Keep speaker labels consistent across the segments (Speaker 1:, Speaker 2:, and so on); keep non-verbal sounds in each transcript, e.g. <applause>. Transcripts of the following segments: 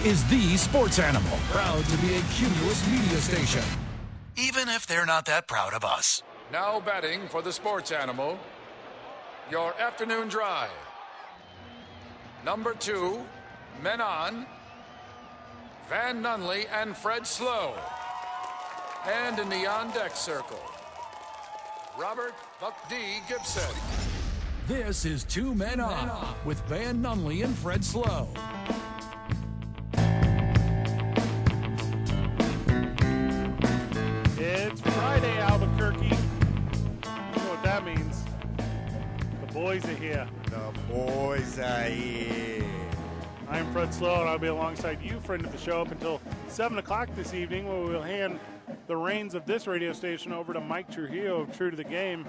Speaker 1: is the sports animal. Proud to be a Cumulus media station.
Speaker 2: even if they're not that proud of us.
Speaker 3: Now batting for the sports animal, your afternoon drive. Number two, Menon, Van Nunley, and Fred Slow. And in the on deck circle, Robert Buck D. Gibson.
Speaker 1: This is Two Men On with Van Nunley and Fred Slow.
Speaker 4: It's Friday, Albuquerque. You know what that means. The boys are here.
Speaker 5: The boys are here.
Speaker 4: I'm Fred Slow, and I'll be alongside you, friend of the show, up until 7 o'clock this evening, where we'll hand the reins of this radio station over to Mike Trujillo of True to the Game.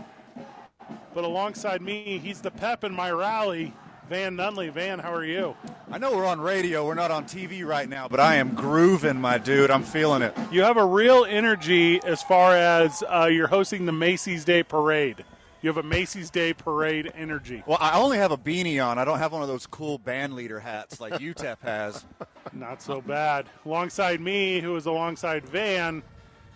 Speaker 4: But alongside me, he's the pep in my rally, Van Nunley. Van, how are you?
Speaker 5: I know we're on radio, we're not on TV right now, but I am grooving, my dude. I'm feeling it.
Speaker 4: You have a real energy as far as uh, you're hosting the Macy's Day Parade. You have a Macy's Day Parade energy.
Speaker 5: Well, I only have a beanie on. I don't have one of those cool band leader hats like UTEP has.
Speaker 4: Not so bad. Alongside me, who is alongside Van,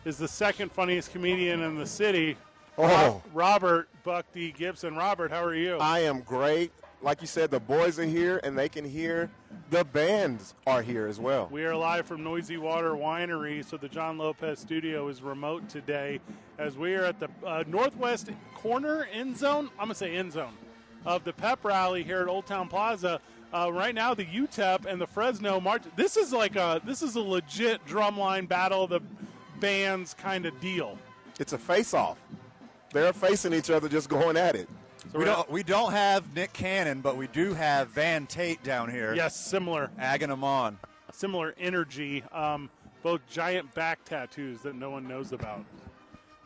Speaker 4: is the second funniest comedian in the city.
Speaker 6: Oh.
Speaker 4: Robert Buck D. Gibson. Robert, how are you?
Speaker 6: I am great. Like you said, the boys are here and they can hear the bands are here as well.
Speaker 4: we are live from Noisy Water Winery, so the John Lopez studio is remote today as we are at the uh, northwest corner end zone. I'm going to say end zone of the pep rally here at Old Town Plaza. Uh, right now, the UTEP and the Fresno March. This is like a this is a legit drumline battle of the bands kind of deal.
Speaker 6: It's a face off. They're facing each other, just going at it.
Speaker 4: So
Speaker 5: We
Speaker 4: we're-
Speaker 5: don't we don't have Nick Cannon, but we do have Van Tate down here.
Speaker 4: Yes, similar,
Speaker 5: Agging him on.
Speaker 4: similar energy. Um, both giant back tattoos that no one knows about.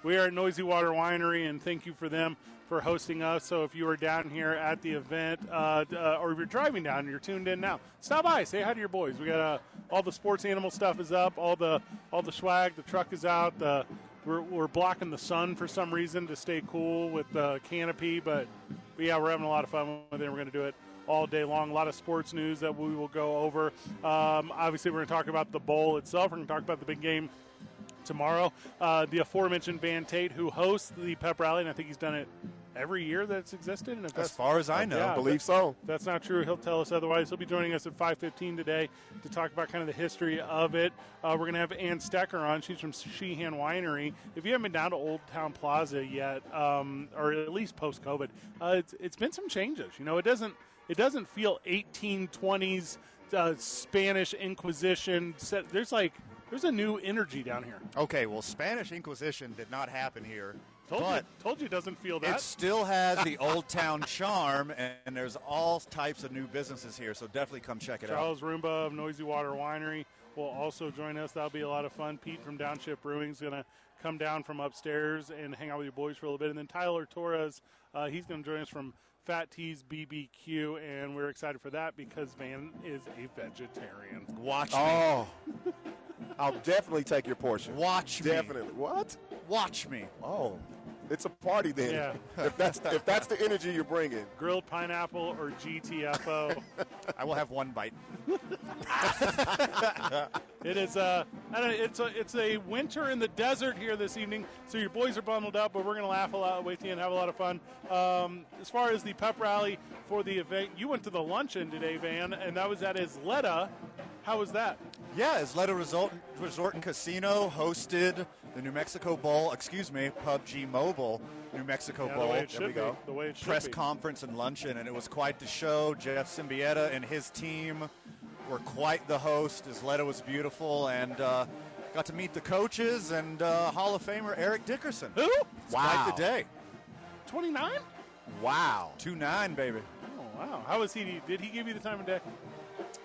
Speaker 4: We are at Noisy Water Winery, and thank you for them for hosting us. So if you are down here at the event, uh, d- uh, or if you're driving down, you're tuned in now. Stop by, say hi to your boys. We got uh, all the sports animal stuff is up, all the all the swag, the truck is out. The we're, we're blocking the sun for some reason to stay cool with the canopy, but, but yeah, we're having a lot of fun with it. We're going to do it all day long. A lot of sports news that we will go over. Um, obviously, we're going to talk about the bowl itself. We're going to talk about the big game tomorrow. Uh, the aforementioned Van Tate, who hosts the pep rally, and I think he's done it every year that's existed. And if
Speaker 5: As
Speaker 4: that's,
Speaker 5: far as I know.
Speaker 4: Yeah.
Speaker 6: I believe so.
Speaker 4: if that's not true, he'll tell us otherwise. He'll be joining us at 5:15 today to talk about kind of the history of it. Uh, we're going to have Ann Stecker on. She's from Sheehan Winery. If you haven't been down to Old Town Plaza yet, um, or at least post COVID, uh, it's, it's been some changes. You know, it doesn't it doesn't feel 1820s uh, Spanish Inquisition. Set. There's like there's a new energy down here.
Speaker 5: Okay, well Spanish Inquisition did not happen here.
Speaker 4: Told
Speaker 5: but
Speaker 4: you, told you it doesn't feel that.
Speaker 5: It still has the old town charm, and, and there's all types of new businesses here. So definitely come check it out.
Speaker 4: Charles Roomba of Noisy Water Winery will also join us. That'll be a lot of fun. Pete from Downship Brewing is going to come down from upstairs and hang out with your boys for a little bit. And then Tyler Torres, uh, he's going to join us from Fat Tees BBQ, and we're excited for that because Van is a vegetarian.
Speaker 5: Watch me,
Speaker 6: Oh. I'll definitely take your portion.
Speaker 5: watch me,
Speaker 6: Definitely. What?
Speaker 5: watch me.
Speaker 6: Oh. It's a party then.
Speaker 4: Yeah.
Speaker 6: <laughs> if that's if that's the energy you're bringing.
Speaker 4: Grilled pineapple or GTFO.
Speaker 5: <laughs> I will have one bite.
Speaker 4: <laughs> It is uh, I don't, it's a it's a winter in the desert here this evening. So your boys are bundled up, but we're gonna laugh a lot with you and have a lot of fun. Um, as far as the pep rally for the event, you went to the luncheon today, Van, and that was at Isleta. How was that?
Speaker 5: Yeah, Isleta Resort, Resort and Casino hosted the New Mexico Bowl, excuse me, PUBG Mobile New Mexico
Speaker 4: Yeah, the
Speaker 5: Bowl.
Speaker 4: way it
Speaker 5: There
Speaker 4: should
Speaker 5: we go.
Speaker 4: be. The way it should
Speaker 5: Press
Speaker 4: be.
Speaker 5: conference and luncheon, and it was quite the show. Jeff Symbieta and his team were quite the host. Isleta was beautiful, and uh, got to meet the coaches and uh, Hall of Famer Eric Dickerson.
Speaker 4: Who?
Speaker 5: It's quite
Speaker 6: Wow.
Speaker 5: the day.
Speaker 4: Twenty nine?
Speaker 6: Wow.
Speaker 5: Two nine, baby.
Speaker 4: Oh wow! How was he? Did he give you the time of day?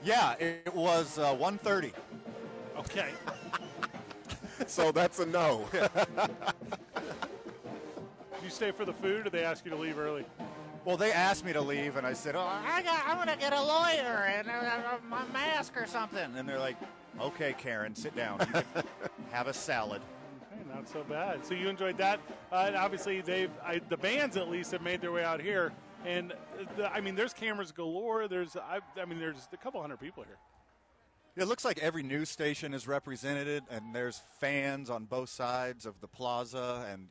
Speaker 5: Yeah, it, it was uh, one thirty.
Speaker 4: Okay.
Speaker 6: <laughs> So that's a no.
Speaker 4: Did you stay <laughs> for the food, or they ask you to leave early?
Speaker 5: Well, they asked me to leave, and I said, "Oh, I got, I'm gonna get a lawyer and uh, my mask or something." And they're like, "Okay, Karen, sit down. You can
Speaker 6: <laughs>
Speaker 5: have a salad."
Speaker 4: Okay, not so bad. So you enjoyed that, uh, and obviously they've I, the bands at least have made their way out here, and the, I mean there's cameras galore. There's I, I mean there's a couple hundred people here.
Speaker 5: It looks like every news station is represented, and there's fans on both sides of the plaza, and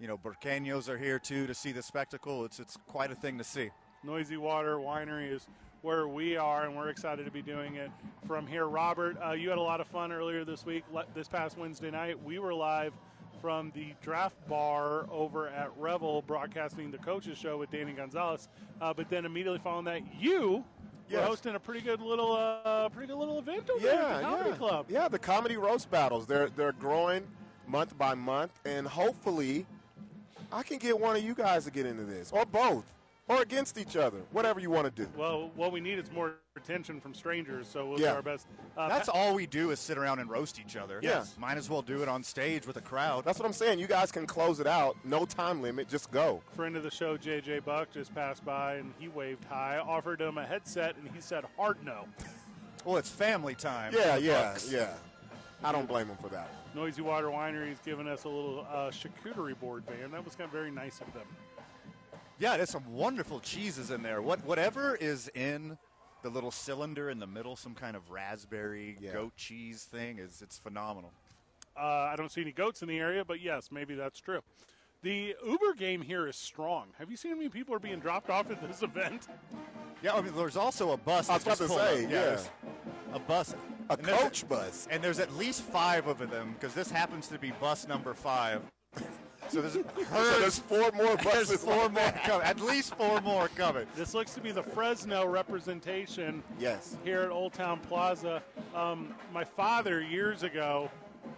Speaker 5: you know, Burqueños are here too to see the spectacle. It's it's quite a thing to see.
Speaker 4: Noisy Water Winery is where we are, and we're excited to be doing it from here. Robert, uh, you had a lot of fun earlier this week, le- this past Wednesday night. We were live from the draft bar over at Revel, broadcasting the coaches show with Danny Gonzalez. Uh, but then immediately following that, you were
Speaker 6: Yes.
Speaker 4: hosting a pretty good little, uh, pretty good little event <laughs> over there at
Speaker 6: yeah,
Speaker 4: the Comedy
Speaker 6: yeah.
Speaker 4: Club.
Speaker 6: Yeah, the comedy roast battles. They're they're growing month by month, and hopefully, I can get one of you guys to get into this, or both, or against each other, whatever you want to do.
Speaker 4: Well, what we need is more attention from strangers, so we'll do
Speaker 6: Yeah.
Speaker 4: our best. Uh,
Speaker 5: That's
Speaker 4: Pa-
Speaker 5: all we do is sit around and roast each other.
Speaker 6: Yeah.
Speaker 5: Might as well do it on stage with a crowd.
Speaker 6: That's what I'm saying. You guys can close it out. No time limit. Just go.
Speaker 4: Friend of the show, JJ Buck, just passed by and he waved hi, offered him a headset, and he said, hard no.
Speaker 5: Well, it's family time.
Speaker 6: Yeah,
Speaker 5: for the
Speaker 6: yeah,
Speaker 5: Bucks.
Speaker 6: yeah. I don't blame them for that. one.
Speaker 4: Noisy Water Winery is giving us a little uh, charcuterie board, man. That was kind of very nice of them.
Speaker 5: Yeah, there's some wonderful cheeses in there. What whatever is in the little cylinder in the middle, some kind of raspberry
Speaker 6: Yeah.
Speaker 5: goat cheese thing is it's phenomenal.
Speaker 4: Uh, I don't see any goats in the area, but yes, maybe that's true. The Uber game here is strong. Have you seen how many people are being dropped off at this event?
Speaker 5: Yeah, I mean there's also a bus.
Speaker 6: I was
Speaker 5: that
Speaker 6: about
Speaker 5: just
Speaker 6: to
Speaker 5: pulled
Speaker 6: say,
Speaker 5: up.
Speaker 6: yeah.
Speaker 5: <laughs> there's a bus,
Speaker 6: A
Speaker 5: And there's-
Speaker 6: coach bus.
Speaker 5: and there's at least five of them because this happens to be bus number five. <laughs> So there's
Speaker 6: So
Speaker 5: herds-
Speaker 6: there's four
Speaker 4: <laughs>
Speaker 6: more buses.
Speaker 5: there's four more
Speaker 6: like
Speaker 5: <laughs>
Speaker 6: that.
Speaker 5: coming. At least four more coming.
Speaker 4: This looks to be the Fresno representation
Speaker 6: Yes.
Speaker 4: here at Old Town Plaza. Um, my father years ago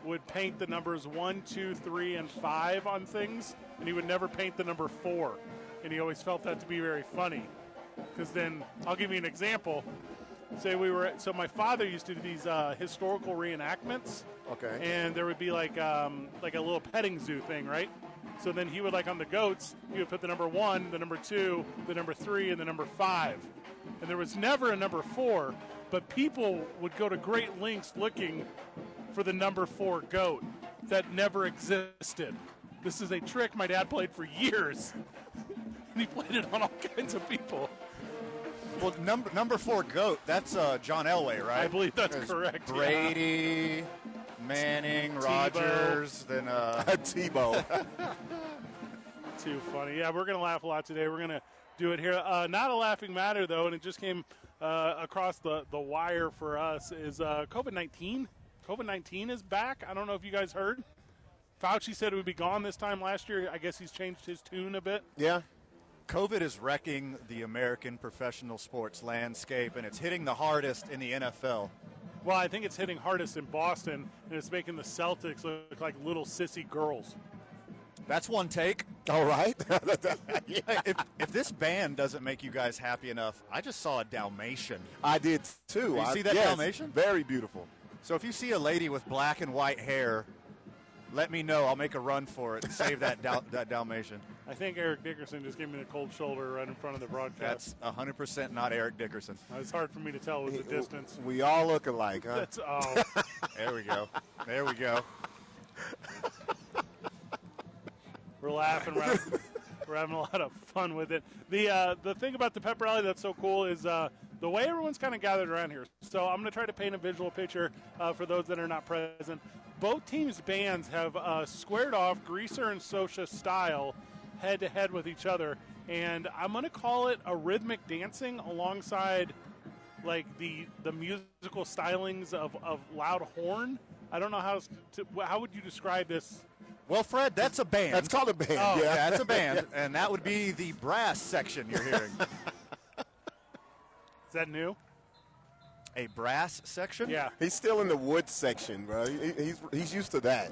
Speaker 4: would paint the numbers one, two, three, and five on things, and he would never paint the number four. And he always felt that to be very funny. Because then, I'll give you an example. Say we were, so my father used to do these uh, historical reenactments
Speaker 6: Okay.
Speaker 4: and there would be like um, like a little petting zoo thing, right? So then he would like on the goats, he would put the number one, the number two, the number three, and the number five, and there was never a number four. But people would go to great lengths looking for the number four goat that never existed. This is a trick my dad played for years, <laughs> and he played it on all kinds of people.
Speaker 5: Well, number number four goat. That's uh, John Elway, right?
Speaker 4: I believe that's
Speaker 5: There's
Speaker 4: correct. yeah.
Speaker 5: Brady, Manning, Rogers, then uh, <laughs>
Speaker 6: A Tebow.
Speaker 4: Too funny. Yeah, we're going to laugh a lot today. We're going to do it here. Uh, not a laughing matter, though, and it just came uh, across the, the wire for us is uh, COVID 19. COVID 19 is back. I don't know if you guys heard. Fauci said it would be gone this time last year. I guess he's changed his tune a bit.
Speaker 6: yeah.
Speaker 5: COVID is wrecking the American professional sports landscape, and it's hitting the hardest in the NFL.
Speaker 4: Well, I think it's hitting hardest in Boston, and it's making the Celtics look like little sissy girls.
Speaker 5: That's one take.
Speaker 6: All right. <laughs>
Speaker 5: Hey, if, if this band doesn't make you guys happy enough, I just saw a Dalmatian.
Speaker 6: I did too.
Speaker 5: You
Speaker 6: I-
Speaker 5: see that
Speaker 6: yes,
Speaker 5: Dalmatian?
Speaker 6: Very beautiful.
Speaker 5: So if you see a lady with black and white hair, let me know. I'll make a run for it and save that Dal- that
Speaker 6: <laughs>
Speaker 5: Dalmatian.
Speaker 4: I think Eric Dickerson just gave me the cold shoulder right in front of the broadcast.
Speaker 5: That's 100% not Eric Dickerson.
Speaker 4: it's hard for me to tell with the distance.
Speaker 6: We all look alike, huh?
Speaker 4: That's
Speaker 5: <laughs>
Speaker 4: oh.
Speaker 5: There we go. There we go.
Speaker 4: We're laughing. We're having, we're having a lot of fun with it. The uh, the thing about the pep rally that's so cool is uh, the way everyone's kind of gathered around here. So I'm going to try to paint a visual picture uh, for those that are not present. Both teams' bands have uh, squared off Greaser and Socia style head to head with each other, and I'm going to call it a rhythmic dancing alongside like the the musical stylings of, of loud horn. I don't know how else to, how would you describe this
Speaker 5: Well, Fred, that's a band.
Speaker 6: That's called a band.
Speaker 5: Oh,
Speaker 6: <laughs> yeah.
Speaker 5: yeah, that's a band, and that would be the brass section you're
Speaker 6: <laughs>
Speaker 5: hearing.
Speaker 4: Is that new?
Speaker 5: a brass section?
Speaker 4: Yeah.
Speaker 6: He's still in the wood section, bro. He, he's he's used to that.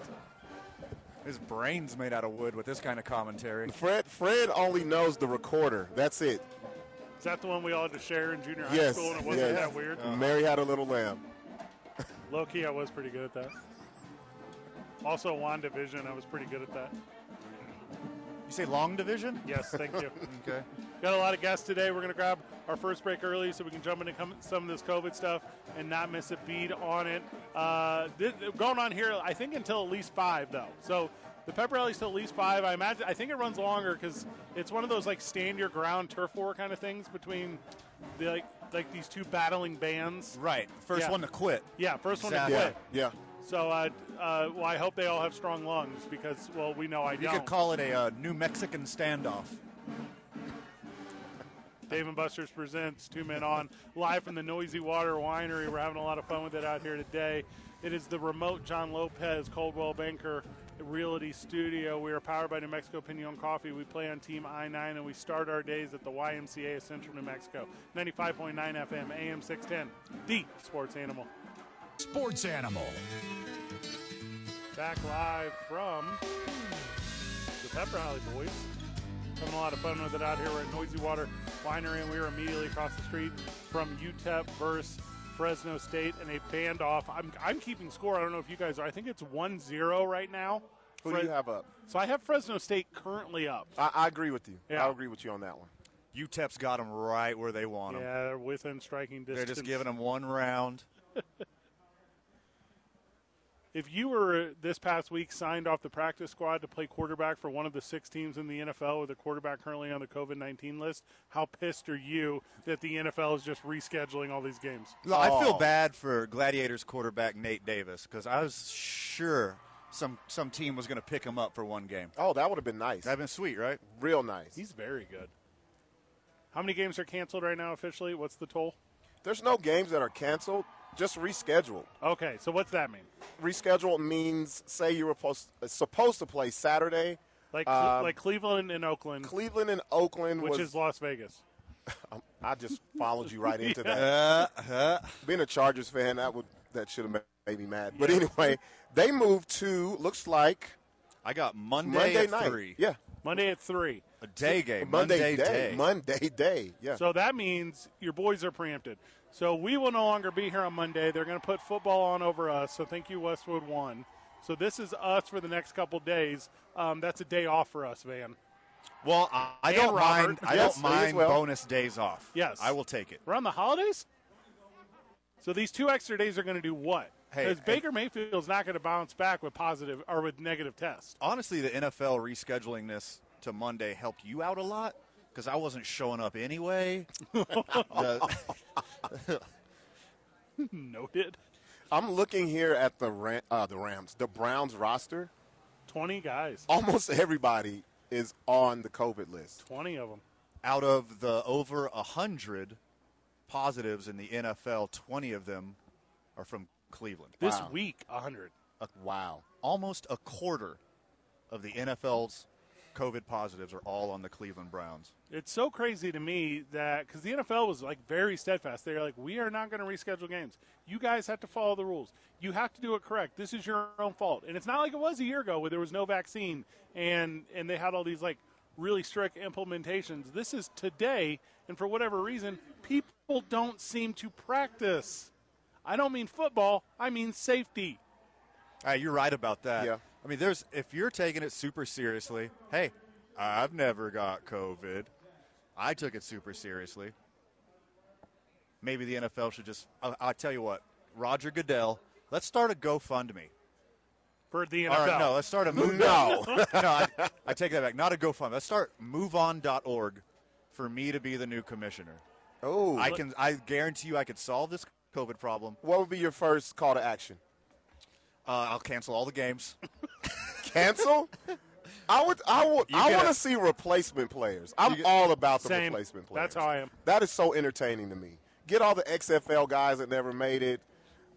Speaker 5: His brain's made out of wood with this kind of commentary.
Speaker 6: Fred Fred only knows the recorder. That's it.
Speaker 4: Is that the one we all had to share in junior high
Speaker 6: yes.
Speaker 4: school and it wasn't
Speaker 6: yes. Uh-huh.
Speaker 4: that weird?
Speaker 6: Mary had a little lamb.
Speaker 4: Low key, I was pretty good at that. Also, WandaVision, I was pretty good at that.
Speaker 5: You say long division?
Speaker 4: Yes, thank you.
Speaker 5: <laughs> Okay.
Speaker 4: Got a lot of guests today. We're going to grab our first break early so we can jump into com- some of this COVID stuff and not miss a beat on it. Uh, thi- going on here, I think until at least five though. So the pep rally's till at least five. I imagine. I think it runs longer because it's one of those like stand your ground turf war kind of things between the like like these two battling bands.
Speaker 5: Right. First
Speaker 4: Yeah.
Speaker 5: one to quit.
Speaker 4: Yeah, first one
Speaker 5: Exactly.
Speaker 4: to
Speaker 6: Yeah,
Speaker 4: quit.
Speaker 6: yeah.
Speaker 4: So, uh, uh, well, I hope they all have strong lungs because, well, we know I
Speaker 5: You
Speaker 4: don't.
Speaker 5: could call it a uh, New Mexican standoff.
Speaker 4: Dave and Buster's presents Two Men On live from the Noisy Water Winery. We're having a lot of fun with it out here today. It is the remote John Lopez Coldwell Banker Realty Studio. We are powered by New Mexico Pinion Coffee. We play on Team I 9 and we start our days at the YMCA of Central New Mexico. 95.9 FM, AM 610, the sports animal.
Speaker 1: Sports Animal.
Speaker 4: Back live from the Pep Rally Boys. Having a lot of fun with it out here. We're at Noisy Water Winery, and we are immediately across the street from UTEP versus Fresno State and a band off. I'm, I'm keeping score. I don't know if you guys are. I think it's 1 0 right now.
Speaker 6: Who do
Speaker 4: Fre-
Speaker 6: you have up?
Speaker 4: So I have Fresno State currently up.
Speaker 6: I, I agree with you.
Speaker 4: Yeah.
Speaker 6: I agree with you on that one.
Speaker 5: UTEP's E got them right where they want them.
Speaker 4: Yeah, they're within striking distance.
Speaker 5: They're just giving them one round.
Speaker 4: <laughs> If you were uh, this past week signed off the practice squad to play quarterback for one of the six teams in the NFL with a quarterback currently on the COVID 19 list, how pissed are you that the NFL is just rescheduling all these games?
Speaker 5: I feel
Speaker 6: Oh.
Speaker 5: bad for Gladiators quarterback Nate Davis because I was sure some some team was going to pick him up for one game.
Speaker 6: Oh, that would have been nice.
Speaker 5: That'd been sweet, right?
Speaker 6: Real nice.
Speaker 4: He's very good. How many games are canceled right now officially? What's the toll?
Speaker 6: There's no games that are canceled, just rescheduled.
Speaker 4: Okay, so what's that mean?
Speaker 6: Rescheduled means say you were supposed, supposed to play Saturday.
Speaker 4: Like
Speaker 6: Um,
Speaker 4: like Cleveland and Oakland,
Speaker 6: Cleveland and Oakland
Speaker 4: which
Speaker 6: was. Um,
Speaker 4: is Las
Speaker 6: <laughs>
Speaker 4: Vegas.
Speaker 6: I just followed you
Speaker 4: <laughs>
Speaker 6: right into that.
Speaker 5: Uh, huh.
Speaker 6: Being a Chargers fan, that would that should have made me mad. But anyway, they moved to looks like
Speaker 5: I got Monday,
Speaker 6: Monday
Speaker 5: at
Speaker 6: night.
Speaker 5: three.
Speaker 6: Yeah,
Speaker 4: Monday at 3.
Speaker 5: A day game.
Speaker 6: Monday, day.
Speaker 5: day.
Speaker 6: Monday day. Yeah.
Speaker 4: So that means your boys are preempted. So we will no longer be here on Monday. They're going to put football on over us. So thank you, Westwood One. So this is us for the next couple days. Um, that's a day off for us, Van.
Speaker 5: Well, I, I
Speaker 4: And
Speaker 5: don't
Speaker 4: Robert.
Speaker 5: mind. I
Speaker 6: Yes,
Speaker 5: don't
Speaker 6: me as
Speaker 5: mind
Speaker 6: well.
Speaker 5: bonus days off.
Speaker 4: Yes.
Speaker 5: I will take it.
Speaker 4: We're on the holidays. So these two extra days are going to do what?
Speaker 5: Hey,
Speaker 4: Because
Speaker 5: hey.
Speaker 4: Baker Mayfield's not going to bounce back with positive or with negative tests.
Speaker 5: Honestly, the NFL rescheduling this to Monday helped you out a lot because I wasn't showing up
Speaker 6: <laughs>
Speaker 5: anyway. The-
Speaker 4: <laughs> Noted.
Speaker 6: I'm looking here at the Ram, uh, the Rams, the Browns roster.
Speaker 4: Twenty guys.
Speaker 6: Almost everybody is on the COVID list.
Speaker 4: Twenty of them.
Speaker 5: out of the over 100 positives in the NFL, 20 of them are from Cleveland.
Speaker 4: This
Speaker 6: Wow.
Speaker 4: week, hundred.
Speaker 6: Wow.
Speaker 5: Almost a quarter of the NFL's COVID positives are all on the Cleveland Browns.
Speaker 4: It's so crazy to me that because the NFL was like very steadfast. They're like, we are not going to reschedule games. You guys have to follow the rules. You have to do it correct. This is your own fault. And it's not like it was a year ago where there was no vaccine and and they had all these like really strict implementations. This is today, and for whatever reason, people don't seem to practice. I don't mean football. I mean safety.
Speaker 5: Hey, you're right about that.
Speaker 6: Yeah.
Speaker 5: I mean, there's if you're taking it super seriously, hey, I've never got COVID. I took it super seriously. Maybe the NFL should just. I, I tell you what, Roger Goodell, let's start a GoFundMe.
Speaker 4: For the NFL,
Speaker 5: All right, no, let's start a move. No, <laughs> no, I, I take that back. Not a GoFundMe. Let's start MoveOn.org for me to be the new commissioner.
Speaker 6: Oh,
Speaker 5: I can. I guarantee you, I could solve this COVID problem.
Speaker 6: what would be your first call to action?
Speaker 5: Uh, I'll cancel all the games.
Speaker 6: <laughs> Cancel? I would. I would.
Speaker 5: You
Speaker 6: I
Speaker 5: get
Speaker 6: want
Speaker 5: a-
Speaker 6: to see replacement players. I'm all about the
Speaker 4: Same.
Speaker 6: replacement players.
Speaker 4: That's how I am.
Speaker 6: That is so entertaining to me. Get all the XFL guys that never made it.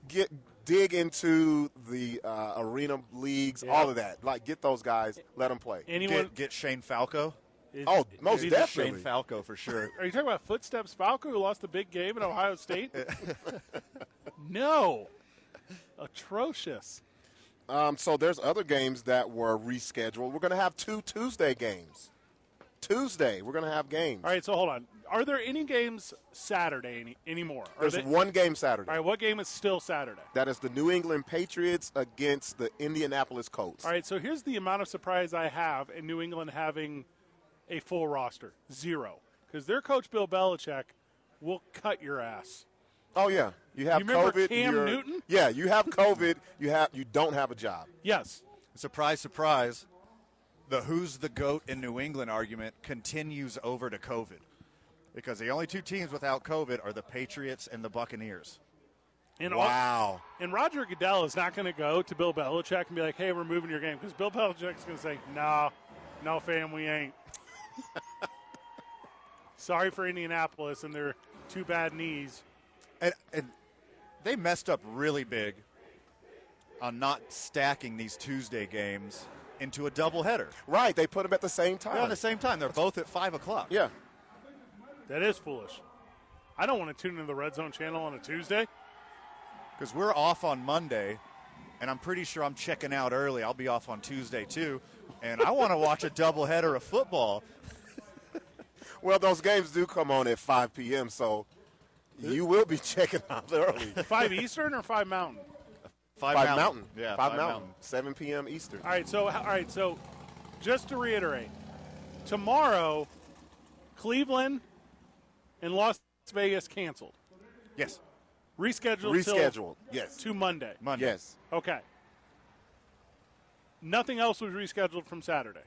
Speaker 6: Get dig into the uh, arena leagues, all of that. Like get those guys, let them play.
Speaker 4: anyone.
Speaker 5: Get, get Shane Falco.
Speaker 4: is-
Speaker 6: oh, most
Speaker 4: is-
Speaker 6: definitely.
Speaker 5: Shane Falco for sure.
Speaker 4: Are you talking about Footsteps Falco who lost the big game at Ohio
Speaker 6: <laughs>
Speaker 4: State? no. Atrocious.
Speaker 6: Um, so there's other games that were rescheduled. We're going to have two Tuesday games. Tuesday, we're going to have games.
Speaker 4: All right, so hold on. Are there any games Saturday any, anymore? Are
Speaker 6: There's
Speaker 4: they-
Speaker 6: one game Saturday.
Speaker 4: All right, what game is still Saturday?
Speaker 6: That is the New England Patriots against the Indianapolis Colts.
Speaker 4: All right, so here's the amount of surprise I have in New England having a full roster zero. Because their coach, Bill Belichick, will cut your ass.
Speaker 6: Oh yeah, you have
Speaker 4: You remember
Speaker 6: COVID.
Speaker 4: Cam
Speaker 6: you're-
Speaker 4: Newton?
Speaker 6: Yeah,
Speaker 4: <laughs>
Speaker 6: you have COVID. You have you don't have a job.
Speaker 4: Yes.
Speaker 5: surprise, surprise. The who's the goat in New England argument continues over to COVID. because the only two teams without COVID are the Patriots and the Buccaneers.
Speaker 4: And all-
Speaker 6: Wow.
Speaker 4: and Roger Goodell is not going to go to Bill Belichick and be like, "Hey, we're moving your game," because Bill Belichick's going to say, "No, no, fam,
Speaker 5: <laughs>
Speaker 4: we ain't." Sorry for Indianapolis and their two bad knees.
Speaker 5: And, and they messed up really big on not stacking these Tuesday games into a doubleheader.
Speaker 6: Right, they put them at the same time.
Speaker 5: They're on the same time. They're both at five o'clock.
Speaker 6: yeah.
Speaker 4: That is foolish. I don't want to tune into the Red Zone channel on a Tuesday.
Speaker 5: because we're off on Monday, and I'm pretty sure I'm checking out early. I'll be off on Tuesday too, and I want to watch a doubleheader of football.
Speaker 6: Well, those games do come on at 5 p.m., so you will be <laughs> checking out early.
Speaker 4: Five Eastern or five Mountain?
Speaker 5: Five,
Speaker 6: Five Mountain.
Speaker 5: yeah,
Speaker 6: Five, Mountain. 7 p.m. Eastern.
Speaker 4: All right, so all right, so just to reiterate, tomorrow, Cleveland and Las Vegas canceled,
Speaker 5: Yes,
Speaker 4: rescheduled,
Speaker 6: Rescheduled. Yes.
Speaker 4: till, to Monday.
Speaker 5: Monday.
Speaker 6: Yes.
Speaker 4: Okay. Nothing else was rescheduled from Saturday.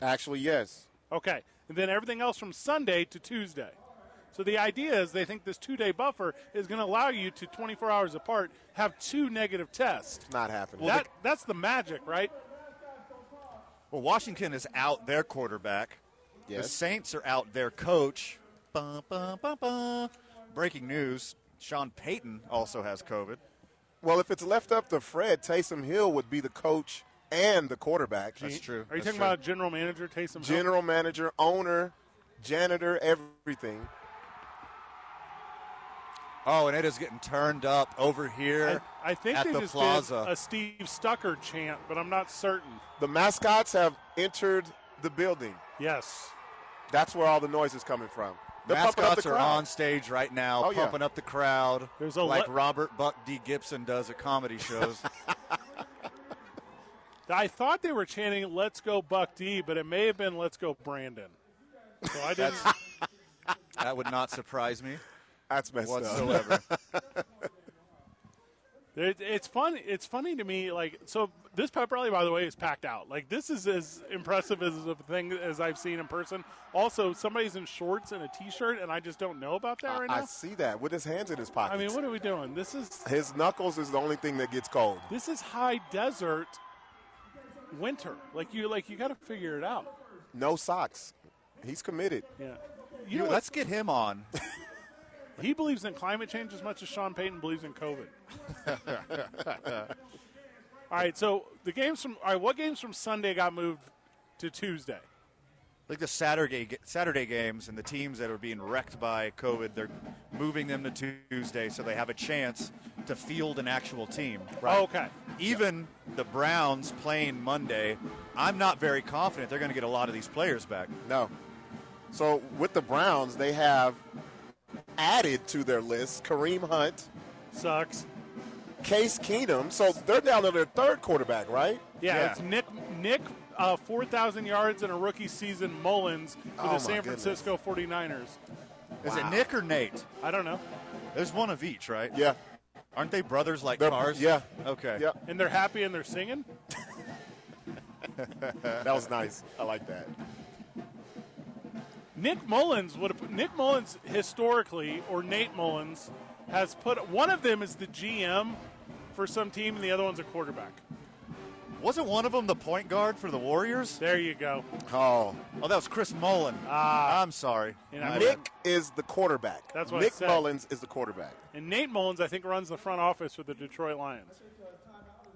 Speaker 6: Actually, yes.
Speaker 4: Okay, and then everything else from Sunday to Tuesday. So the idea is they think this two-day buffer is going to allow you to 24 hours apart have two negative tests.
Speaker 6: Not happening.
Speaker 4: that that's the magic, right?
Speaker 5: Well, Washington is out their quarterback. The
Speaker 6: Yes.
Speaker 5: Saints are out their coach. Bum, bum, bum, bum. Breaking news: Sean Payton also has COVID.
Speaker 6: well, if it's left up to Fred, Taysom Hill would be the coach and the quarterback.
Speaker 5: That's true.
Speaker 4: Are you
Speaker 5: That's
Speaker 4: talking
Speaker 5: true.
Speaker 4: about general manager Taysom Hill?
Speaker 6: General manager, owner, janitor, everything.
Speaker 5: Oh, and it is getting turned up over
Speaker 4: I,
Speaker 5: here
Speaker 4: I think
Speaker 5: at
Speaker 4: they
Speaker 5: the
Speaker 4: just
Speaker 5: plaza.
Speaker 4: did a Steve Stucker chant, but I'm not certain.
Speaker 6: The mascots have entered the building.
Speaker 4: Yes.
Speaker 6: That's where all the noise is coming from. They're pumping up
Speaker 5: Mascots
Speaker 6: the
Speaker 5: are
Speaker 6: crowd.
Speaker 5: on stage right now,
Speaker 6: Oh, yeah.
Speaker 5: pumping up the crowd,
Speaker 4: There's a
Speaker 5: like
Speaker 4: le-
Speaker 5: Robert Buck D. Gibson does at comedy <laughs> shows.
Speaker 4: I thought they were chanting "Let's go Buck D," but it may have been "Let's go Brandon." So I didn't.
Speaker 5: <laughs> that would not surprise me
Speaker 6: That's messed up. <laughs>
Speaker 5: whatsoever.
Speaker 4: It, it's fun. It's funny to me. Like so, this pep rally, by the way, is packed out. Like this is as impressive as a thing as I've seen in person. Also, somebody's in shorts and a t-shirt, and I just don't know about that right
Speaker 6: I, I
Speaker 4: now.
Speaker 6: see that with his hands in his
Speaker 4: I
Speaker 6: pockets.
Speaker 4: mean, what are we doing? This is
Speaker 6: his knuckles is the only thing that gets cold.
Speaker 4: this is high desert winter. Like you, like you got to figure it out.
Speaker 6: No socks. He's committed.
Speaker 4: Yeah. You
Speaker 5: You
Speaker 4: know
Speaker 5: know,
Speaker 4: what?
Speaker 5: let's get him on.
Speaker 4: <laughs> He believes in climate change as much as Sean Payton believes
Speaker 5: <laughs>
Speaker 4: in COVID. all right, so the games from all right, what games from Sunday got moved to Tuesday?
Speaker 5: Like the Saturday ga- Saturday games and the teams that are being wrecked by COVID, they're moving them to Tuesday so they have a chance to field an actual team.
Speaker 4: Oh, okay.
Speaker 5: Even the Browns playing Monday, I'm not very confident they're going to get a lot of these players back.
Speaker 6: No. So with the Browns, they have added to their list Kareem Hunt,
Speaker 4: Sucks.
Speaker 6: Case Keenum. So they're down to their third quarterback, right?
Speaker 4: Yeah,
Speaker 5: Yeah.
Speaker 4: it's Nick Nick uh, 4,000 yards in a rookie season Mullins for
Speaker 6: Oh,
Speaker 4: the
Speaker 6: my
Speaker 4: San
Speaker 6: goodness.
Speaker 4: Francisco 49ers.
Speaker 5: Is it Nick or Nate?
Speaker 4: I don't know.
Speaker 5: There's one of each, right?
Speaker 6: Yeah.
Speaker 5: Aren't they brothers like
Speaker 6: They're-
Speaker 5: cars?
Speaker 6: yeah.
Speaker 5: Okay.
Speaker 6: Yeah.
Speaker 4: And they're happy and they're singing?
Speaker 6: <laughs> That was nice. I like that.
Speaker 4: Nick Mullins would have Nick Mullins historically or Nate Mullins has put one of them is the GM for some team and the other one's a quarterback.
Speaker 5: Wasn't one of them the point guard for the Warriors?
Speaker 4: There you go.
Speaker 6: Oh.
Speaker 5: Oh, that was Chris Mullen. Ah. I'm sorry.
Speaker 4: And I-
Speaker 5: My bad.
Speaker 6: Nick is the quarterback.
Speaker 4: That's what I
Speaker 6: Nick
Speaker 4: said.
Speaker 6: Mullins is the quarterback.
Speaker 4: And Nate Mullins I think runs the front office for the Detroit Lions.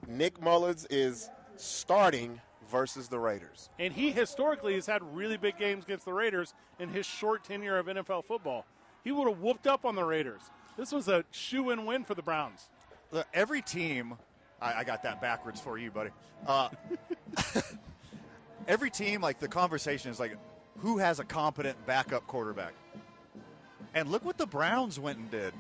Speaker 6: Nick Mullins is starting versus the Raiders.
Speaker 4: And he historically has had really big games against the Raiders in his short tenure of NFL football. He would have whooped up on the Raiders. This was a shoe in win for the Browns.
Speaker 5: Look, every team, I, I got that backwards for you, buddy. Uh, <laughs> every team, like the conversation is like, who has a competent backup quarterback? And look what the Browns went and did.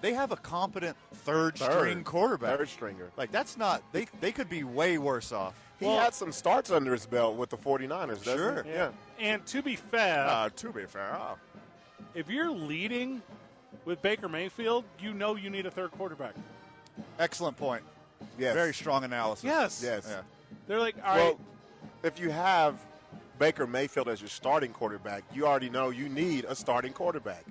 Speaker 5: They have a competent third, string quarterback.
Speaker 6: Third stringer.
Speaker 5: Like that's not they. They could be way worse off.
Speaker 6: He
Speaker 4: Well-
Speaker 6: had some starts under his belt with the 49ers, doesn't
Speaker 5: Sure.
Speaker 6: he? Yeah.
Speaker 4: And to be fair,
Speaker 5: Uh, to be fair,
Speaker 4: if you're leading with Baker Mayfield, you know you need a third quarterback.
Speaker 5: excellent point.
Speaker 6: Yes.
Speaker 5: Very strong analysis.
Speaker 4: Yes.
Speaker 6: Yes.
Speaker 5: Yeah.
Speaker 4: They're like, all right,
Speaker 6: Well, if you have Baker Mayfield as your starting quarterback, you already know you need a starting quarterback.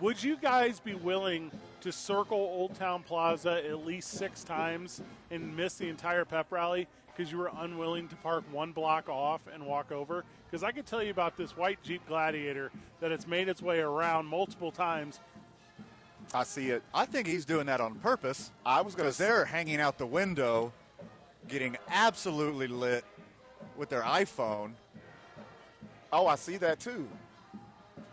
Speaker 4: Would you guys be willing to circle Old Town Plaza at least six times and miss the entire pep rally because you were unwilling to park one block off and walk over? Because I could tell you about this white Jeep Gladiator that it's made its way around multiple times.
Speaker 6: I see it.
Speaker 5: I think he's doing that on purpose.
Speaker 6: I was going
Speaker 5: Because
Speaker 6: to say,
Speaker 5: they're hanging out the window, getting absolutely lit with their iPhone.
Speaker 6: oh, I see that too.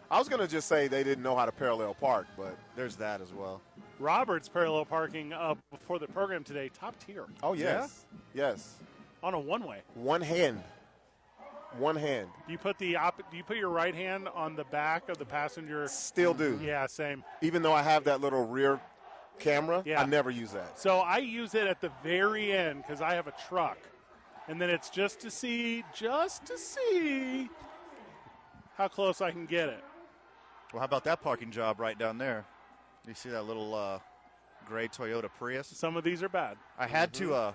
Speaker 6: I was going to just say they didn't know how to parallel park, but
Speaker 5: There's that as well.
Speaker 4: Robert's parallel parking up before the program today, top tier.
Speaker 6: oh yes, yes,
Speaker 4: On a one way.
Speaker 6: one hand, one hand.
Speaker 4: Do you put the op- do you put your right hand on the back of the passenger?
Speaker 6: Still do.
Speaker 4: Yeah, same.
Speaker 6: Even though I have that little rear camera,
Speaker 4: Yeah.
Speaker 6: I never use that.
Speaker 4: So I use it at the very end because I have a truck, and then it's just to see, just to see how close I can get it.
Speaker 5: Well, how about that parking job right down there? You see that little uh, gray Toyota Prius?
Speaker 4: Some of these are bad.
Speaker 5: I had to. Uh,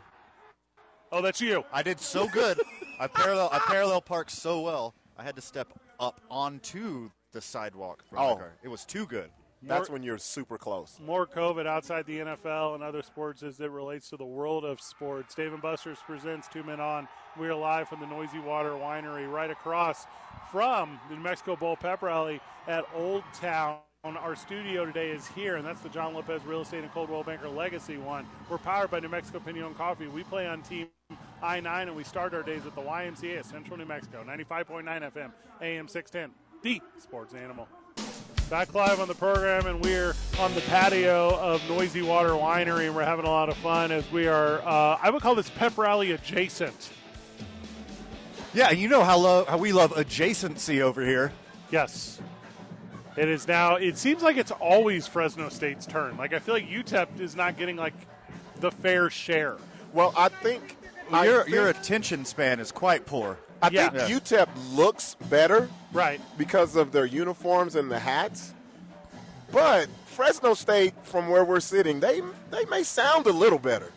Speaker 4: Oh, that's you.
Speaker 5: I did so good. I parallel. I parallel parked so well. I had to step up onto the sidewalk. From
Speaker 6: Oh.
Speaker 5: the car. it was too good.
Speaker 6: That's when you're super close.
Speaker 4: More COVID outside the NFL and other sports as it relates to the world of sports. Dave and Buster's presents Two Men On. We are live from the Noisy Water Winery right across from the New Mexico Bowl Pep Rally at Old Town. Our studio today is here, and that's the John Lopez Real Estate and Coldwell Banker Legacy one. We're powered by New Mexico Pinion Coffee. We play on Team I 9, and we start our days at the YMCA of Central New Mexico, 95.9 FM, AM 610, the sports animal. Back live on the program, and we're on the patio of Noisy Water Winery, and we're having a lot of fun as we are. Uh, I would call this pep rally adjacent.
Speaker 5: Yeah, and you know how lo- how we love adjacency over here.
Speaker 4: Yes, it is now. It seems like it's always Fresno State's turn. Like I feel like UTEP is not getting like the fair share.
Speaker 6: Well, I think I
Speaker 5: your
Speaker 6: think,
Speaker 5: your attention span is quite poor.
Speaker 6: I
Speaker 4: Yeah.
Speaker 6: think UTEP looks better
Speaker 4: Right.
Speaker 6: because of their uniforms and the hats. But Fresno State, from where we're sitting, they they may sound a little better.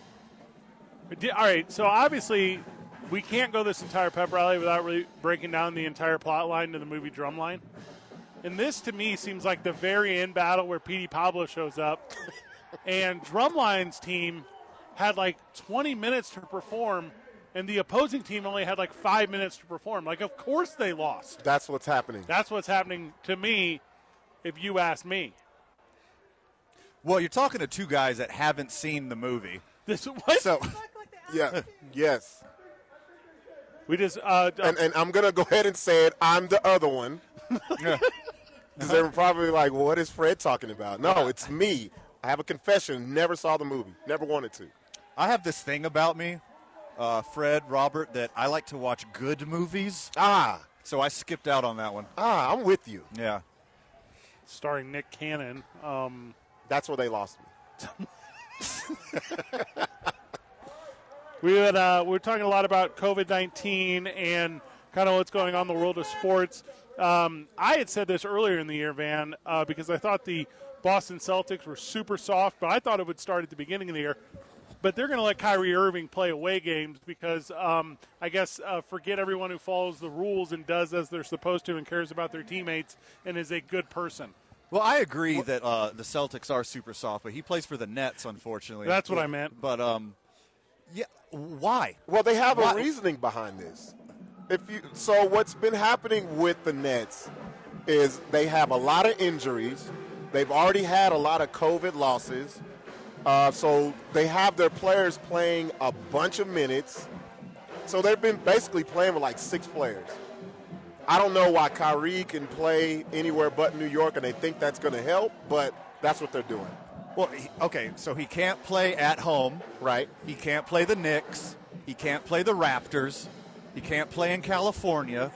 Speaker 4: Di- All right, so obviously we can't go this entire pep rally without really breaking down the entire plot line to the movie Drumline. And this to me seems like the very end battle where Petey Pablo shows up and Drumline's team had like 20 minutes to perform and the opposing team only had like 5 minutes to perform. Like of course they lost.
Speaker 6: That's what's happening.
Speaker 4: That's what's happening to me if you ask me.
Speaker 5: Well, you're talking to two guys that haven't seen the movie.
Speaker 4: This what?
Speaker 5: So <laughs>
Speaker 6: Yeah. Yes.
Speaker 4: we just uh,
Speaker 6: And and I'm gonna go ahead and say it. I'm the other one. <laughs> Because they're probably like, "What is Fred talking about?" No, it's me. I have a confession. Never saw the movie. Never wanted to.
Speaker 5: I have this thing about me, uh, Fred, Robert, that I like to watch good movies.
Speaker 6: Ah,
Speaker 5: So I skipped out on that one.
Speaker 6: ah, I'm with you.
Speaker 5: Yeah.
Speaker 4: starring Nick Cannon. Um
Speaker 6: That's where they lost me.
Speaker 4: <laughs> We had, uh, we were talking a lot about COVID 19 and kind of what's going on in the world of sports. Um, I had said this earlier in the year, Van, uh, because I thought the Boston Celtics were super soft, but I thought it would start at the beginning of the year. But they're going to let Kyrie Irving play away games because um, I guess uh, forget everyone who follows the rules and does as they're supposed to and cares about their teammates and is a good person.
Speaker 5: Well, I agree that uh, the Celtics are super soft, but he plays for the Nets, unfortunately.
Speaker 4: That's what I meant.
Speaker 5: But um, yeah, why?
Speaker 6: Well, they have
Speaker 5: Why-
Speaker 6: a reasoning behind this. If you so, what's been happening with the Nets is they have a lot of injuries. They've already had a lot of COVID losses, uh, so they have their players playing a bunch of minutes. So they've been basically playing with like six players. I don't know why Kyrie can play anywhere but New York, and they think that's going to help, but that's what they're doing,
Speaker 5: Well, he, okay, so he can't play at home.
Speaker 6: right?
Speaker 5: He can't play the Knicks. He can't play the Raptors. He can't play in California.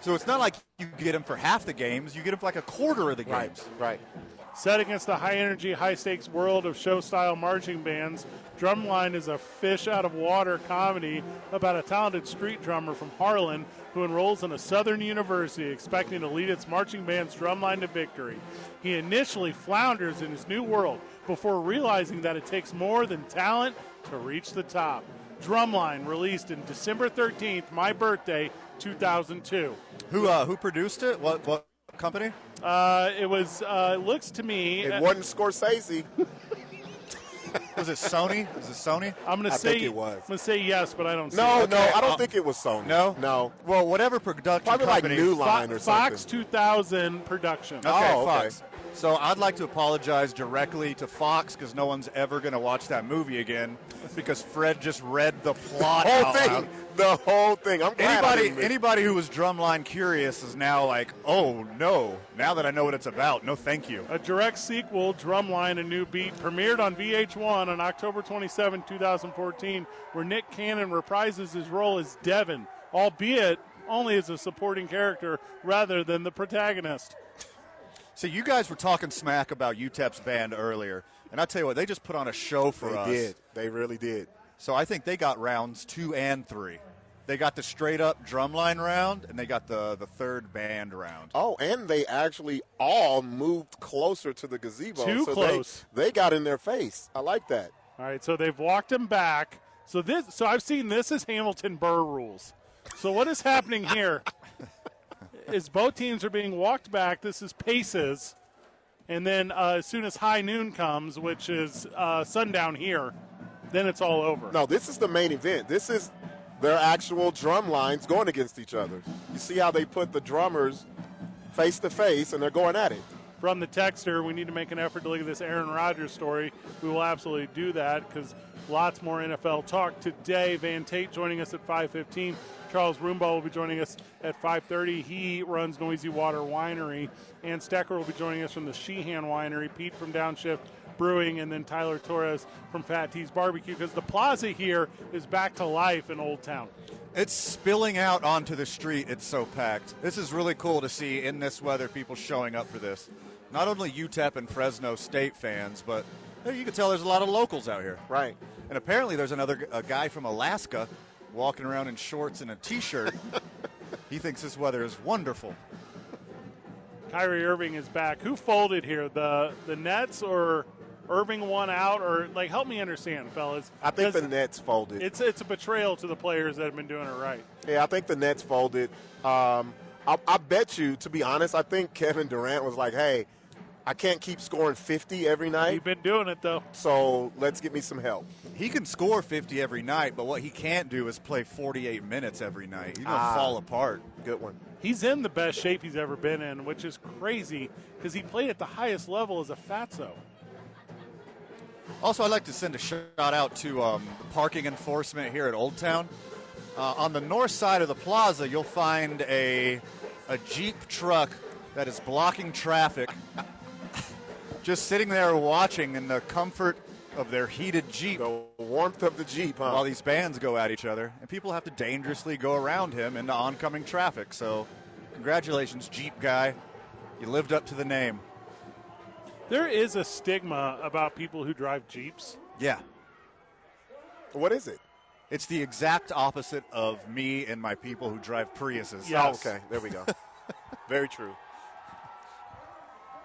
Speaker 5: So it's not like you get him for half the games. You get him for like a quarter of the games.
Speaker 6: Right, right.
Speaker 4: Set against the high energy, high stakes world of show style marching bands, Drumline is a fish out of water comedy about a talented street drummer from Harlan who enrolls in a southern university expecting to lead its marching band's drumline to victory. He initially flounders in his new world before realizing that it takes more than talent to reach the top. Drumline, released in December 13th, my birthday, 2002.
Speaker 5: Who uh, who produced it? What what company?
Speaker 4: Uh, it was, uh, looks to me,
Speaker 6: It wasn't Scorsese.
Speaker 5: Was it Sony? Was it Sony?
Speaker 4: I'm going
Speaker 6: I
Speaker 4: to say
Speaker 6: think it was.
Speaker 4: I'm going to say yes, but I don't see
Speaker 6: No,
Speaker 4: it.
Speaker 6: no, I don't
Speaker 5: uh,
Speaker 6: think it was Sony.
Speaker 5: No,
Speaker 6: no.
Speaker 5: Well, whatever production
Speaker 6: Probably like
Speaker 5: company-
Speaker 6: New
Speaker 4: Fo-
Speaker 6: Line or something.
Speaker 4: Fox 2000 production.
Speaker 5: Okay,
Speaker 6: Oh, okay.
Speaker 5: Fox. So I'd like to apologize directly to Fox because no one's ever going to watch that movie again because Fred just read the plot.
Speaker 6: whole
Speaker 5: out
Speaker 6: thing,
Speaker 5: loud.
Speaker 6: the whole thing. I'm glad I
Speaker 5: Anybody,
Speaker 6: didn't miss-
Speaker 5: anybody who was drumline curious is now like, oh no! Now that I know what it's about, no, thank you.
Speaker 4: A direct sequel, Drumline A New Beat, premiered on VH1 on October 27, 2014, where Nick Cannon reprises his role as Devin, albeit only as a supporting character rather than the protagonist.
Speaker 5: So you guys were talking smack about UTEP's band earlier, and I tell you what, they just put on a show for
Speaker 6: They
Speaker 5: us.
Speaker 6: did. They really did.
Speaker 5: So I think they got rounds two and three. They got the straight up drumline round, and they got the the third band round.
Speaker 6: Oh, and they actually all moved closer to the gazebo.
Speaker 4: Too
Speaker 6: so
Speaker 4: close.
Speaker 6: They, they got in their face. I like that.
Speaker 4: All right, so they've walked him back. So this, so I've seen this is Hamilton Burr rules. So what is happening here is both teams are being walked back. This is paces, and then uh, as soon as high noon comes, which is uh, sundown here, then it's all over.
Speaker 6: No, this is the main event. This is their actual drum lines going against each other. You see how they put the drummers face to face, and they're going at it.
Speaker 4: From the texter, we need to make an effort to look at this Aaron Rodgers story. We will absolutely do that because lots more NFL talk today. Van Tate joining us at 5:15. Charles Roomba will be joining us at 5:30. He runs Noisy Water Winery, and Stecker will be joining us from the Sheehan Winery. Pete from Downshift Brewing, and then Tyler Torres from Fat T's Barbecue because the plaza here is back to life in Old Town.
Speaker 5: It's spilling out onto the street. It's so packed. This is really cool to see in this weather people showing up for this. Not only UTEP and Fresno State fans, but hey, you can tell there's a lot of locals out here.
Speaker 6: Right.
Speaker 5: And apparently there's another g- a guy from Alaska walking around in shorts and a t-shirt. <laughs> he thinks this weather is wonderful.
Speaker 4: Kyrie Irving is back. Who folded here? The the Nets or Irving won out or like help me understand, fellas.
Speaker 6: I think the
Speaker 4: Because
Speaker 6: Nets folded.
Speaker 4: it's it's a betrayal to the players that have been doing it right.
Speaker 6: Yeah, I think the Nets folded. Um, I, I bet you, to be honest, I think Kevin Durant was like, "Hey, I can't keep scoring 50 every night,
Speaker 4: You've been doing it though.
Speaker 6: so let's get me some help."
Speaker 5: He can score 50 every night, but what he can't do is play 48 minutes every night. He's going to
Speaker 6: Ah.
Speaker 5: fall apart.
Speaker 6: Good one.
Speaker 4: He's in the best shape he's ever been in, which is crazy because he played at the highest level as a fatso.
Speaker 5: Also, I'd like to send a shout out to um, the parking enforcement here at Old Town. Uh, on the north side of the plaza, you'll find a a Jeep truck that is blocking traffic, just sitting there watching in the comfort of their heated Jeep
Speaker 6: The warmth of the Jeep, huh?
Speaker 5: while these bands go at each other, and people have to dangerously go around him into oncoming traffic. So, congratulations, Jeep guy, you lived up to the name.
Speaker 4: There is a stigma about people who drive jeeps.
Speaker 5: Yeah,
Speaker 6: what is it?
Speaker 5: it's the exact opposite of me and my people who drive Priuses.
Speaker 4: Yeah. Yes.
Speaker 6: Oh, okay, there
Speaker 4: <laughs>
Speaker 6: we go. Very true.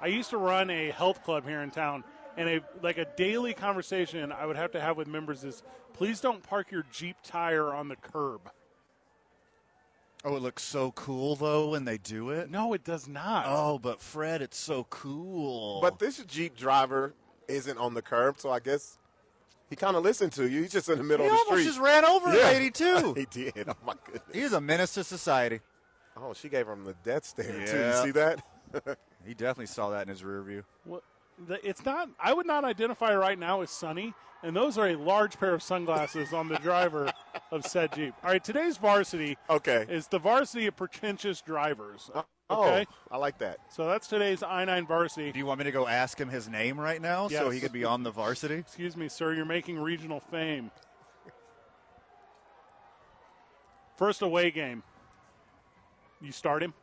Speaker 4: I used to run a health club here in town, and a like a daily conversation I would have to have with members is, please don't park your jeep tire on the curb.
Speaker 5: Oh, it looks so cool though when they do it.
Speaker 4: No, it does not.
Speaker 5: Oh, but Fred, it's so cool.
Speaker 6: But this Jeep driver isn't on the curb, so I guess he kind of listened to you. He's just in the middle
Speaker 5: he
Speaker 6: of the
Speaker 5: almost
Speaker 6: street.
Speaker 5: just ran over a
Speaker 6: Yeah.
Speaker 5: lady too.
Speaker 6: <laughs> he did. Oh my goodness.
Speaker 5: He's a menace to society.
Speaker 6: Oh, she gave him the death stare too.
Speaker 5: Yeah.
Speaker 6: You see that?
Speaker 5: <laughs> He definitely saw that in his rear view.
Speaker 4: What- the- It's not. I would not identify right now as sunny, and those are a large pair of sunglasses on the driver of said Jeep. All right, today's varsity
Speaker 6: Okay.
Speaker 4: is the varsity of pretentious drivers.
Speaker 6: Oh,
Speaker 4: Okay,
Speaker 6: I like that.
Speaker 4: so that's today's I nine varsity.
Speaker 5: Do you want me to go ask him his name right now so
Speaker 4: Yes.
Speaker 5: he could be on the varsity?
Speaker 4: Excuse me, sir, you're making regional fame. First away game. You start him.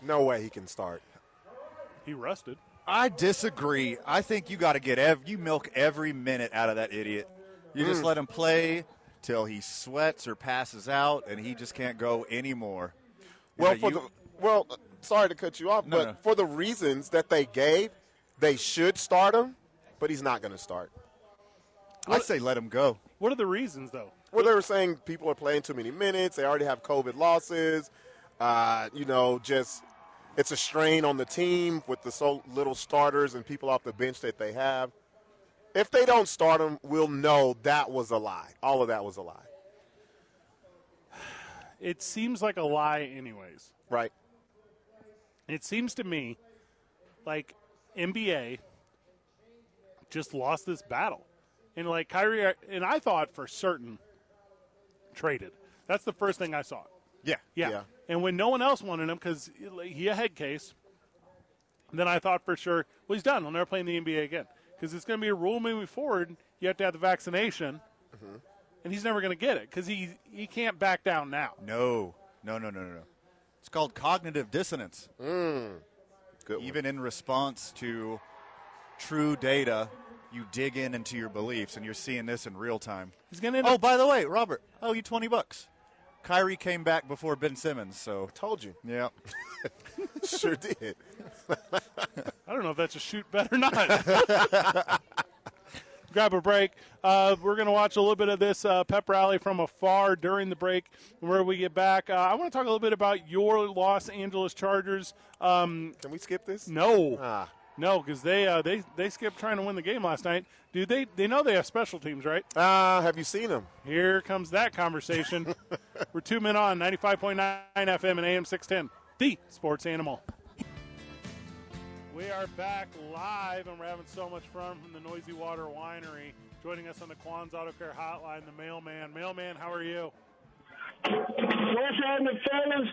Speaker 6: No way he can start.
Speaker 4: He rested.
Speaker 5: I disagree. I think you got to get ev- you milk every minute out of that idiot. You
Speaker 6: Mm.
Speaker 5: just let him play till he sweats or passes out, and he just can't go anymore.
Speaker 6: Well,
Speaker 5: Yeah,
Speaker 6: for
Speaker 5: you-
Speaker 6: the well, uh, sorry to cut you off,
Speaker 5: No,
Speaker 6: but
Speaker 5: no.
Speaker 6: for the reasons that they gave, they should start him, but he's not going to start.
Speaker 5: I say let him go.
Speaker 4: What are the reasons, though?
Speaker 6: Well, they were saying people are playing too many minutes. They already have COVID losses. Uh, you know, just it's a strain on the team with the so little starters and people off the bench that they have. If they don't start them, we'll know that was a lie. All of that was a lie,
Speaker 4: It seems like a lie, anyways.
Speaker 6: right?
Speaker 4: It seems to me like NBA just lost this battle. And like Kyrie, and I thought for certain traded. That's the first thing I saw.
Speaker 5: Yeah.
Speaker 4: Yeah.
Speaker 6: Yeah.
Speaker 4: And when no one else wanted him because he a head case, then I thought for sure, well, he's done. He'll never play in the NBA again because it's going to be a rule moving forward. You have to have the vaccination, and he's never going to get it because he he can't back down now.
Speaker 5: No. No, no, no, no, no. It's called cognitive dissonance.
Speaker 6: Mm. Good one.
Speaker 5: Even in response to true data, you dig in into your beliefs, and you're seeing this in real time.
Speaker 4: He's going to end
Speaker 5: Oh,
Speaker 4: up.
Speaker 5: by the way, Robert, I owe you 20 bucks. Kyrie came back before Ben Simmons, so.
Speaker 6: Told you,
Speaker 5: Yeah.
Speaker 6: <laughs> sure did. <laughs>
Speaker 4: I don't know if that's a shoot bet or not. <laughs> Grab a break. Uh, we're going to watch a little bit of this uh, pep rally from afar during the break. Where we get back, uh, I want to talk a little bit about your Los Angeles Chargers. Um,
Speaker 6: Can we skip this?
Speaker 4: No,
Speaker 6: Ah.
Speaker 4: no, because they uh, they they skipped trying to win the game last night. Dude, they they know they have special teams, right?
Speaker 6: Uh, have you seen him?
Speaker 4: Here comes that conversation.
Speaker 6: <laughs>
Speaker 4: We're two men on ninety five point nine FM and AM six ten. The Sports Animal. We are back live, and we're having so much fun from the Noisy Water Winery. Joining us on the Quan's Auto Care Hotline, the mailman. Mailman, how are you?
Speaker 7: What's happening, fellas?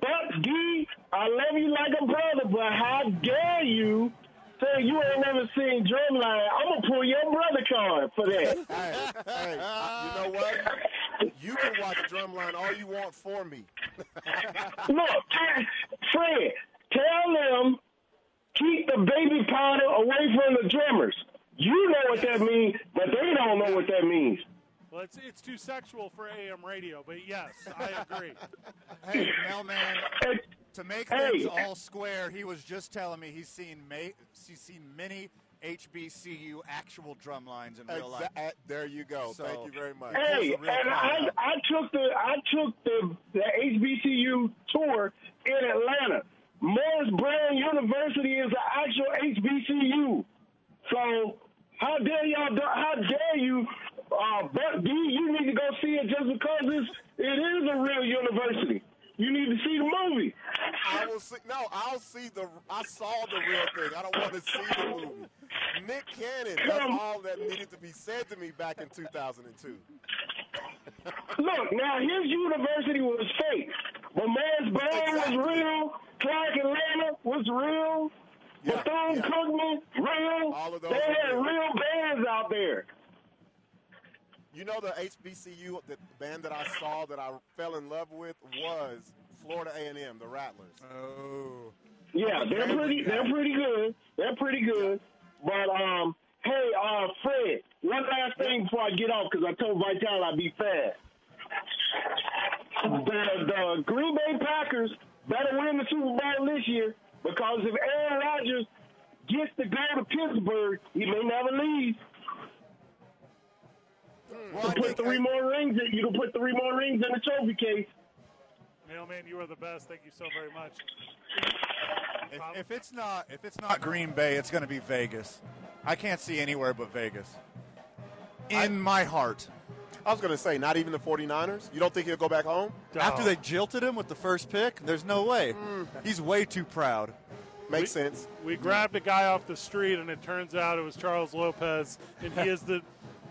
Speaker 7: Buck D, I love you like a brother, but how dare you say you ain't never seen Drumline? I'm gonna pull your brother card for
Speaker 6: <laughs>
Speaker 7: that.
Speaker 6: Hey, hey, you know what? You can watch Drumline all you want for me.
Speaker 7: Look, Fred, tell them keep the baby powder away from the drummers. You know what that means, but they don't know what that means.
Speaker 4: Well, it's it's too sexual for AM radio, but yes, I
Speaker 5: <laughs>
Speaker 4: agree.
Speaker 5: Hey, mailman.
Speaker 7: And
Speaker 5: To make
Speaker 7: Hey.
Speaker 5: things all square, he was just telling me he's seen ma- he's seen many HBCU actual drum lines in real life.
Speaker 6: Exa- eh, there you go.
Speaker 5: So-
Speaker 6: Thank you very much.
Speaker 7: Hey,
Speaker 5: That's a real
Speaker 7: and I,
Speaker 5: problem.
Speaker 7: I took the I took the, the HBCU tour in Atlanta. Morris Brown University is an actual HBCU. So how dare y'all? do- How dare you? Uh, but D, you need to go see it just because it's, it is a real university. You need to see the movie.
Speaker 6: I will see. No, I'll see the. I saw the real thing. I don't want to see the movie. Nick Cannon. That's
Speaker 7: Come.
Speaker 6: all that needed to be said to me back in 2002.
Speaker 7: Look, now his university was fake, but Morris Brown was
Speaker 6: Exactly.
Speaker 7: real. Clark Atlanta was real.
Speaker 6: Yeah,
Speaker 7: Bethune
Speaker 6: yeah.
Speaker 7: Cookman, real.
Speaker 6: All of those
Speaker 7: they
Speaker 6: were
Speaker 7: had
Speaker 6: real.
Speaker 7: real. bands out there.
Speaker 6: You know the HBCU the band that I saw that I fell in love with was Florida A&M, the Rattlers.
Speaker 5: oh.
Speaker 7: Yeah, they're pretty. They're pretty good. They're pretty good. But um, hey, uh, Fred, one last thing before I get off because I told Vital I'd be fast. The, the Green Bay Packers better win the Super Bowl this year because if Aaron Rodgers gets to go to Pittsburgh, he may never leave.
Speaker 5: Well, I
Speaker 7: Put
Speaker 5: think-
Speaker 7: three more rings. In, you can put three more rings in the trophy case.
Speaker 4: Mailman, you are the best. Thank you so very much.
Speaker 5: If, if it's not if it's not Green Bay, it's going to be Vegas. I can't see anywhere but Vegas. In my heart,
Speaker 6: I was going to say, not even the 49ers? You don't think he'll go back home?
Speaker 5: after they jilted him with the first pick, there's no way.
Speaker 6: Mm.
Speaker 5: He's way too proud.
Speaker 6: Makes sense.
Speaker 4: We grabbed a guy off the street, and it turns out it was Charles Lopez, and he is the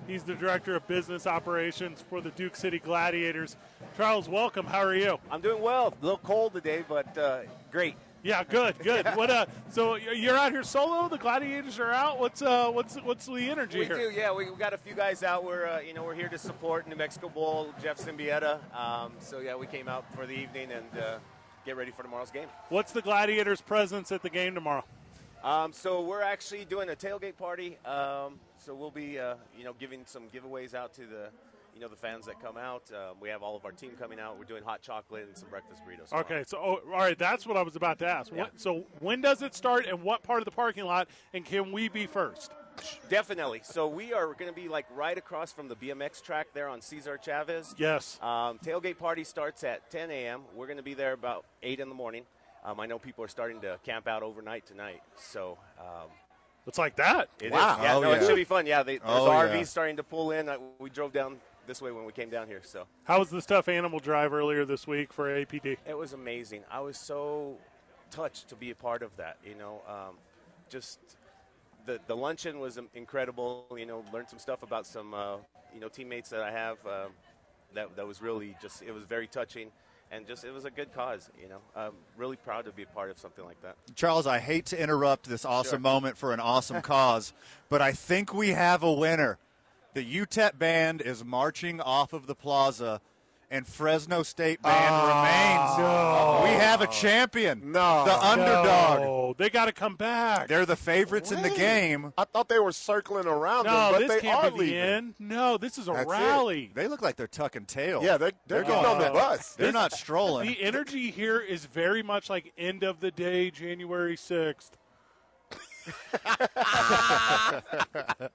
Speaker 4: he's the director of business operations for the Duke City Gladiators. Charles, welcome. How are you?
Speaker 8: I'm doing well. A little cold today, but uh, great.
Speaker 4: Yeah, good, good.
Speaker 8: <laughs>
Speaker 4: What uh? So you're out here solo. The Gladiators are out. What's uh? What's what's the energy
Speaker 8: We
Speaker 4: here?
Speaker 8: do, yeah. We, we got a few guys out. We're uh, you know we're here to support New Mexico Bowl, Jeff Symbieta. Um, so yeah, we came out for the evening and uh, get ready for tomorrow's game.
Speaker 4: What's the Gladiators' presence at the game tomorrow?
Speaker 8: Um, so we're actually doing a tailgate party. Um, so we'll be uh, you know giving some giveaways out to the you know the fans that come out. Um, we have all of our team coming out. We're doing hot chocolate and some breakfast burritos. tomorrow.
Speaker 4: Okay, so oh, all right, that's what I was about to ask. What, so when does it start, and what part of the parking lot, and can we be first?
Speaker 8: Definitely. So we are going to be like right across from the BMX track there on Cesar Chavez.
Speaker 4: Yes.
Speaker 8: Um, tailgate party starts at 10 a.m. We're going to be there about 8 in the morning. Um, I know people are starting to camp out overnight tonight. So um,
Speaker 4: It's like that.
Speaker 8: it is-
Speaker 5: Wow.
Speaker 8: Yeah,
Speaker 5: Oh,
Speaker 8: no, it
Speaker 5: yeah.
Speaker 8: should be fun. Yeah, they, there's
Speaker 5: Oh,
Speaker 8: RVs
Speaker 5: yeah.
Speaker 8: starting to pull in. I, we drove down this way when we came down here. So
Speaker 4: How was the stuff animal drive earlier this week for APD?
Speaker 8: It was amazing. I was so touched to be a part of that. You know, um, just the the luncheon was im- incredible. You know, learned some stuff about some uh, you know teammates that I have. um that that was really just it was very touching, and just it was a good cause. You know, I'm really proud to be a part of something like that.
Speaker 5: Charles, I hate to interrupt this awesome moment for an
Speaker 6: <laughs>
Speaker 5: awesome cause, but I think we have a winner. The UTEP band is marching off of the plaza, and Fresno State band remains. We have a champion.
Speaker 6: Ah. No.
Speaker 5: The underdog.
Speaker 4: No, they got to come back.
Speaker 5: They're the favorites in the
Speaker 6: Wait.
Speaker 5: game.
Speaker 6: I thought they were circling around
Speaker 4: no,
Speaker 6: them, but
Speaker 4: Oh, this
Speaker 6: they
Speaker 4: can't
Speaker 6: are
Speaker 4: be the
Speaker 6: leaving.
Speaker 4: end. No, this is a
Speaker 6: That's it.
Speaker 4: rally.
Speaker 5: They look like they're tucking tail.
Speaker 6: Yeah, they're, they're getting on the
Speaker 4: Uh,
Speaker 6: bus.
Speaker 5: They're not strolling.
Speaker 4: The energy here is very much like end of the day, January 6th.
Speaker 5: <laughs>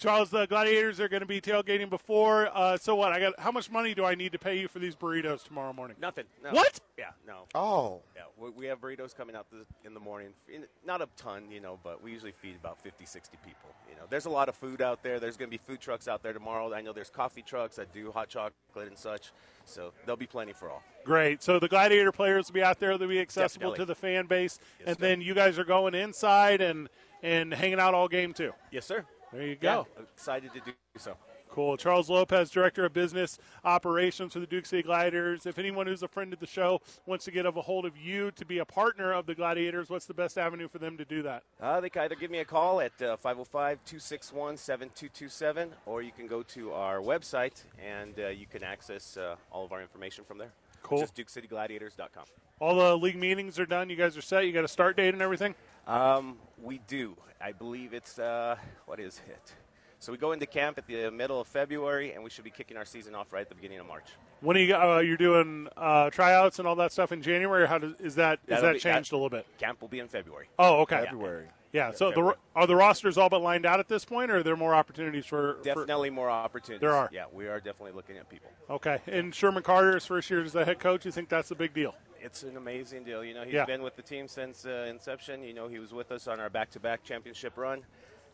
Speaker 4: Charles, the Gladiators are going to be tailgating before. Uh, so what? I got. How much money do I need to pay you for these burritos tomorrow morning?
Speaker 8: Nothing. No.
Speaker 4: What?
Speaker 8: Yeah. No.
Speaker 6: Oh,
Speaker 8: Yeah, we, we have burritos coming out the, in the morning. In- Not a ton, you know, but we usually feed about 50, 60 people. You know, there's a lot of food out there. There's going to be food trucks out there tomorrow. I know there's coffee trucks that do hot chocolate and such. So there'll be plenty for all.
Speaker 4: Great. So the Gladiator players will be out there. They'll be accessible
Speaker 8: Definitely.
Speaker 4: to the fan base,
Speaker 8: Yes,
Speaker 4: and
Speaker 8: ma'am.
Speaker 4: then you guys are going inside and and hanging out all game too.
Speaker 8: Yes, sir.
Speaker 4: There you go.
Speaker 8: Yeah, excited to do so.
Speaker 4: Cool. Charles Lopez, Director of Business Operations for the Duke City Gladiators. If anyone who's a friend of the show wants to get a hold of you to be a partner of the Gladiators, what's the best avenue for them to do that?
Speaker 8: Uh, they can either give me a call at uh, 505 261 7227, or you can go to our website and uh, you can access uh, all of our information from there.
Speaker 4: Cool.
Speaker 8: Just DukeCityGladiators.com.
Speaker 4: All the league meetings are done. You guys are set. You got a start date and everything.
Speaker 8: Um, we do. I believe it's uh, what is it? So we go into camp at the middle of February, and we should be kicking our season off right at the beginning of March.
Speaker 4: When are you uh, you're doing uh, tryouts and all that stuff in January? Or how does, is that is
Speaker 8: That'll
Speaker 4: that
Speaker 8: be-
Speaker 4: changed
Speaker 8: that-
Speaker 4: a little bit?
Speaker 8: Camp will be in February.
Speaker 4: Oh, okay.
Speaker 6: February.
Speaker 4: Yeah. so the, ro- are the rosters all but lined out at this point, or are there more opportunities for? for-
Speaker 8: Definitely more opportunities.
Speaker 4: There are.
Speaker 8: Yeah, we are definitely looking at people.
Speaker 4: okay. And Sherman Carter, his first year as the head coach, you think that's a big deal?
Speaker 8: It's an amazing deal. You know, he's
Speaker 4: Yeah.
Speaker 8: been with the team since uh, inception. You know, he was with us on our back-to-back championship run.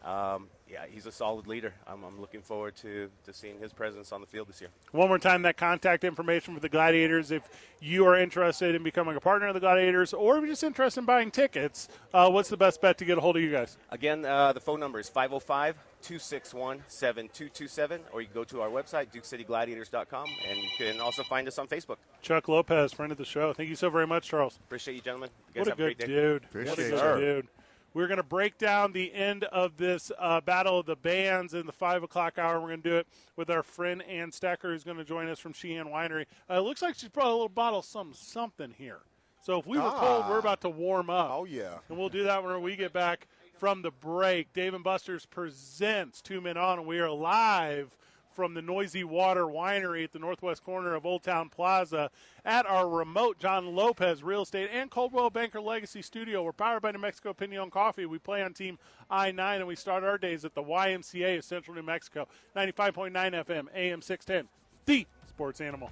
Speaker 8: Um, yeah, he's a solid leader. I'm, I'm looking forward to, to seeing his presence on the field this year.
Speaker 4: One more time, that contact information for the Gladiators. If you are interested in becoming a partner of the Gladiators, or if you're just interested in buying tickets, uh, what's the best bet to get a hold of you guys?
Speaker 8: Again, uh, the phone number is 505 261 7227, or you can go to our website, dukecitygladiators.com, and you can also find us on Facebook.
Speaker 4: Chuck Lopez, friend of the show. Thank you so very much, Charles.
Speaker 8: Appreciate you, gentlemen. You guys
Speaker 4: What a
Speaker 8: have
Speaker 4: good
Speaker 8: a great day.
Speaker 4: dude. what a
Speaker 5: Appreciate
Speaker 4: good
Speaker 5: it.
Speaker 4: dude. We're going to break down the end of this uh, battle of the bands in the five o'clock hour. We're going to do it with our friend Ann Stacker, who's going to join us from Sheehan Winery. Uh, it looks like she's brought a little bottle of some something here. So if we were
Speaker 8: Ah.
Speaker 4: cold, we're about to warm up.
Speaker 6: oh yeah.
Speaker 4: And we'll do that when we get back from the break. Dave and Buster's presents Two Men On, and we are live from the Noisy Water Winery at the northwest corner of Old Town Plaza at our remote John Lopez Real Estate and Coldwell Banker Legacy Studio. We're powered by New Mexico Pinion Coffee. We play on Team I 9, and we start our days at the YMCA of Central New Mexico, 95.9 FM, AM 610, the sports animal.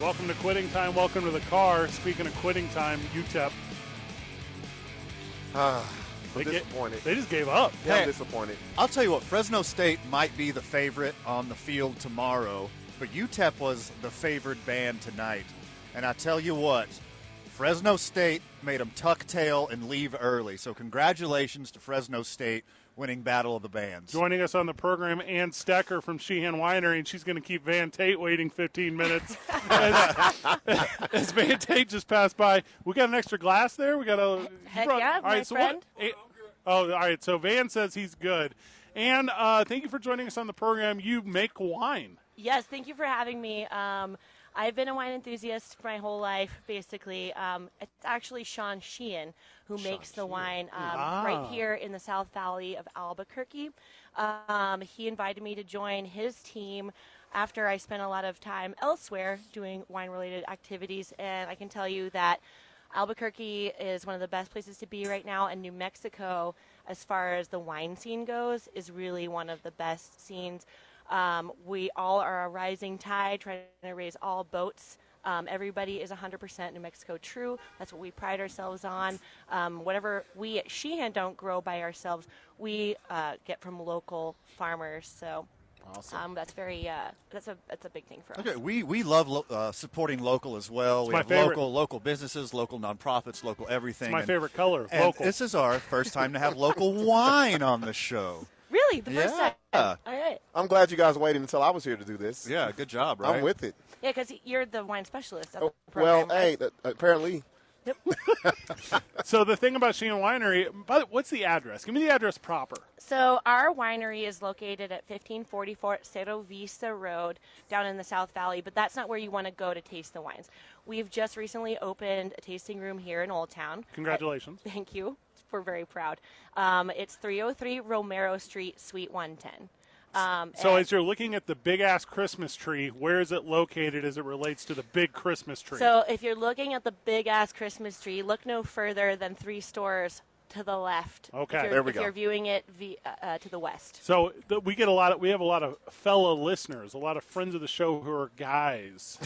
Speaker 4: Welcome to Quitting Time. Welcome to the car. Speaking of quitting time, E UTEP.
Speaker 6: I'm
Speaker 4: They get-
Speaker 6: disappointed.
Speaker 4: They just gave up.
Speaker 6: Yeah,
Speaker 5: Hey.
Speaker 6: I'm disappointed.
Speaker 5: I'll tell you what, Fresno State might be the favorite on the field tomorrow, but UTEP was the favored band tonight. And I tell you what, Fresno State made them tuck tail and leave early. So congratulations to Fresno State winning Battle of the Bands.
Speaker 4: Joining us on the program, Ann Stecker from Sheehan Winery, and she's going to keep Van Tate waiting 15 minutes. as, <laughs> as Van Tate just passed by, we got an extra glass there. We got a
Speaker 9: Heck
Speaker 4: you brought-
Speaker 9: yeah,
Speaker 4: all
Speaker 9: my
Speaker 4: right, so what- eh, oh, all right. So Van says he's good, and uh, thank you for joining us on the program. You make wine.
Speaker 9: Yes, thank you for having me. Um, I've been a wine enthusiast my whole life, basically. Um, it's actually Sean Sheehan who makes the wine um, right here in the South Valley of Albuquerque. Um, he invited me to join his team after I spent a lot of time elsewhere doing wine related activities, and I can tell you that. Albuquerque is one of the best places to be right now, and New Mexico as far as the wine scene goes, is really one of the best scenes. Um, we all are a rising tide, trying to raise all boats. Um, everybody is 100% New Mexico true. That's what we pride ourselves on. Um, whatever we at Sheehan don't grow by ourselves, we uh, get from local farmers. So
Speaker 5: Awesome.
Speaker 9: um, that's very uh, that's a that's a big thing for us.
Speaker 5: Okay, we we love lo- uh, supporting local as well. we
Speaker 4: my
Speaker 5: have
Speaker 4: favorite.
Speaker 5: local local businesses, local nonprofits, local everything.
Speaker 4: my
Speaker 5: and-
Speaker 4: favorite color,
Speaker 5: and
Speaker 4: local.
Speaker 5: This is our first time to have
Speaker 4: <laughs>
Speaker 5: local wine on the show.
Speaker 9: Really, the first
Speaker 5: Yeah.
Speaker 9: time. All right.
Speaker 6: I'm glad you guys waited until I was here to do this.
Speaker 5: Yeah, good job, right?
Speaker 6: I'm with it.
Speaker 9: Yeah, because you're the wine specialist.
Speaker 5: Oh,
Speaker 9: At the
Speaker 6: Oh, Well,
Speaker 9: program,
Speaker 6: hey,
Speaker 9: right?
Speaker 6: th- apparently <laughs>
Speaker 4: So the thing about Sheehan Winery, but what's the address? Give me the address proper.
Speaker 9: So our winery is located at 1544 Cerro Vista Road down in the South Valley, but that's not where you want to go to taste the wines. We've just recently opened a tasting room here in Old Town.
Speaker 4: Congratulations.
Speaker 9: Thank you. We're very proud. Um, it's 303 Romero Street, Suite 110. Um,
Speaker 4: So
Speaker 9: and-
Speaker 4: as you're looking at the big ass Christmas tree, where is it located as it relates to the big Christmas tree?
Speaker 9: So if you're looking at the big ass Christmas tree, look no further than three stores to the left.
Speaker 4: Okay.
Speaker 9: if you're,
Speaker 4: There
Speaker 6: we
Speaker 9: if
Speaker 6: go.
Speaker 9: you're viewing it vi- uh, uh, to the west.
Speaker 4: So th- we get a lot. Of, we have a lot of fellow listeners, a lot of friends of the show who are
Speaker 6: <laughs>
Speaker 4: guys.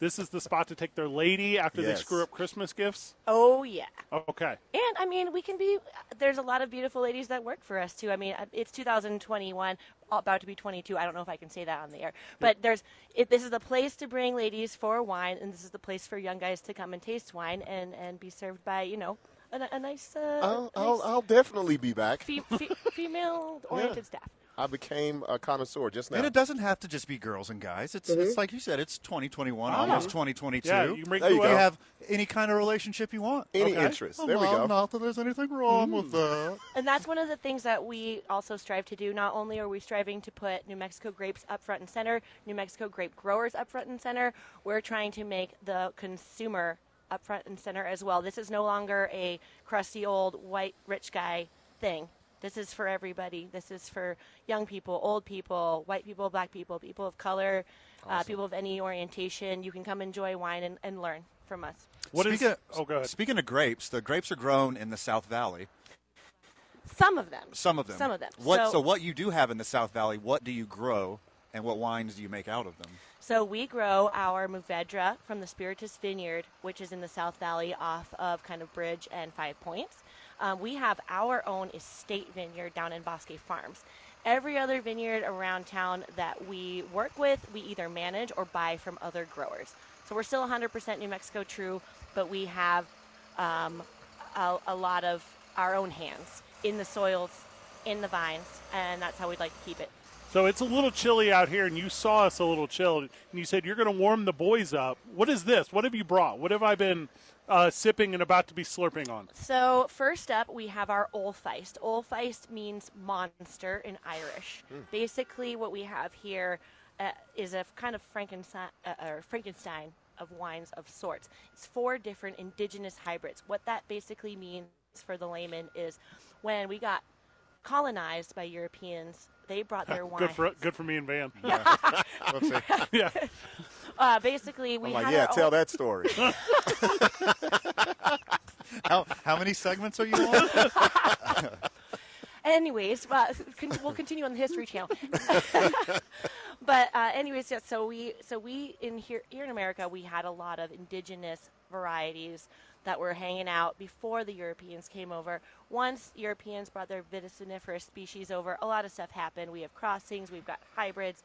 Speaker 4: this is the spot to take their lady after
Speaker 6: Yes.
Speaker 4: they screw up Christmas gifts.
Speaker 9: Oh yeah.
Speaker 4: Okay,
Speaker 9: And I mean, we can be. There's a lot of beautiful ladies that work for us too. I mean, uh, it's 2021, about to be 22. I don't know if I can say that on the air, but there's. It, this is the place to bring ladies for wine, and this is the place for young guys to come and taste wine and and be served by you know a, a nice, uh, a
Speaker 6: I'll, I'll, uh,
Speaker 9: nice
Speaker 6: I'll definitely be back.
Speaker 9: fe- fe-
Speaker 6: <laughs>
Speaker 9: female-oriented staff.
Speaker 6: I became a connoisseur just now.
Speaker 5: And it doesn't have to just be girls and guys. It's it's like you said. It's 2021, almost 2022.
Speaker 4: yeah, you can bring
Speaker 6: There you
Speaker 4: who
Speaker 6: go.
Speaker 4: else?
Speaker 5: have any kind of relationship you want.
Speaker 6: Any interest.
Speaker 5: Oh,
Speaker 6: There we
Speaker 5: well,
Speaker 6: go.
Speaker 5: Not that there's anything wrong with that.
Speaker 9: And that's one of the things that we also strive to do. Not only are we striving to put New Mexico grapes up front and center, New Mexico grape growers up front and center, we're trying to make the consumer up front and center as well. This is no longer a crusty old white rich guy thing. This is for everybody. This is for young people, old people, white people, black people, people of color, uh, people of any orientation. You can come enjoy wine and, and learn from us.
Speaker 4: What is-
Speaker 5: speaking
Speaker 4: oh, go ahead.
Speaker 5: Speaking of grapes, the grapes are grown in the South Valley.
Speaker 9: Some of them.
Speaker 5: Some of them.
Speaker 9: Some of them.
Speaker 5: What, so,
Speaker 9: So-
Speaker 5: what you do have in the South Valley, what do you grow, and what wines do you make out of them?
Speaker 9: So we grow our Mourvedre from the Spiritus Vineyard, which is in the South Valley off of kind of Bridge and Five Points. Um, we have our own estate vineyard down in Bosque Farms. Every other vineyard around town that we work with, we either manage or buy from other growers. So we're still 100% New Mexico true, but we have um, a, a lot of our own hands in the soils, in the vines, and that's how we'd like to keep it.
Speaker 4: So it's a little chilly out here, and you saw us a little chilled, and you said you're going to warm the boys up. What is this? What have you brought? What have I been uh, sipping and about to be slurping on?
Speaker 9: So first up, we have our Olfeist. Olfeist means monster in Irish.
Speaker 6: Hmm.
Speaker 9: Basically, what we have here uh, is a f- kind of Frankenstein, uh, or Frankenstein of wines of sorts. It's four different indigenous hybrids. What that basically means for the layman is when we got colonized by Europeans, they brought
Speaker 6: <laughs>
Speaker 9: their wine.
Speaker 4: <laughs> Good for
Speaker 9: <laughs>
Speaker 4: good for me and Van. <laughs>
Speaker 6: Whoopsie.
Speaker 9: uh, basically, we
Speaker 6: I'm like,
Speaker 9: had
Speaker 6: Oh yeah,
Speaker 9: our
Speaker 6: tell
Speaker 9: own- <laughs>
Speaker 6: that story. <laughs>
Speaker 5: How, how many segments are you on? <laughs>
Speaker 9: Anyways, uh, con- we'll continue on the History Channel. <laughs> but uh, anyways, yeah, so we so we in here here in America we had a lot of indigenous varieties that were hanging out before the Europeans came over. Once Europeans brought their viniferiferous species over, a lot of stuff happened. We have crossings, we've got hybrids.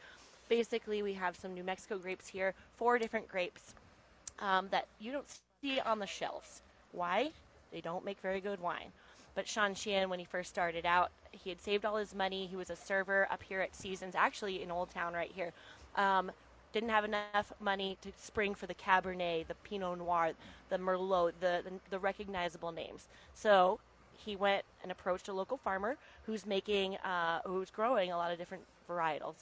Speaker 9: Basically, we have some New Mexico grapes here, four different grapes um, that you don't see on the shelves. Why? They don't make very good wine. But Sean Sheehan, when he first started out, he had saved all his money. He was a server up here at Seasons, actually in Old Town right here. Um, didn't have enough money to spring for the Cabernet, the Pinot Noir, the Merlot, the, the, the recognizable names. So he went and approached a local farmer who's making, uh, who's growing a lot of different varietals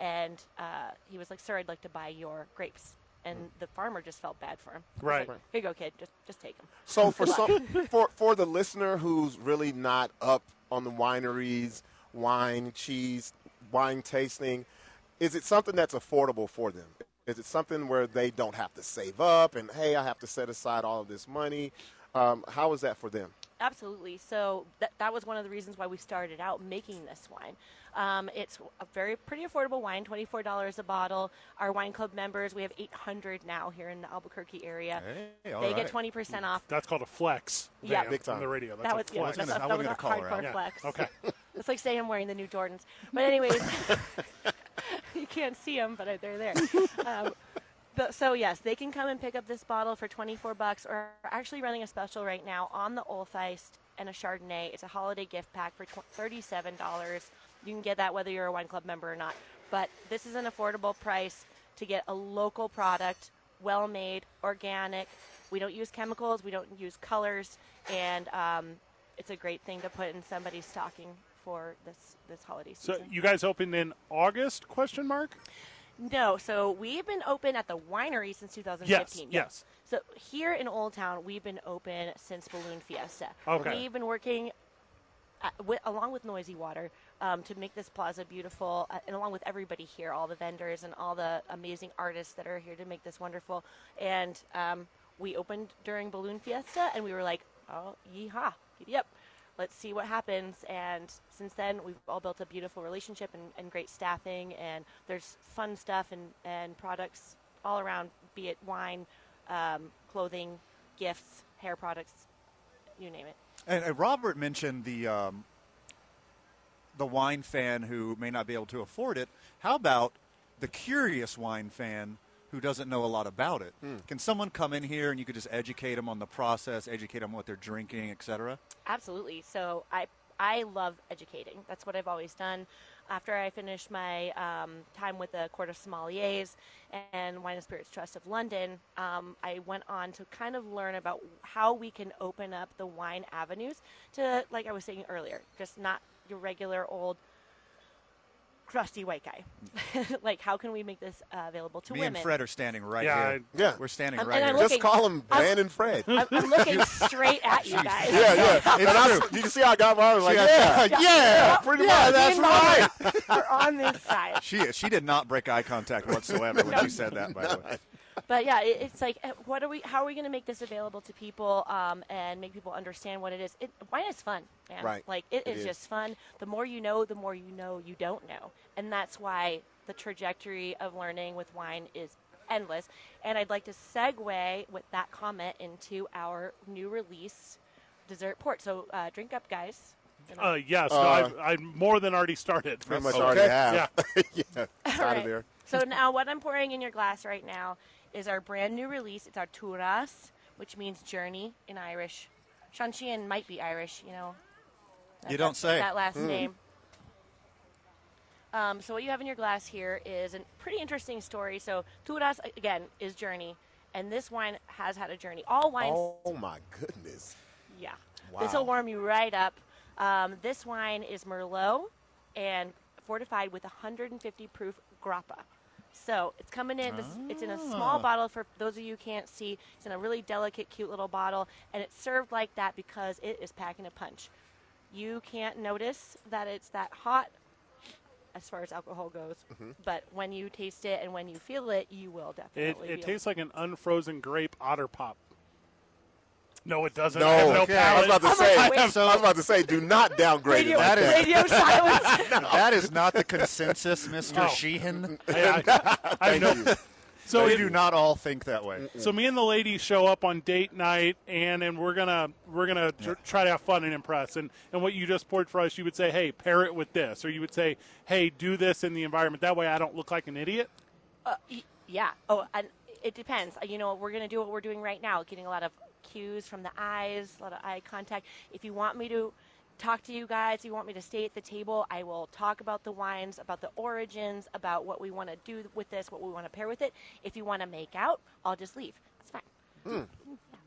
Speaker 9: and uh, he was like, "Sir, I'd like to buy your grapes." And the farmer just felt bad for him. He's
Speaker 4: Mm. Right.
Speaker 9: like, Here you go, kid. Just just take them.
Speaker 6: So for some, for for the listener who's really not up on the wineries, wine, cheese, wine tasting, is it something that's affordable for them? Is it something where they don't have to save up and hey, I have to set aside all of this money? Um, how is that for them?
Speaker 9: <laughs> Absolutely. So that, that was one of the reasons why we started out making this wine. Um, it's a very pretty affordable wine, $24 a bottle. Our wine club members, we have 800 now here in the Albuquerque area.
Speaker 5: Hey, all
Speaker 9: they
Speaker 5: right.
Speaker 9: get 20% off.
Speaker 4: That's called a flex.
Speaker 9: Yeah.
Speaker 4: Van
Speaker 9: Big
Speaker 4: from
Speaker 6: time.
Speaker 4: the radio. That's
Speaker 9: That
Speaker 4: a
Speaker 9: was, yeah,
Speaker 4: flex.
Speaker 9: that,
Speaker 5: gonna-
Speaker 9: that,
Speaker 5: I wasn't
Speaker 9: was a
Speaker 5: gonna call her
Speaker 9: hardcore
Speaker 5: out. Yeah.
Speaker 9: flex. <laughs>
Speaker 4: Okay.
Speaker 9: It's like saying I'm wearing the new Jordans. But anyways,
Speaker 4: <laughs>
Speaker 9: <laughs> you can't see them, but I- they're there. Um, but, so yes, they can come and pick up this bottle for 24 bucks. Or we're actually running a special right now on the Olfeist and a Chardonnay. It's a holiday gift pack for tw- 37 dollars. You can get that whether you're a wine club member or not. But this is an affordable price to get a local product, well made, organic. We don't use chemicals. We don't use colors, and um, it's a great thing to put in somebody's stocking for this this holiday season.
Speaker 4: So you guys opened in August? Question mark.
Speaker 9: No, so we've been open at the winery since 2015.
Speaker 4: Yes, yes.
Speaker 9: So here in Old Town, we've been open since Balloon Fiesta.
Speaker 4: Okay.
Speaker 9: We've been working uh, wi along with Noisy Water um, to make this plaza beautiful, uh, and along with everybody here, all the vendors and all the amazing artists that are here to make this wonderful. And um, we opened during Balloon Fiesta, and we were like, oh, yeehaw, yep. Let's see what happens. And since then, we've all built a beautiful relationship and, and great staffing. And there's fun stuff and, and products all around, be it wine, um, clothing, gifts, hair products, you name it.
Speaker 5: And uh, Robert mentioned the um, the wine fan who may not be able to afford it. How about the curious wine fan who doesn't know a lot about it?
Speaker 6: Hmm.
Speaker 5: Can someone come in here and you could just educate them on the process, educate them on what they're drinking, etc.?
Speaker 9: Absolutely. So I I love educating. That's what I've always done. After I finished my um, time with the Court of Sommeliers and Wine and Spirits Trust of London, um, I went on to kind of learn about how we can open up the wine avenues to, like I was saying earlier, just not your regular old crusty white guy. <laughs> like, how can we make this uh, available to
Speaker 5: Me
Speaker 9: women?
Speaker 5: and Fred are standing right
Speaker 4: Yeah,
Speaker 5: here.
Speaker 6: I- Yeah.
Speaker 5: we're standing
Speaker 9: Um,
Speaker 5: right
Speaker 9: and I
Speaker 5: here.
Speaker 9: look-
Speaker 6: Just call him Van and Fred. yeah,
Speaker 9: I'm, I'm
Speaker 5: <laughs>
Speaker 9: looking straight at you guys.
Speaker 6: <laughs> yeah.
Speaker 9: <laughs>
Speaker 6: And I, you can see I got mine. I was like, yeah, yeah, pretty much. That's right.
Speaker 9: We're on
Speaker 6: <laughs>
Speaker 9: this side.
Speaker 5: she she did not break eye contact whatsoever when she said that. By the
Speaker 6: <laughs>
Speaker 5: way,
Speaker 9: but yeah, it, it's like, eh, what are we? How are we going to make this available to people um, and make people understand what it is? It, wine is fun, man.
Speaker 6: Right.
Speaker 9: Like it
Speaker 6: It
Speaker 9: is,
Speaker 6: is.
Speaker 9: just fun. The more you know, the more you know you don't know, and that's why the trajectory of learning with wine is endless. And I'd like to segue with that comment into our new release, dessert port. So uh, drink up, guys. And I'll-
Speaker 4: Uh, yes. no, I've, I've more than already started. <laughs>
Speaker 6: Pretty much
Speaker 5: Okay.
Speaker 6: already have. Yeah,
Speaker 9: <laughs> All
Speaker 6: out of
Speaker 9: right.
Speaker 6: there.
Speaker 9: So now what I'm pouring in your glass right now is our brand new release. It's our Turas, which means journey in Irish. Shanshian might be Irish, you know.
Speaker 5: you don't say.
Speaker 9: That last name. Um, so what you have in your glass here is a pretty interesting story. So Turas again is journey, and this wine has had a journey. All wines
Speaker 6: Oh my goodness.
Speaker 9: yeah.
Speaker 6: Wow.
Speaker 9: This will warm you right up. Um, this wine is Merlot and fortified with 150 proof grappa. So it's coming in. This, It's in a small bottle for those of you who can't see. It's in a really delicate, cute little bottle, and it's served like that because it is packing a punch. You can't notice that it's that hot as far as alcohol goes, but when you taste it and when you feel it, you will
Speaker 4: It,
Speaker 9: definitely.
Speaker 4: it
Speaker 9: be-
Speaker 4: tastes like an unfrozen grape otter pop. No, it doesn't.
Speaker 6: No,
Speaker 4: I have no
Speaker 6: Okay. I
Speaker 4: palate.
Speaker 6: was about to
Speaker 9: I'm
Speaker 6: say.
Speaker 9: like, wait.
Speaker 6: I was about to say, do not downgrade it.
Speaker 9: radio,
Speaker 6: Like that.
Speaker 9: radio
Speaker 6: <laughs>
Speaker 9: silence.
Speaker 5: That is not the consensus, Mister Sheehan.
Speaker 10: <laughs>
Speaker 4: I, I- I have no. So
Speaker 5: We
Speaker 4: it-
Speaker 5: do not all think that way.
Speaker 4: So me and the ladies show up on date night, and and we're gonna we're gonna tr- try to have fun and impress. And and what you just poured for us, you would say, hey, pair it with this, or you would say, hey, do this in the environment. That way, I don't look like an idiot.
Speaker 9: Uh, Y- Yeah. Oh, and it depends. Uh, You know, we're going to do what we're doing right now, getting a lot of cues from the eyes, a lot of eye contact. If you want me to talk to you guys, you want me to stay at the table, I will talk about the wines, about the origins, about what we want to do with this, what we want to pair with it. If you want to make out, I'll just leave. That's fine.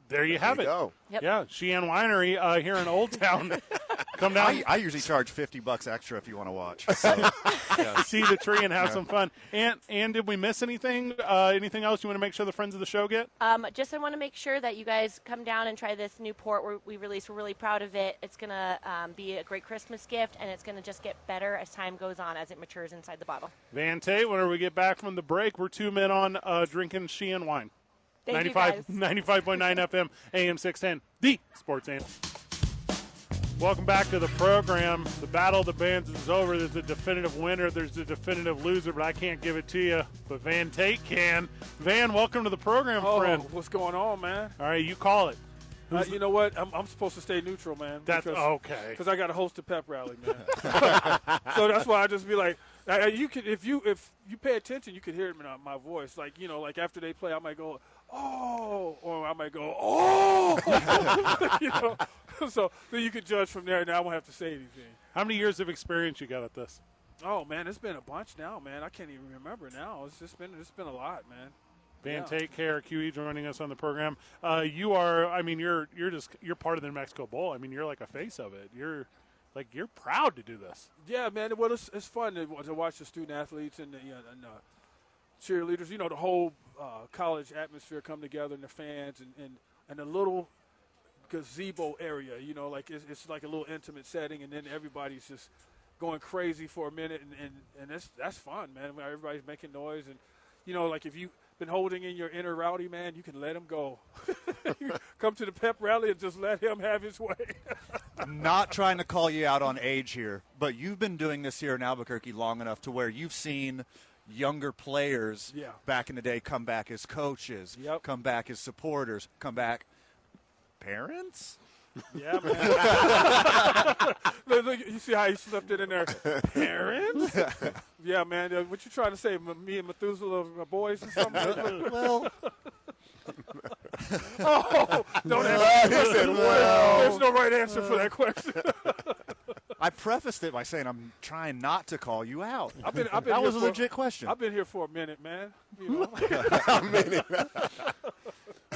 Speaker 4: There you have
Speaker 6: Hmm. you
Speaker 4: it.
Speaker 6: go.
Speaker 9: Yep.
Speaker 4: Yeah, Sheehan Winery uh, here in Old Town. <laughs> Come down.
Speaker 5: I, I usually charge fifty bucks extra if you want to
Speaker 10: <laughs>
Speaker 5: watch. So.
Speaker 4: see the tree and have some fun. And and did we miss anything? Uh, anything else you want to make sure the friends of the show get?
Speaker 9: Um, just I want to make sure that you guys come down and try this new port we're, we released. We're really proud of it. It's going to um, be a great Christmas gift, and it's going to just get better as time goes on as it matures inside the bottle.
Speaker 4: Van Tate, whenever we get back from the break, we're two men on uh, drinking Sheehan wine. <laughs>
Speaker 9: Thank you, guys.
Speaker 4: 95, 95.9 FM, AM 610, the sports amp. Welcome back to the program. The battle of the bands is over. There's a definitive winner. There's a definitive loser, but I can't give it to you. But Van Tate can. Van, welcome to the program,
Speaker 10: Oh,
Speaker 4: friend.
Speaker 10: what's going on, man?
Speaker 4: All right, you call it.
Speaker 10: Uh,
Speaker 4: Who's
Speaker 10: you know what? I'm, I'm supposed to stay neutral, man.
Speaker 4: That's- okay.
Speaker 10: Because I got to host a pep rally,
Speaker 4: <laughs>
Speaker 10: man. <laughs> so that's why I just be like, I, I- you could if you if you pay attention, you could hear it in my- my voice. Like you know, like after they play, I might go, oh, or I might go, oh. <laughs> you know, so then you could judge from there. Now I won't have to say anything.
Speaker 4: How many years of experience you got at this?
Speaker 10: Oh man, it's been a bunch now, man. I can't even remember now. It's just been it's been a lot, man.
Speaker 4: Van
Speaker 10: Yeah.
Speaker 4: Tate, KRQE, E joining us on the program. Uh, you are, I mean, you're you're just you're part of the New Mexico Bowl. I mean, you're like a face of it. You're like you're proud to do this.
Speaker 10: Yeah, man. Well, it's, it's fun to, to watch the student athletes and the you know, and, uh, cheerleaders. You know, the whole uh, college atmosphere come together and the fans and and, and the little gazebo area. You know, like it's, it's like a little intimate setting, and then everybody's just going crazy for a minute, and and, and that's that's fun, man. When everybody's making noise, and you know, like if you been holding in your inner rowdy man, you can let him go. <laughs> You Come to the pep rally and just let him have his way.
Speaker 5: I'm not trying to call you out on age here, but you've been doing this here in Albuquerque long enough to where you've seen younger players
Speaker 10: Yeah.
Speaker 5: back in the day come back as coaches,
Speaker 10: Yep.
Speaker 5: come back as supporters, come back parents.
Speaker 10: Yeah,
Speaker 5: <laughs>
Speaker 10: man. <laughs> look, look, you see how he slipped it in there. Parents? yeah, man. uh, What you trying to say? M- Me and Methuselah, my boys or
Speaker 6: <laughs>
Speaker 10: something?
Speaker 5: Well,
Speaker 10: <laughs> oh, don't ask me.
Speaker 6: He said, well.
Speaker 10: There's no right answer for that question.
Speaker 5: <laughs>
Speaker 10: <laughs>
Speaker 5: I prefaced it by saying I'm trying not to call you out.
Speaker 10: I've been, I've been
Speaker 5: that
Speaker 10: here
Speaker 5: was a
Speaker 10: for-
Speaker 5: legit question.
Speaker 10: I've been here for a minute, man. You
Speaker 5: <laughs>
Speaker 10: know?
Speaker 6: <laughs>
Speaker 10: <laughs>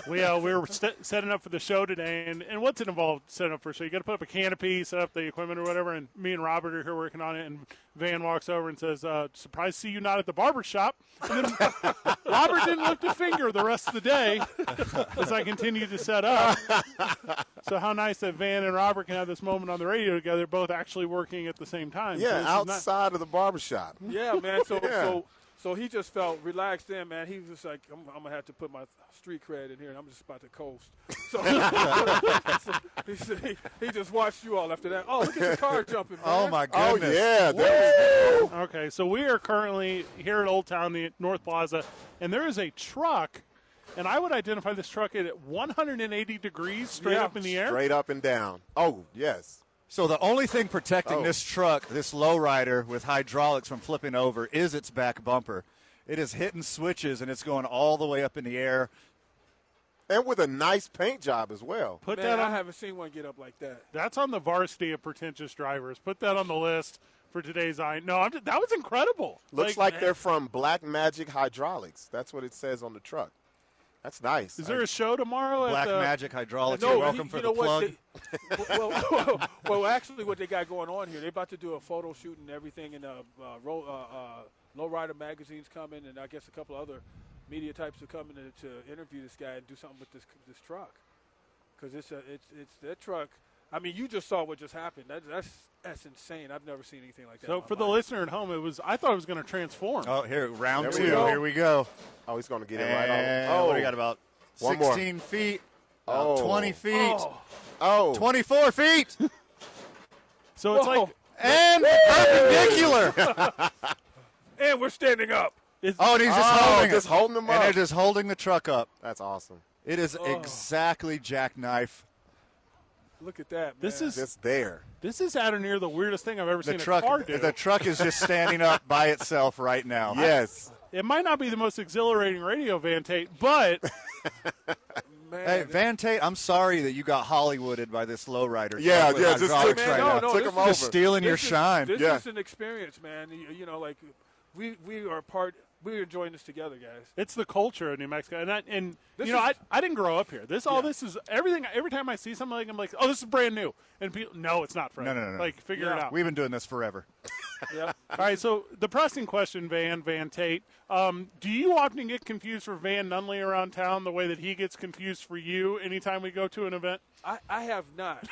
Speaker 4: <laughs> we uh, we were st- setting up for the show today, and, and what's it involved setting up for a show? You got to put up a canopy, set up the equipment or whatever. And me and Robert are here working on it, and Van walks over and says, uh, "Surprised to see you not at the barber shop." And then <laughs> Robert didn't lift a finger the rest of the day <laughs> as I continued to set up. So how nice that Van and Robert can have this moment on the radio together, both actually working at the same time. So
Speaker 6: Yeah,
Speaker 4: this is not-
Speaker 6: outside of the barbershop.
Speaker 10: yeah, man.
Speaker 5: <laughs>
Speaker 10: So,
Speaker 6: Yeah.
Speaker 10: so, so he just felt relaxed in, man. He was just like, I'm, I'm gonna have to put my street cred in here, and I'm just about to coast. So, <laughs> he, said- he, he just watched you all after that. Oh, look at the car jumping, man.
Speaker 5: oh my
Speaker 6: Oh,
Speaker 5: goodness!
Speaker 6: yeah. That was,
Speaker 4: Okay, so we are currently here at Old Town, the North Plaza, and there is a truck, and I would identify this truck at 180 degrees <laughs> straight
Speaker 10: Yeah.
Speaker 4: up in the air.
Speaker 6: straight up and down. Oh, yes.
Speaker 5: So the only thing protecting
Speaker 6: Oh.
Speaker 5: this truck, this lowrider with hydraulics from flipping over, is its back bumper. It is hitting switches and it's going all the way up in the air.
Speaker 6: And with a nice paint job as well.
Speaker 4: Put
Speaker 10: Man,
Speaker 4: that
Speaker 10: I
Speaker 4: on.
Speaker 10: haven't seen one get up like that.
Speaker 4: that's on the varsity of pretentious drivers. Put that on the list for today's I. No, I'm just, that was incredible.
Speaker 6: Looks like, they're from Black Magic Hydraulics. That's what it says on the truck. That's nice.
Speaker 4: Is there a show tomorrow?
Speaker 5: Black
Speaker 4: at uh, the,
Speaker 5: Magic hydraulics.
Speaker 10: uh, No,
Speaker 5: You're welcome
Speaker 10: he-
Speaker 5: for
Speaker 10: you
Speaker 5: the
Speaker 10: know
Speaker 5: plug.
Speaker 10: what? They, well, <laughs> well, well, actually, what they got going on here, they're about to do a photo shoot and everything, and uh, uh, Ro- uh, uh, Lowrider magazine's coming, and I guess a couple other media types are coming to, to interview this guy and do something with this this truck, because it's a it's it's that truck. I mean, you just saw what just happened. That, that's that's insane. I've never seen anything like that.
Speaker 4: So
Speaker 10: in my
Speaker 4: for the
Speaker 10: life.
Speaker 4: listener at home, it was. I thought it was going to transform.
Speaker 5: oh, here, round
Speaker 6: There we
Speaker 5: two.
Speaker 6: go.
Speaker 5: Here we go.
Speaker 6: oh, he's going to get it right
Speaker 5: And
Speaker 6: on.
Speaker 5: oh,
Speaker 6: Oh,
Speaker 5: we got about
Speaker 6: One more.
Speaker 5: 16 feet, about
Speaker 6: Oh.
Speaker 5: 20 feet,
Speaker 10: Oh,
Speaker 6: oh.
Speaker 5: 24 feet,
Speaker 4: so it's
Speaker 10: Whoa.
Speaker 4: like
Speaker 5: and perpendicular.
Speaker 10: and we're standing up.
Speaker 5: oh, and he's just
Speaker 6: Oh,
Speaker 5: holding
Speaker 6: just
Speaker 5: it.
Speaker 6: holding him
Speaker 5: And
Speaker 6: up.
Speaker 5: it is holding the truck up.
Speaker 6: That's awesome.
Speaker 5: It is exactly jackknife.
Speaker 10: Look at that. Man.
Speaker 4: this is
Speaker 6: Just there.
Speaker 4: this is out of near the weirdest thing I've ever
Speaker 5: The
Speaker 4: seen
Speaker 5: truck,
Speaker 4: a car do.
Speaker 5: the truck is just standing up by itself right now.
Speaker 6: Yes.
Speaker 4: <laughs> it might not be the most exhilarating radio Van Tate, but
Speaker 10: man.
Speaker 5: Hey, Van Tate, I'm sorry that you got Hollywooded by this lowrider.
Speaker 6: Yeah,
Speaker 5: truck with
Speaker 6: yeah, just
Speaker 5: hydraulics
Speaker 10: Man,
Speaker 5: right
Speaker 10: no,
Speaker 5: now.
Speaker 10: no, this
Speaker 6: took him
Speaker 10: is-
Speaker 6: over.
Speaker 5: Just stealing your
Speaker 10: This is-
Speaker 5: shine.
Speaker 10: This
Speaker 6: Yeah.
Speaker 10: is an experience, man. You, you know, like we we are part. We're enjoying this together, guys.
Speaker 4: It's the culture of New Mexico, and I, and
Speaker 10: This
Speaker 4: you know, I,
Speaker 10: is-
Speaker 4: I didn't grow up here. This all this is everything. Every time I see something, like I'm like, oh, this is brand new, and people, no, it's not. Fred.
Speaker 5: No, no, no, no.
Speaker 4: Like figure it
Speaker 10: Yeah.
Speaker 4: out. <laughs>
Speaker 5: We've been doing this forever. <laughs>
Speaker 4: all right. So the pressing question, Van Van Tate, um, do you often get confused for Van Nunley around town the way that he gets confused for you anytime we go to an event?
Speaker 10: I, I have
Speaker 4: <laughs>
Speaker 10: not.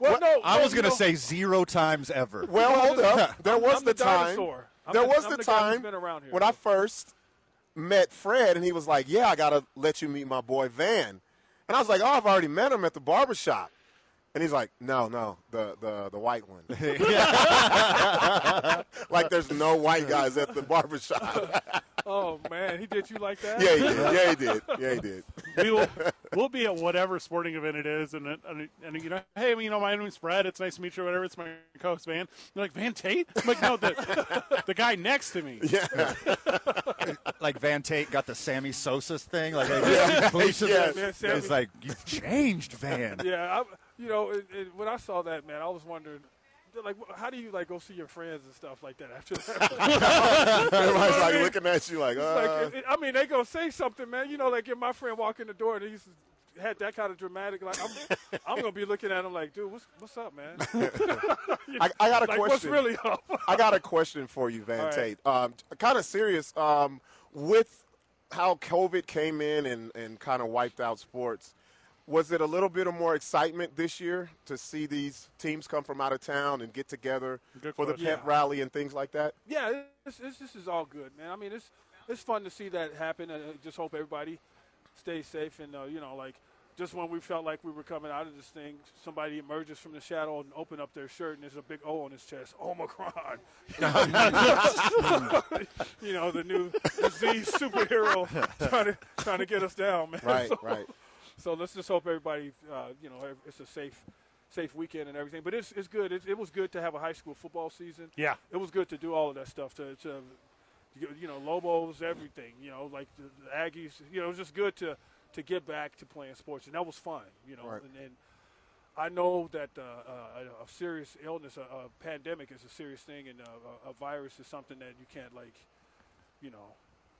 Speaker 10: well, no,
Speaker 5: I
Speaker 10: no,
Speaker 5: was
Speaker 10: you
Speaker 5: going to
Speaker 10: know,
Speaker 5: say zero times <laughs> ever.
Speaker 6: Well,
Speaker 10: <laughs>
Speaker 6: hold up. There was
Speaker 10: I'm
Speaker 6: the,
Speaker 10: the
Speaker 6: time.
Speaker 10: dinosaur. I'm
Speaker 6: There
Speaker 10: the-
Speaker 6: was
Speaker 10: I'm
Speaker 6: the,
Speaker 10: the guy who's
Speaker 6: time
Speaker 10: been around here.
Speaker 6: when I first met Fred, and he was like, "Yeah, I gotta let you meet my boy Van," and I was like, "Oh, I've already met him at the barbershop." And he's like, no, no, the the, the white
Speaker 10: <laughs>
Speaker 6: one. <laughs> like there's no white guys at
Speaker 10: <laughs>
Speaker 6: the barbershop.
Speaker 10: Oh man, he did you like that?
Speaker 6: yeah, he
Speaker 4: <laughs>
Speaker 6: did. Yeah, he did. Yeah, he did.
Speaker 4: we will, we'll be at whatever sporting event it is, and it- and, it- and you know, hey, you know, my name's Brad. It's nice to meet you. or Whatever. It's my co-host Van. They're like Van Tate. I'm like, no, the the <laughs> guy next to me.
Speaker 6: Yeah, <laughs>
Speaker 5: like Van Tate got the Sammy Sosa thing. Like,
Speaker 10: <laughs>
Speaker 5: <laughs> yeah.
Speaker 6: Yeah,
Speaker 10: Sammy-
Speaker 5: it's like you've changed, Van.
Speaker 10: <laughs> Yeah, I, you know, it, it, when I saw that man, I was wondering, like, wh- how do you like go see your friends and stuff like that after
Speaker 6: <laughs>
Speaker 10: that? <laughs>
Speaker 6: everybody's like looking at you like, uh,
Speaker 10: like, it, it- I mean, they gonna say something, man. You know, like if my friend walk in the door and he's had that kind of dramatic, like
Speaker 6: <laughs>
Speaker 10: I'm, I'm gonna be looking at him like, dude, what's what's up, man? <laughs>
Speaker 6: I, I got a
Speaker 10: like,
Speaker 6: question.
Speaker 10: what's really up?
Speaker 6: I got a question for you, Van
Speaker 10: All right.
Speaker 6: Tate. Um, kind of serious. Um, with how COVID came in and, and kind of wiped out sports, was it a little bit of more excitement this year to see these teams come from out of town and get together
Speaker 4: Good
Speaker 6: for the
Speaker 4: question.
Speaker 6: pep
Speaker 10: Yeah.
Speaker 6: rally and things like that?
Speaker 10: yeah, it's, it's, this is all good, man. I mean, it's it's fun to see that happen, and uh, just hope everybody stays safe. And uh, you know, like just when we felt like we were coming out of this thing, somebody emerges from the shadow and open up their shirt, and there's a big O on his chest, Omicron. <laughs> you know, <laughs> the new disease superhero trying to trying to get us down, man.
Speaker 6: Right,
Speaker 10: So-
Speaker 6: right.
Speaker 10: so let's just hope everybody, uh, you know, ev- it's a safe, safe weekend and everything. But it's it's good. It, it was good to have a high school football season.
Speaker 4: Yeah.
Speaker 10: it was good to do all of that stuff. To, to you- you know, Lobos, everything. You know, like the, the Aggies. You know, it was just good to to get back to playing sports, and that was fun. You know,
Speaker 6: Right.
Speaker 10: and, and I know that uh, uh, a- a serious illness, a, a pandemic, is a serious thing, and uh, a, a virus is something that you can't like, you know,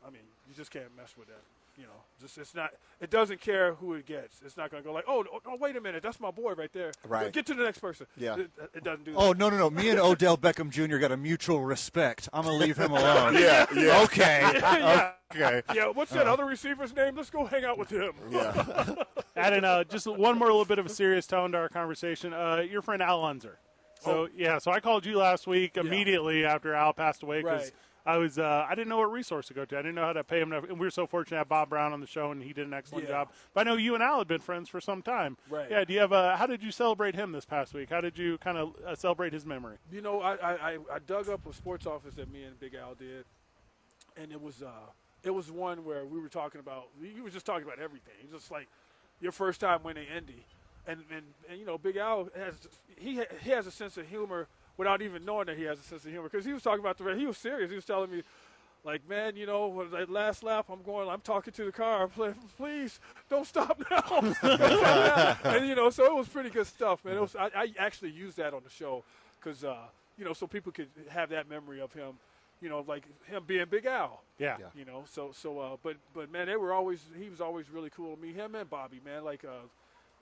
Speaker 10: I mean, you just can't mess with that. You know, just it's not. It doesn't care who it gets. It's not gonna go like, oh, oh, oh, wait a minute, that's my boy right there.
Speaker 6: Right.
Speaker 10: Get to the next person.
Speaker 6: Yeah.
Speaker 10: It, it doesn't do.
Speaker 5: Oh
Speaker 10: that.
Speaker 5: no no no! Me and Odell Beckham Jr. got a mutual respect. I'm gonna leave him <laughs> alone.
Speaker 6: Yeah, yeah,
Speaker 5: <laughs> Okay.
Speaker 10: yeah.
Speaker 5: Okay.
Speaker 10: <laughs> Yeah. What's
Speaker 5: Uh-huh.
Speaker 10: that other receiver's name? Let's go hang out with him.
Speaker 6: yeah.
Speaker 4: <laughs> Adding uh, just one more little bit of a serious tone to our conversation. Uh, your friend Al Unzer. So
Speaker 10: Oh.
Speaker 4: yeah, so I called you last week immediately after Al passed away because
Speaker 10: Right.
Speaker 4: I was uh, I didn't know what resource to go to. I didn't know how to pay him. Enough. And we were so fortunate to have Bob Brown on the show, and he did an excellent
Speaker 10: Yeah.
Speaker 4: job. But I know you and Al had been friends for some time.
Speaker 10: Right.
Speaker 4: Yeah. Do you have a? How did you celebrate him this past week? How did you kind of uh, celebrate his memory?
Speaker 10: You know, I, I, I- I dug up a sports office that me and Big Al did, and it was uh, it was one where we were talking about you were just talking about everything. It was just like your first time winning Indy, and and, and you know, Big Al has he he has a sense of humor without even knowing that he has a sense of humor because he was talking about the he was serious. He was telling me. Like man, you know, when that last lap, I'm going. I'm talking to the car. I'm like, please don't stop now. <laughs> and you know, so it was pretty good stuff, man. It was, I, I actually used that on the show because uh, you know, so people could have that memory of him, you know, like him being Big Al.
Speaker 4: Yeah.
Speaker 10: You know, so so uh, but but man, they were always he was always really cool to me, him and Bobby, man. Like uh,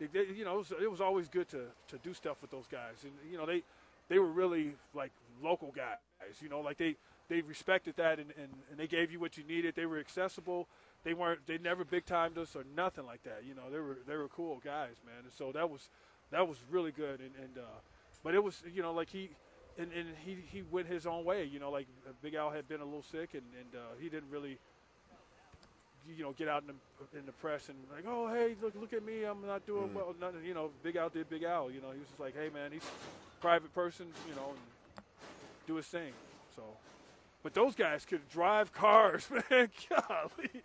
Speaker 10: they, they, you know, it was, it was always good to to do stuff with those guys, and you know they they were really like local guys, you know, like they they respected that and, and, and they gave you what you needed. They were accessible. They weren't they never big timed us or nothing like that. You know, they were they were cool guys, man. And so that was that was really good and and uh, but it was, you know, like he, and, and he, he went his own way. You know, like uh, Big Al had been a little sick, and, and uh, he didn't really, you know, get out in the, in the press and like, oh, hey, look, look at me, I'm not doing well. Nothing, you know, Big Al did Big Al. You know, he was just like, hey, man, he's a private person, you know, and do his thing. So, but those guys could drive cars, <laughs> man. Golly.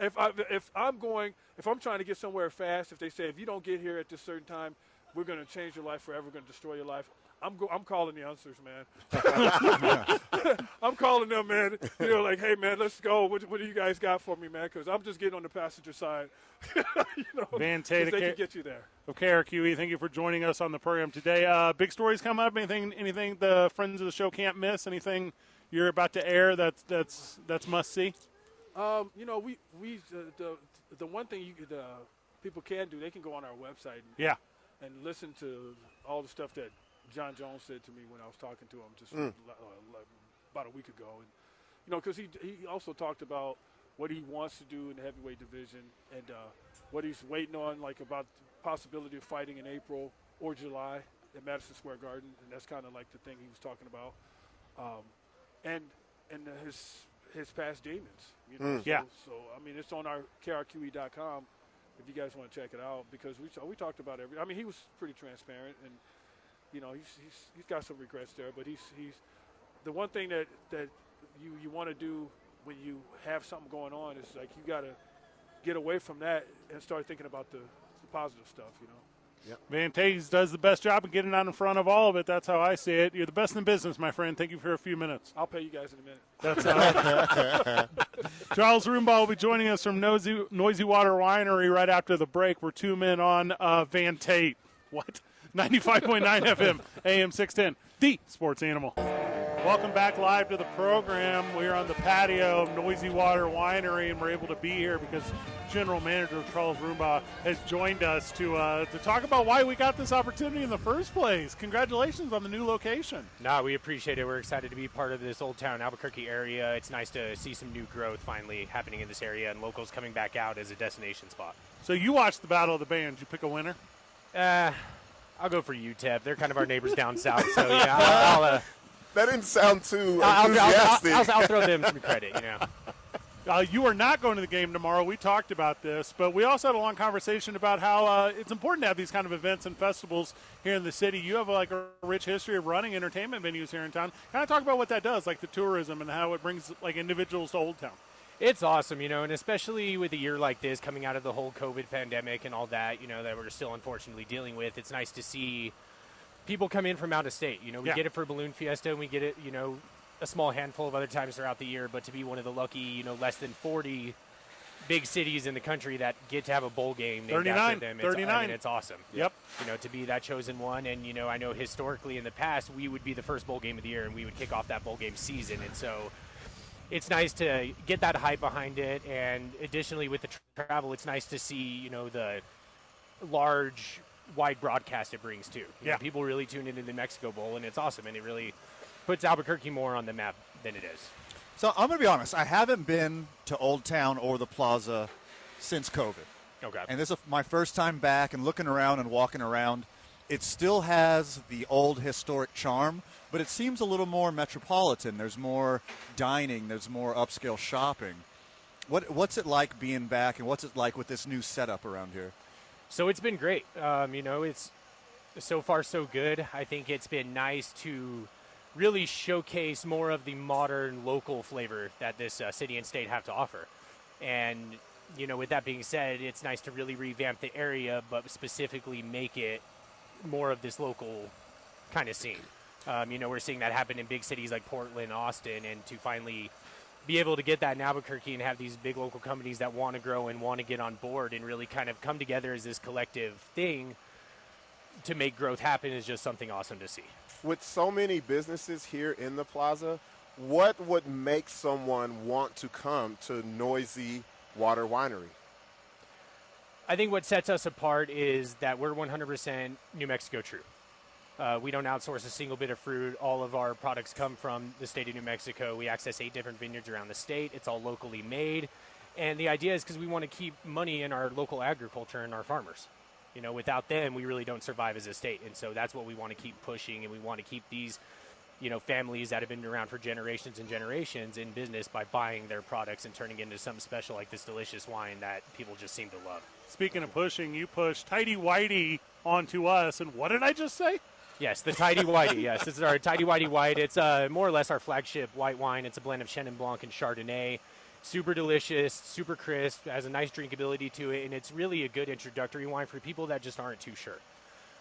Speaker 10: If, I, if I'm going, if I'm trying to get somewhere fast, if they say, if you don't get here at this certain time, we're going to change your life forever, we're going to destroy your life. I'm, go, I'm calling the answers, man. <laughs> I'm calling them, man. You know, like, hey, man, let's go. What, what do you guys got for me, man? Because I'm just getting on the passenger side. <laughs> you know, <laughs>
Speaker 4: Van
Speaker 10: 'cause
Speaker 4: Tate,
Speaker 10: they
Speaker 4: okay.
Speaker 10: can get you there.
Speaker 4: of KRQE. Thank you for joining us on the program today. Uh, big stories come up. Anything, anything the friends of the show can't miss. Anything you're about to air that's that's that's must see.
Speaker 10: Um, you know, we we uh, the the one thing you could, uh, people can do, they can go on our website and,
Speaker 4: Yeah,
Speaker 10: and listen to all the stuff that John Jones said to me when I was talking to him just li- uh, like about a week ago, and you know, because he he also talked about what he wants to do in the heavyweight division and uh, what he's waiting on, like about the possibility of fighting in April or July at Madison Square Garden, and that's kind of like the thing he was talking about, um, and and his his past demons, you know. So,
Speaker 4: Yeah.
Speaker 10: So I mean, it's on our krqe.com E if you guys want to check it out because we we talked about every. I mean, he was pretty transparent, and you know, he's he's, he's got some regrets there, but he's he's the one thing that that you you want to do when you have something going on is like you got to get away from that and start thinking about the, the positive stuff, you know.
Speaker 4: Van Tays does the best job of getting out in front of all of it. That's how I see it. You're the best in the business, my friend. Thank you for a few minutes.
Speaker 10: I'll pay you guys in a minute.
Speaker 4: That's all. Charles Roomba will be joining us from Noisy, Noisy Water Winery right after the break. We're two men on uh, Van Tate. What? <laughs> 95.9 FM, AM 610, the sports animal. Welcome back live to the program. We are on the patio of Noisy Water Winery, and we're able to be here because General Manager Charles Roomba has joined us to uh, to talk about why we got this opportunity in the first place. Congratulations on the new location.
Speaker 11: No, we appreciate it. We're excited to be part of this Old Town Albuquerque area. It's nice to see some new growth finally happening in this area and locals coming back out as a destination spot.
Speaker 4: So you watched the Battle of the Bands. You pick a winner.
Speaker 11: Uh, I'll go for UTEP. They're kind of our neighbors down south, so yeah, I'll, I'll, uh,
Speaker 6: That didn't sound too
Speaker 11: I'll, I'll, I'll,
Speaker 6: enthusiastic.
Speaker 11: I'll, I'll throw them some credit, you
Speaker 6: <laughs>
Speaker 11: know.
Speaker 4: Uh, you are not going to the game tomorrow. We talked about this, but we also had a long conversation about how uh, it's important to have these kind of events and festivals here in the city. You have like a rich history of running entertainment venues here in town. Kind of talk about what that does, like the tourism and how it brings like individuals to Old Town.
Speaker 11: It's awesome, you know, and especially with a year like this coming out of the whole COVID pandemic and all that, you know, that we're still unfortunately dealing with, it's nice to see people come in from out of state. You know, we
Speaker 4: Yeah.
Speaker 11: get it for Balloon Fiesta and we get it, you know, a small handful of other times throughout the year, but to be one of the lucky, you know, less than 40 big cities in the country that get to have a bowl game named
Speaker 4: 39,
Speaker 11: after them, it's, I
Speaker 4: 39.
Speaker 11: mean, it's awesome
Speaker 4: Yep.
Speaker 11: you know, to be that chosen one. And, you know, I know historically in the past, we would be the first bowl game of the year and we would kick off that bowl game season. And so it's nice to get that hype behind it. And additionally, with the tra- travel, it's nice to see, you know, the large, wide broadcast it brings too. You know,
Speaker 4: Yeah.
Speaker 11: people really tune into the Mexico Bowl and it's awesome. And it really puts Albuquerque more on the map than it is.
Speaker 5: So I'm going to be honest. I haven't been to Old Town or the Plaza since COVID.
Speaker 11: Okay.
Speaker 5: And this is my first time back and looking around and walking around. It still has the old historic charm, but it seems a little more metropolitan. There's more dining, there's more upscale shopping. What, what's it like being back, and what's it like with this new setup around here?
Speaker 11: So it's been great. Um, you know, it's so far so good. I think it's been nice to really showcase more of the modern local flavor that this uh, city and state have to offer. And you know, with that being said, it's nice to really revamp the area, but specifically make it more of this local kind of scene. Um, you know, we're seeing that happen in big cities like Portland, Austin, and to finally be able to get that in Albuquerque and have these big local companies that want to grow and want to get on board and really kind of come together as this collective thing to make growth happen is just something awesome to see.
Speaker 6: With so many businesses here in the plaza, what would make someone want to come to Noisy Water Winery?
Speaker 11: I think what sets us apart is that we're 100% New Mexico true. Uh, we don't outsource a single bit of fruit. All of our products come from the state of New Mexico. We access eight different vineyards around the state. It's all locally made. And the idea is because we want to keep money in our local agriculture and our farmers. You know, without them, we really don't survive as a state. And so that's what we want to keep pushing. And we want to keep these, you know, families that have been around for generations and generations in business by buying their products and turning into something special like this delicious wine that people just seem to love.
Speaker 4: Speaking of pushing, you pushed Tidy Whitey onto us, and what did I just say?
Speaker 11: Yes, the Tidy Whitey. yes, this is our Tidy Whitey White. It's uh, more or less our flagship white wine. It's a blend of Chenin Blanc and Chardonnay. Super delicious, super crisp, has a nice drinkability to it, and it's really a good introductory wine for people that just aren't too sure.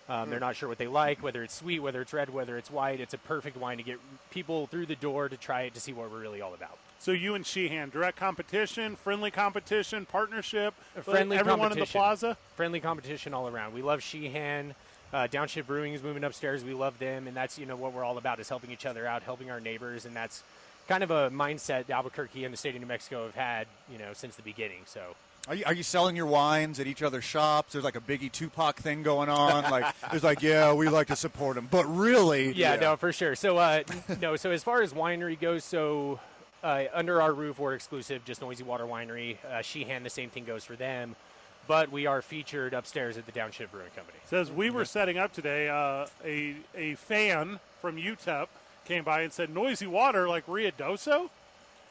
Speaker 11: Um, They're not sure what they like, whether it's sweet, whether it's red, whether it's white. It's a perfect wine to get people through the door to try it to see what we're really all about.
Speaker 4: So you and Sheehan, direct competition, friendly competition, partnership,
Speaker 11: A friendly
Speaker 4: everyone in the
Speaker 11: competition.
Speaker 4: plaza.
Speaker 11: friendly competition all around. We love Sheehan. Uh, Downshift Brewing is moving upstairs. We love them, and that's you know what we're all about is helping each other out, helping our neighbors, and that's kind of a mindset Albuquerque and the state of New Mexico have had you know since the beginning. So
Speaker 5: Are you, are you selling your wines at each other's shops? There's like a Biggie Tupac thing going on. Like, there's like, yeah, we like to support them, but really,
Speaker 11: yeah, no, for sure. So uh, <laughs> no, so as far as winery goes, so uh, under our roof we're exclusive, just Noisy Water Winery. Uh, Sheehan, the same thing goes for them, but we are featured upstairs at the Downshift Brewing Company.
Speaker 4: So as we were setting up today, uh, a E a fan from UTEP came by and said, "Noisy water like Riadoso,"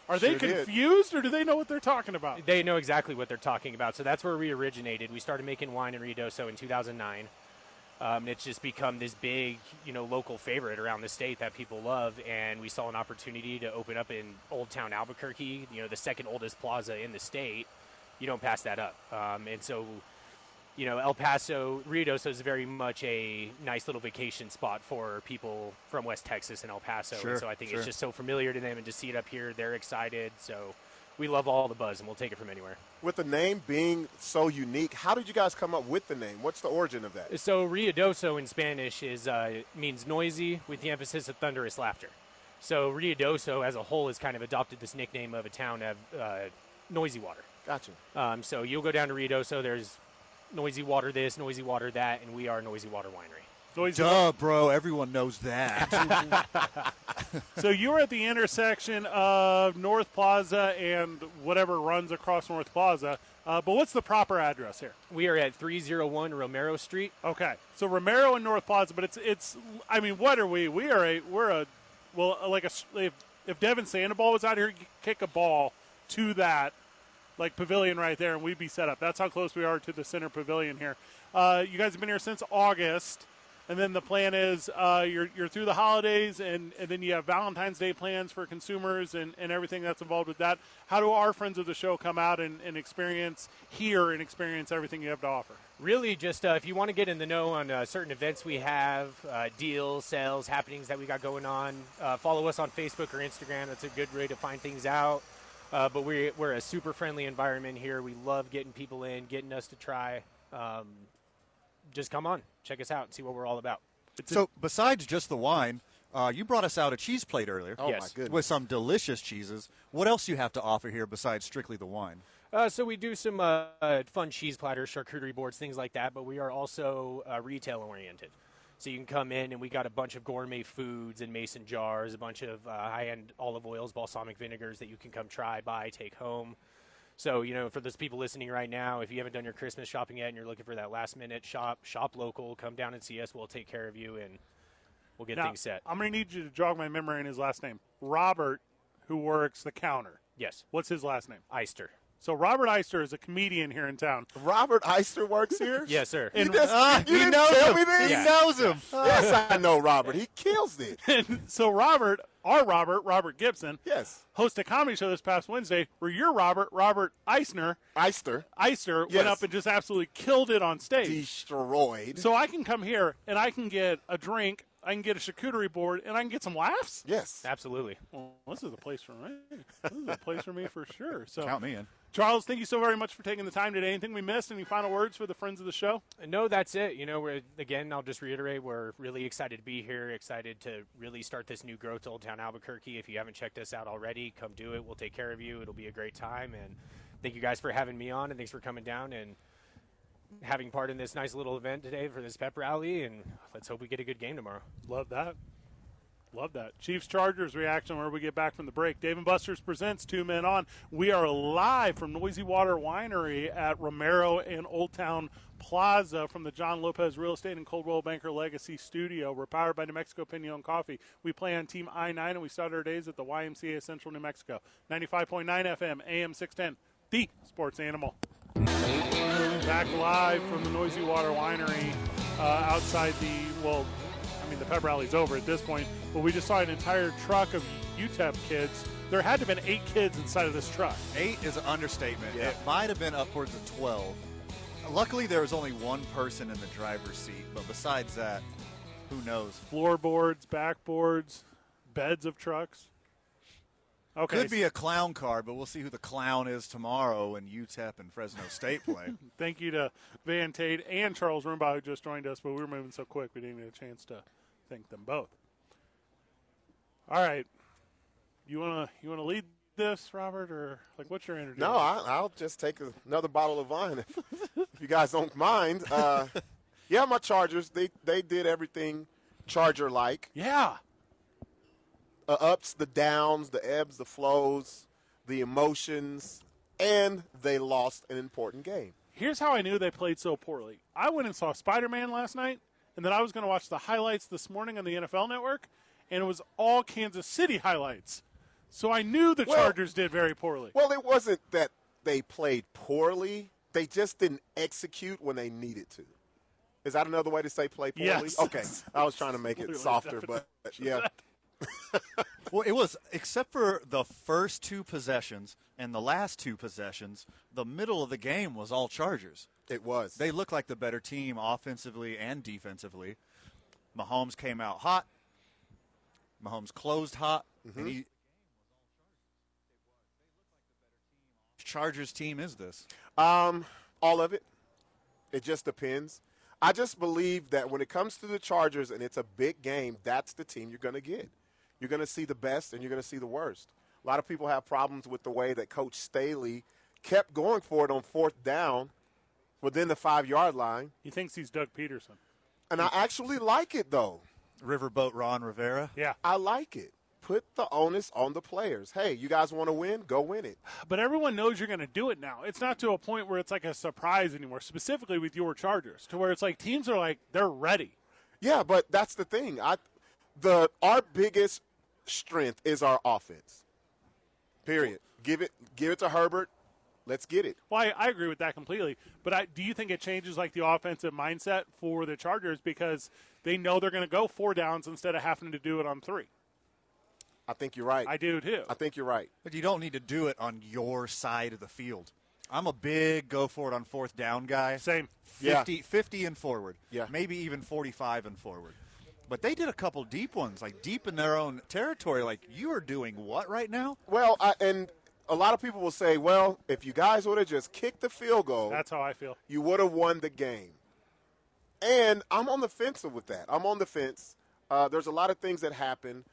Speaker 4: Are they
Speaker 11: Sure did.
Speaker 4: confused or do they know what they're
Speaker 11: <laughs>
Speaker 4: talking about?
Speaker 11: They know exactly what they're talking about. So that's where we originated. We started making wine in Ruidoso in 2009. Um, and it's just become this big, you know, local favorite around the state that people love. And we saw an opportunity to open up in Old Town Albuquerque, you know, the second oldest plaza in the state. You don't pass that up. Um, and so, you know, El Paso, Ruidoso is very much a nice little vacation spot for people from West Texas and El Paso.
Speaker 5: Sure,
Speaker 11: and so I think
Speaker 5: sure.
Speaker 11: it's just so familiar to them and to see it up here, they're excited. So we love all the buzz and we'll take it from anywhere.
Speaker 6: With the name being so unique, how did you guys come up with the name? What's the origin of that?
Speaker 11: So riadoso in Spanish is uh, means noisy, with the emphasis of thunderous laughter. So riadoso as a whole has kind of adopted this nickname of a town of uh, noisy water.
Speaker 6: Gotcha.
Speaker 11: Um, so you'll go down to riadoso. There's noisy water this, noisy water that, and we are noisy water winery.
Speaker 5: Duh, bro. Everyone knows <laughs> that.
Speaker 4: so you were at the intersection of North Plaza and whatever runs across North Plaza. Uh, but what's the proper address here?
Speaker 11: We are at 301 Romero Street.
Speaker 4: Okay, so Romero and North Plaza, but it's it's. I mean, what are we? We are a we're a well like a s- if, if Devin Sandoval was out here he'd kick a ball to that like pavilion right there, and we'd be set up. That's how close we are to the center pavilion here. Uh, you guys have been here since August, and then the plan is uh, you're you're through the holidays, and, and then you have Valentine's Day plans for consumers and, and everything that's involved with that. How do our friends of the show come out and, and experience here and experience everything you have to offer?
Speaker 11: Really, just uh, if you want to get in the know on uh, certain events we have, uh, deals, sales, happenings that we got going on, uh, follow us on Facebook or Instagram. That's a good way to find things out. Uh, but we're, we're a super friendly environment here. We love getting people in, getting us to try. Um, just come on, check us out, and see what we're all about.
Speaker 5: so, besides just the wine, uh, you brought us out a cheese plate earlier.
Speaker 11: Oh, my Yes. goodness.
Speaker 5: With some delicious cheeses. What else do you have to offer here besides strictly the wine?
Speaker 11: Uh, so we do some uh, uh, fun cheese platters, charcuterie boards, things like that. But we are also uh, retail oriented, so you can come in and we got a bunch of gourmet foods in mason jars, a bunch of uh, high end olive oils, balsamic vinegars that you can come try, buy, take home. So you know, for those people listening right now, if you haven't done your Christmas shopping yet and you're looking for that last minute shop, shop local, come down and see us. We'll take care of you and we'll get
Speaker 4: Now,
Speaker 11: things set.
Speaker 4: I'm going to need you to jog my memory on his last name. Robert, who works the counter.
Speaker 11: Yes.
Speaker 4: What's his last name?
Speaker 11: Eister.
Speaker 4: So Robert Eister is a comedian here in town. uh,
Speaker 6: Robert Eister works here?
Speaker 11: <laughs> Yes, sir.
Speaker 6: You just- you didn't tell me this? Yes, I know Robert. He
Speaker 4: <laughs>
Speaker 6: kills it.
Speaker 4: so Robert, our Robert, Robert Gibson,
Speaker 6: yes,
Speaker 4: host a comedy show this past Wednesday where your Robert, Robert Eisner,
Speaker 6: Eister,
Speaker 4: Eister
Speaker 6: Yes.
Speaker 4: went up and just absolutely killed it on stage,
Speaker 6: destroyed.
Speaker 4: So I can come here and I can get a drink, I can get a charcuterie board, and I can get some laughs.
Speaker 6: Yes,
Speaker 11: absolutely.
Speaker 4: Well, this is a place for me. This is a place for me for sure. So
Speaker 5: Count me in.
Speaker 4: Charles, thank you so very much for taking the time today. Anything we missed? Any final words for the friends of the show?
Speaker 11: No, that's it. You know, we're again. I'll just reiterate: we're really excited to be here. Excited to really start this new growth to Old Town Albuquerque. If you haven't checked us out already, come do it. We'll take care of you. It'll be a great time. And thank you guys for having me on, and thanks for coming down and having part in this nice little event today for this pep rally. And let's hope we get a good game tomorrow.
Speaker 4: Love that. Love that. Chiefs Chargers reaction where we get back from the break. Dave and Buster's presents Two Men On. We are live from Noisy Water Winery at Romero and Old Town Plaza from the John Lopez Real Estate and Coldwell Banker Legacy Studio. We're powered by New Mexico Pinion Coffee. We play on Team I 9 and we start our days at the YMCA Central New Mexico. 95.9 FM, AM 610, the sports animal. Back live from the Noisy Water Winery uh, outside the, well, I mean, the pep rally's over at this point, but we just saw an entire truck of UTEP kids. There had to have been eight kids inside of this truck.
Speaker 5: Eight is an understatement.
Speaker 4: Yeah.
Speaker 5: It might have been upwards of 12. Luckily, there was only one person in the driver's seat, but besides that, who knows?
Speaker 4: Floorboards, backboards, beds of trucks. Okay.
Speaker 5: Could be a clown car, but we'll see who the clown is tomorrow when UTEP and Fresno State play.
Speaker 4: <laughs> Thank you to Van Tate and Charles Rimbaugh who just joined us, but we were moving so quick we didn't get a chance to thank them both. All right, you wanna you wanna lead this, Robert, or like what's your energy?
Speaker 6: No, I, I'll just take another bottle of wine <laughs> if, if you guys don't mind. Uh, yeah, my Chargers, they, they did everything Charger like.
Speaker 4: Yeah.
Speaker 6: The Uh, ups, the downs, the ebbs, the flows, the emotions, and they lost an important game.
Speaker 4: Here's how I knew they played so poorly. I went and saw Spider Man last night, and then I was going to watch the highlights this morning on the NFL Network, and it was all Kansas City highlights. So I knew the
Speaker 6: Well-
Speaker 4: Chargers did very poorly.
Speaker 6: Well, it wasn't that they played poorly. They just didn't execute when they needed to. Is that another way to say play poorly?
Speaker 5: Yes. <laughs>
Speaker 6: Okay. I was trying to make it softer, but yeah.
Speaker 5: well, it was except for the first two possessions and the last two possessions. The middle of the game was all Chargers.
Speaker 6: It was.
Speaker 5: They looked like the better team offensively and defensively. Mahomes came out hot. Mahomes closed hot,
Speaker 6: Mm-hmm.
Speaker 5: and he. Chargers team is this?
Speaker 6: Um, all of it. It just depends. I just believe that when it comes to the Chargers and it's a big game, that's the team you're going to get. You're going to see the best and you're going to see the worst. A lot of people have problems with the way that Coach Staley kept going for it on fourth down within the five yard line.
Speaker 4: He thinks he's Doug Peterson.
Speaker 6: And I actually like it, though.
Speaker 5: Riverboat Ron Rivera.
Speaker 4: Yeah.
Speaker 6: I like it. Put the onus on the players. Hey, you guys want to win? Go win it.
Speaker 4: But everyone knows you're going to do it now. It's not to a point where it's like a surprise anymore, specifically with your Chargers, to where it's like teams are like, they're ready.
Speaker 6: Yeah, but that's the thing. I the our biggest strength is our offense. Period. Give it give it to Herbert. Let's get it.
Speaker 4: Well, I, I agree with that completely. But I, do you think it changes like the offensive mindset for the Chargers because they know they're going to go four downs instead of having to do it on three?
Speaker 6: I think you're right.
Speaker 4: I do too.
Speaker 6: I think you're right.
Speaker 5: But you don't need to do it on your side of the field. I'm a big go for it on fourth down guy.
Speaker 4: Same.
Speaker 5: 50, 50 and forward.
Speaker 6: Yeah.
Speaker 5: Maybe even 45 and forward. But they did a couple deep ones, like deep in their own territory. Like, you are doing what right now?
Speaker 6: Well, I, and a lot of people will say, well, if you guys would have just kicked the field goal,
Speaker 4: That's how I feel.
Speaker 6: you would have won the game. And I'm on the fence with that. I'm on the fence. Uh, there's a lot of things that happen.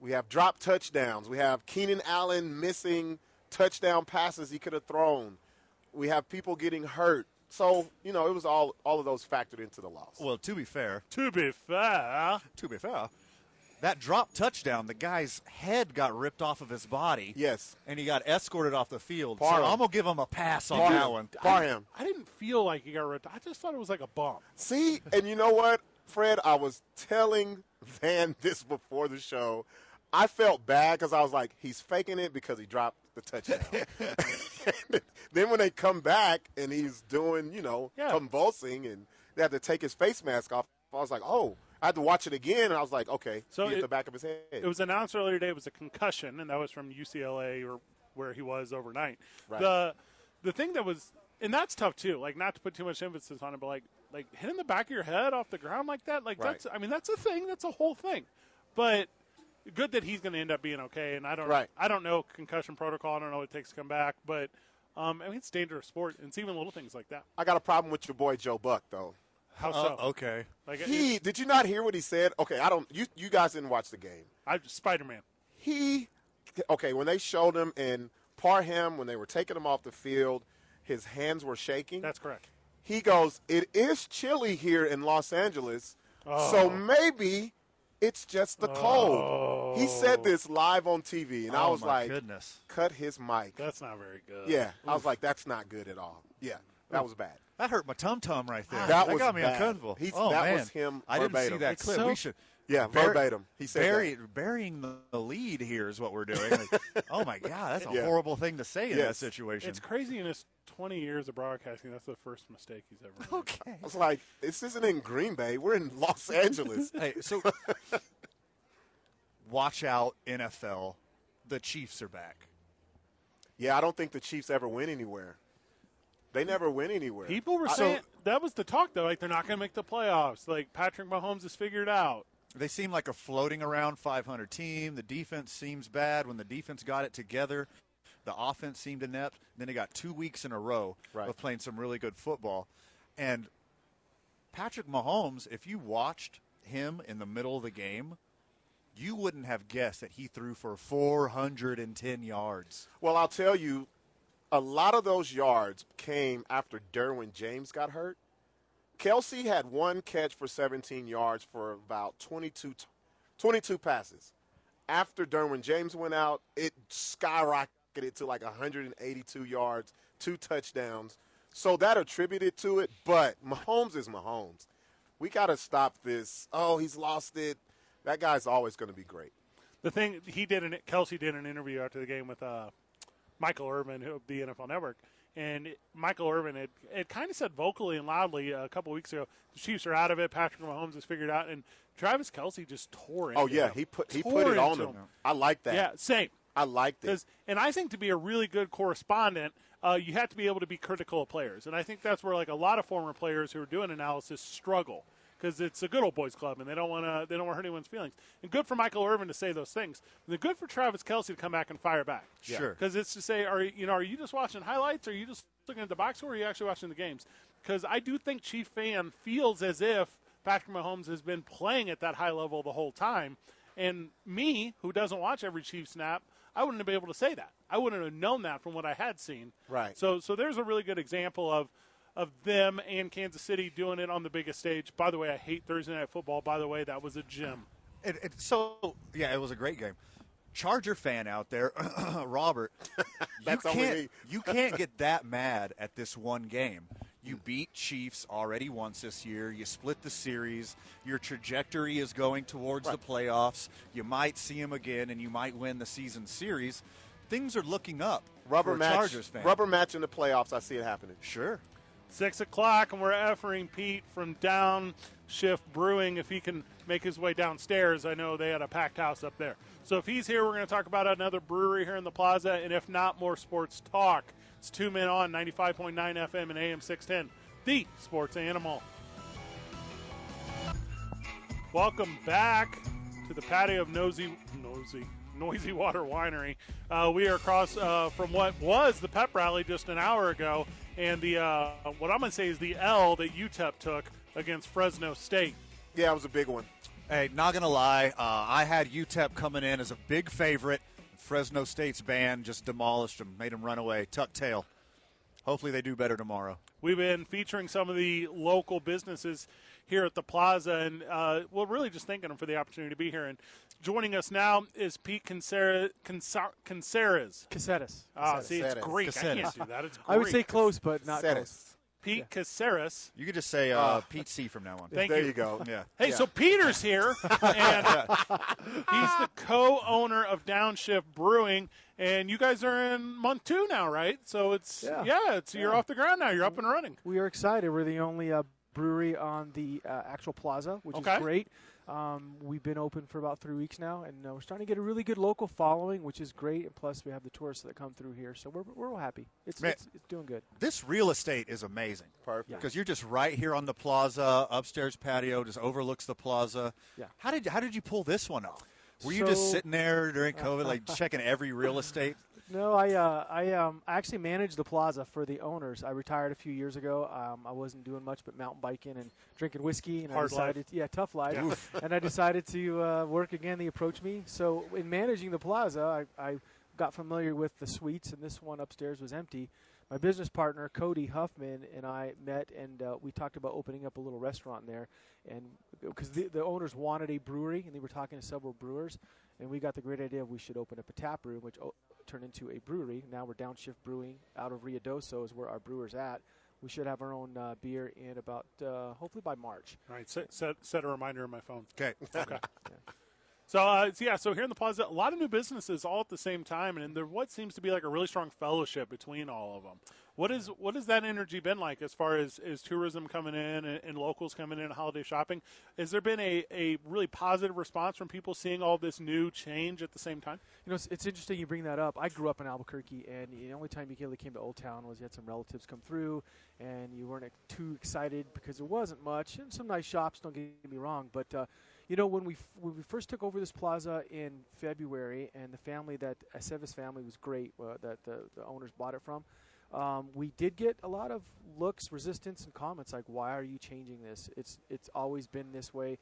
Speaker 6: We have drop touchdowns. We have Keenan Allen missing touchdown passes he could have thrown. We have people getting hurt. So you know, it was all all of those factored into the loss.
Speaker 5: Well, to be fair,
Speaker 4: To be fair,
Speaker 5: to be fair, that drop touchdown, the guy's head got ripped off of his body.
Speaker 6: Yes,
Speaker 5: And he got escorted off the field.
Speaker 6: Par
Speaker 5: so
Speaker 6: him.
Speaker 5: I'm going to give him a pass on
Speaker 6: Par
Speaker 5: that
Speaker 6: him.
Speaker 5: one.
Speaker 6: Par him.
Speaker 4: I didn't feel like he got ripped. I just thought it was like a bomb.
Speaker 6: See, and you know what, Fred? I was telling Van <laughs> this before the show. I felt bad because I was like, he's faking it because he dropped the touchdown.
Speaker 4: <laughs>
Speaker 6: <laughs> then when they come back and he's doing, you know,
Speaker 4: Yeah.
Speaker 6: convulsing and they had to take his face mask off, I was like, oh, I had to watch it again. And I was like, okay,
Speaker 4: So
Speaker 6: he hit
Speaker 4: it-
Speaker 6: the back of his head.
Speaker 4: It was announced earlier today it was a concussion, and that was from UCLA or where he was overnight.
Speaker 6: Right.
Speaker 4: The the thing that was and that's tough too. Like not to put too much emphasis on it, but like like hitting the back of your head off the ground like that, like
Speaker 6: Right.
Speaker 4: that's I mean that's a thing, that's a whole thing. But good that he's going to end up being okay. And I don't
Speaker 6: Right.
Speaker 4: I don't know concussion protocol. I don't know what it takes to come back, but um, I mean it's a dangerous sport, and it's even little things like that.
Speaker 6: I got a problem with your boy Joe Buck, though.
Speaker 4: How
Speaker 5: Uh,
Speaker 4: so?
Speaker 5: okay.
Speaker 4: Like
Speaker 6: He did you not hear what he said? Okay, I don't. You you guys didn't watch the game.
Speaker 4: I Spider Man.
Speaker 6: he okay when they showed him in Parham when they were taking him off the field, his hands were shaking.
Speaker 4: That's correct.
Speaker 6: he goes. It is chilly here in Los Angeles,
Speaker 4: Oh.
Speaker 6: so maybe it's just the cold. He
Speaker 4: Oh.
Speaker 6: said this live on TV, and I
Speaker 5: Oh,
Speaker 6: was
Speaker 5: my
Speaker 6: like,
Speaker 5: goodness.
Speaker 6: "Cut his mic."
Speaker 4: That's not very good.
Speaker 6: yeah, I was like, "That's not good at all." Yeah, that was bad.
Speaker 5: That hurt my tum tum right there.
Speaker 6: That was
Speaker 5: got me
Speaker 6: bad.
Speaker 5: uncomfortable.
Speaker 6: He's-
Speaker 5: oh,
Speaker 6: that
Speaker 5: man.
Speaker 6: was him
Speaker 5: I didn't see
Speaker 6: verbatim.
Speaker 5: that
Speaker 6: It's
Speaker 5: clip.
Speaker 4: so-
Speaker 5: we should.
Speaker 6: Yeah,
Speaker 5: Bury-
Speaker 6: verbatim. He said
Speaker 5: bury,
Speaker 6: that.
Speaker 5: burying the- the lead here is what we're doing.
Speaker 6: <laughs>
Speaker 5: Like, oh my god, that's a
Speaker 6: Yeah.
Speaker 5: horrible thing to say in that
Speaker 6: Yes.
Speaker 5: situation.
Speaker 4: It's crazy in his 20 years of broadcasting. That's the first mistake he's ever made.
Speaker 5: okay.
Speaker 6: I was like, "This isn't in Green Bay. We're in
Speaker 4: <laughs>
Speaker 6: Los Angeles."
Speaker 5: Hey, so
Speaker 6: <laughs>
Speaker 5: watch out, NFL. The Chiefs are back.
Speaker 6: yeah, I don't think the Chiefs ever win anywhere. They never win anywhere.
Speaker 4: People were
Speaker 6: I-
Speaker 4: saying that was the talk though. Like they're not going to make the playoffs. Like Patrick Mahomes is figured out.
Speaker 5: They seem like a floating around 500 team. The defense seems bad. When the defense got it together, the offense seemed inept. Then they got two weeks in a row
Speaker 6: Right.
Speaker 5: of playing some really good football. And Patrick Mahomes, if you watched him in the middle of the game, you wouldn't have guessed that he threw for 410 yards.
Speaker 6: Well, I'll tell you, a lot of those yards came after Derwin James got hurt. Kelsey had one catch for 17 yards for about 22, t- 22 passes. After Derwin James went out, it skyrocketed to like 182 yards, two touchdowns. So that attributed to it, but Mahomes is Mahomes. We got to stop this. Oh, he's lost it. That guy's always going to be great.
Speaker 4: the thing he did, an, Kelsey did an interview after the game with uh, Michael Irvin, who the NFL Network, and it- Michael Irvin had it kind of said vocally and loudly a couple weeks ago, the Chiefs are out of it. Patrick Mahomes has figured out, and Travis Kelsey just tore it.
Speaker 6: Oh yeah, he put he put it on him. I like that.
Speaker 4: Yeah, same.
Speaker 6: I like that.
Speaker 4: 'Cause- And I think to be a really good correspondent, uh, you have to be able to be critical of players. And I think that's where like a lot of former players who are doing analysis struggle because it's a good old boys club and they don't want to they don't want to hurt anyone's feelings. And good for Michael Irvin to say those things. And good for Travis Kelsey to come back and fire back.
Speaker 5: Yeah. Sure.
Speaker 4: Because it's to say, are you know, are you just watching highlights? Or are you just looking at the box score? Or are you actually watching the games? Because I do think Chief fan feels as if Patrick Mahomes has been playing at that high level the whole time. And me, who doesn't watch every Chief snap, I wouldn't have been able to say that. I wouldn't have known that from what I had seen.
Speaker 6: Right.
Speaker 4: So, so there's a really good example of of them and Kansas City doing it on the biggest stage. By the way, I hate Thursday night football. By the way, that was a gym.
Speaker 5: It, it, so yeah, it was a great game. Charger fan out there, <clears throat>
Speaker 6: <laughs>
Speaker 5: Robert.
Speaker 6: That's
Speaker 5: you
Speaker 6: only
Speaker 5: can't,
Speaker 6: me.
Speaker 5: <laughs> you can't get that mad at this one game. You beat Chiefs already once this year. You split the series. Your trajectory is going towards the playoffs. You might see them again, and you might win the season series. Things are looking up.
Speaker 6: Rubber
Speaker 5: for a
Speaker 6: match.
Speaker 5: Chargers fan.
Speaker 6: Rubber match in the playoffs. I see it happening.
Speaker 5: Sure.
Speaker 4: Six o'clock, and we're effering Pete from Downshift Brewing. If he can make his way downstairs, I know they had a packed house up there. So if he's here, we're going to talk about another brewery here in the plaza, and if not, more sports talk. It's two men on 95.9 FM and AM 610, the sports animal. Welcome back to the patio of Nosy, Nosy, Noisy Water Winery. Uh, we are across uh, from what was the pep rally just an hour ago, and the uh, what I'm going to say is the L that UTEP took against Fresno State.
Speaker 6: Yeah, it was a big one.
Speaker 5: Hey, not gonna lie, uh, I had UTEP coming in as a big favorite. Fresno State's band just demolished them, made them run away, tuck tail. Hopefully, they do better tomorrow.
Speaker 4: We've been featuring some of the local businesses here at the plaza, and uh, we're really just thanking them for the opportunity to be here. And joining us now is Pete Caceres. Caceres.
Speaker 12: Caceres.
Speaker 4: Ah, see, it's
Speaker 12: Caceres.
Speaker 4: Greek. I
Speaker 12: Caceres.
Speaker 4: can't do that. It's
Speaker 12: <laughs>
Speaker 4: Greek.
Speaker 12: I would say close, but not
Speaker 4: Caceres.
Speaker 12: close.
Speaker 4: Pete Caceres.
Speaker 5: You could just say uh, Pete C from now on.
Speaker 4: Thank you.
Speaker 5: <laughs> Yeah.
Speaker 4: Hey, so Peter's here, and he's the co-owner of Downshift Brewing, and you guys are in month two now, right? So it's yeah,
Speaker 12: Yeah.
Speaker 4: it's you're off the ground now. You're up and running.
Speaker 12: We are excited. We're the only uh, brewery on the uh, actual plaza, which
Speaker 4: Okay.
Speaker 12: is great. Um, we've been open for about three weeks now, and uh, we're starting to get a really good local following, which is great. And plus, we have the tourists that come through here, so we're we're all happy. It's
Speaker 5: Man.
Speaker 12: it's, it's doing good.
Speaker 5: This real estate is amazing.
Speaker 6: Perfect.
Speaker 5: Because you're just right here on the plaza, upstairs patio, just overlooks the plaza.
Speaker 12: Yeah.
Speaker 5: How did how did you pull this one off? Were you just
Speaker 12: So-
Speaker 5: sitting there during COVID,
Speaker 12: <laughs>
Speaker 5: like checking every real estate?
Speaker 12: No, I uh, I um, I actually managed the plaza for the owners. I retired a few years ago. Um, I wasn't doing much but mountain biking and drinking whiskey, and I
Speaker 4: Hard
Speaker 12: decided,
Speaker 4: life.
Speaker 12: yeah, tough life.
Speaker 4: Yeah. Oof.
Speaker 12: <laughs> and I decided to uh, work again. They approached me. So in managing the plaza, I, I got familiar with the suites, and this one upstairs was empty. My business partner Cody Huffman and I met, and uh, we talked about opening up a little restaurant there, and because the, the owners wanted a brewery, and they were talking to several brewers, and we got the great idea of we should open up a tap room, which o- turned into a brewery. Now we're downshift brewing out of Riadoso is where our brewer's at. We should have our own uh, beer in about uh, hopefully by March.
Speaker 4: All right, set, set, set a reminder on my phone.
Speaker 5: Okay.
Speaker 4: <laughs> Okay. So uh, so, yeah, so here in the plaza, a lot of new businesses all at the same time, and there what seems to be like a really strong fellowship between all of them. What is what has that energy been like as far as, as tourism coming in and, and locals coming in and holiday shopping? Has there been a, a really positive response from people seeing all this new change at the same time?
Speaker 12: You know, it's, it's interesting you bring that up. I grew up in Albuquerque, and the only time you really came to Old Town was you had some relatives come through, and you weren't ex- too excited because there wasn't much, and some nice shops. Don't get me wrong, but uh, you know when we f- when we first took over this plaza in February, and the family that Aceves family was great uh, that the, the owners bought it from. Um, we did get a lot of looks, resistance, and comments like, "Why are you changing this? It's it's always been this way.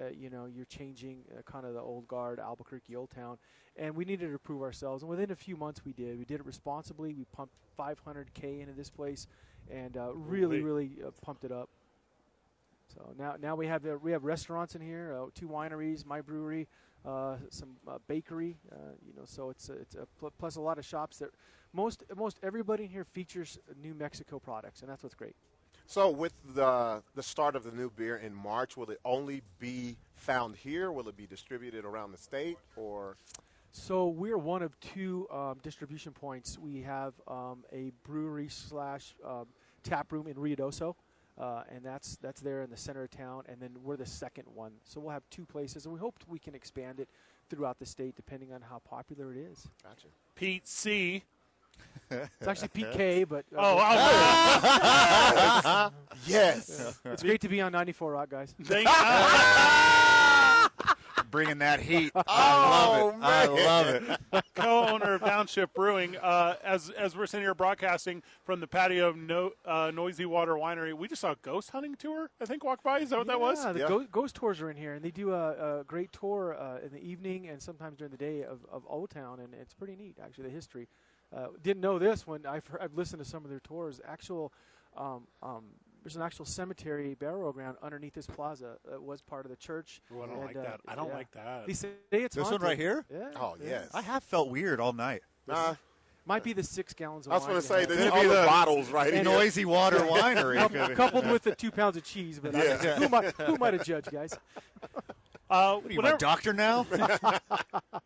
Speaker 12: Uh, you know, you're changing uh, kind of the old guard, Albuquerque, Old Town." And we needed to prove ourselves. And within a few months, we did. We did it responsibly. We pumped 500k into this place, and uh, really,
Speaker 4: Ooh-wee.
Speaker 12: really uh, pumped it up. So now, now we have the, we have restaurants in here, uh, two wineries, my brewery, uh, some uh, bakery. Uh, you know, so it's a, it's a pl- plus a lot of shops that most most everybody in here features New Mexico products, and that's what's great.
Speaker 6: So with the the start of the new beer in March, will it only be found here? Will it be distributed around the state or?
Speaker 12: So we're one of two um, distribution points. We have um, a brewery slash um, tap room in Ruidoso, uh, and that's that's there in the center of town. And then we're the second one. So we'll have two places, and we hope we can expand it throughout the state, depending on how popular it is.
Speaker 6: Gotcha.
Speaker 4: Pete C.
Speaker 12: It's <laughs> actually
Speaker 6: <laughs>
Speaker 12: PK, but uh,
Speaker 4: oh,
Speaker 12: <laughs>
Speaker 4: <laughs> I'll do it.
Speaker 6: yes.
Speaker 12: It's great to be on 94 Rock, guys.
Speaker 4: Thank
Speaker 6: <laughs>
Speaker 5: Bringing that
Speaker 12: <laughs>
Speaker 5: heat.
Speaker 6: I
Speaker 12: Oh,
Speaker 5: love it. I love it.
Speaker 4: Oh, <laughs> Co-owner of Township Brewing, uh, as as we're sitting here broadcasting from the patio of no, uh, Noisy Water Winery, we just saw a ghost hunting tour. I think walk by. Is that what that was?
Speaker 12: Yeah, the Ghost, ghost tours are in here, and they do a, a great tour uh, in the evening and sometimes during the day of, of Old Town, and it's pretty neat, actually, the history. Uh, didn't know this when I've, heard, I've listened to some of their tours. Actual, um, um, there's an actual cemetery burial ground underneath this plaza that was part of the church.
Speaker 4: Ooh, I don't
Speaker 12: and, uh,
Speaker 4: like that. I don't like that.
Speaker 12: They say it's
Speaker 5: This one
Speaker 12: haunted.
Speaker 5: right here?
Speaker 12: Yeah.
Speaker 6: Oh,
Speaker 12: yeah.
Speaker 6: yes.
Speaker 5: I have felt weird all night. Uh,
Speaker 6: Nah,
Speaker 12: Might be the six gallons of
Speaker 6: I was
Speaker 12: wine.
Speaker 6: going to say,
Speaker 12: they had.
Speaker 6: there's all the bottles right here.
Speaker 5: Noisy Water Winery.
Speaker 12: Coup- coupled with the two pounds of cheese, but I-
Speaker 6: Yeah.
Speaker 12: <laughs> who, am I, who am I to judge, guys?
Speaker 4: Uh,
Speaker 5: What are you, my
Speaker 4: whenever-
Speaker 5: <laughs> doctor now?
Speaker 4: <laughs>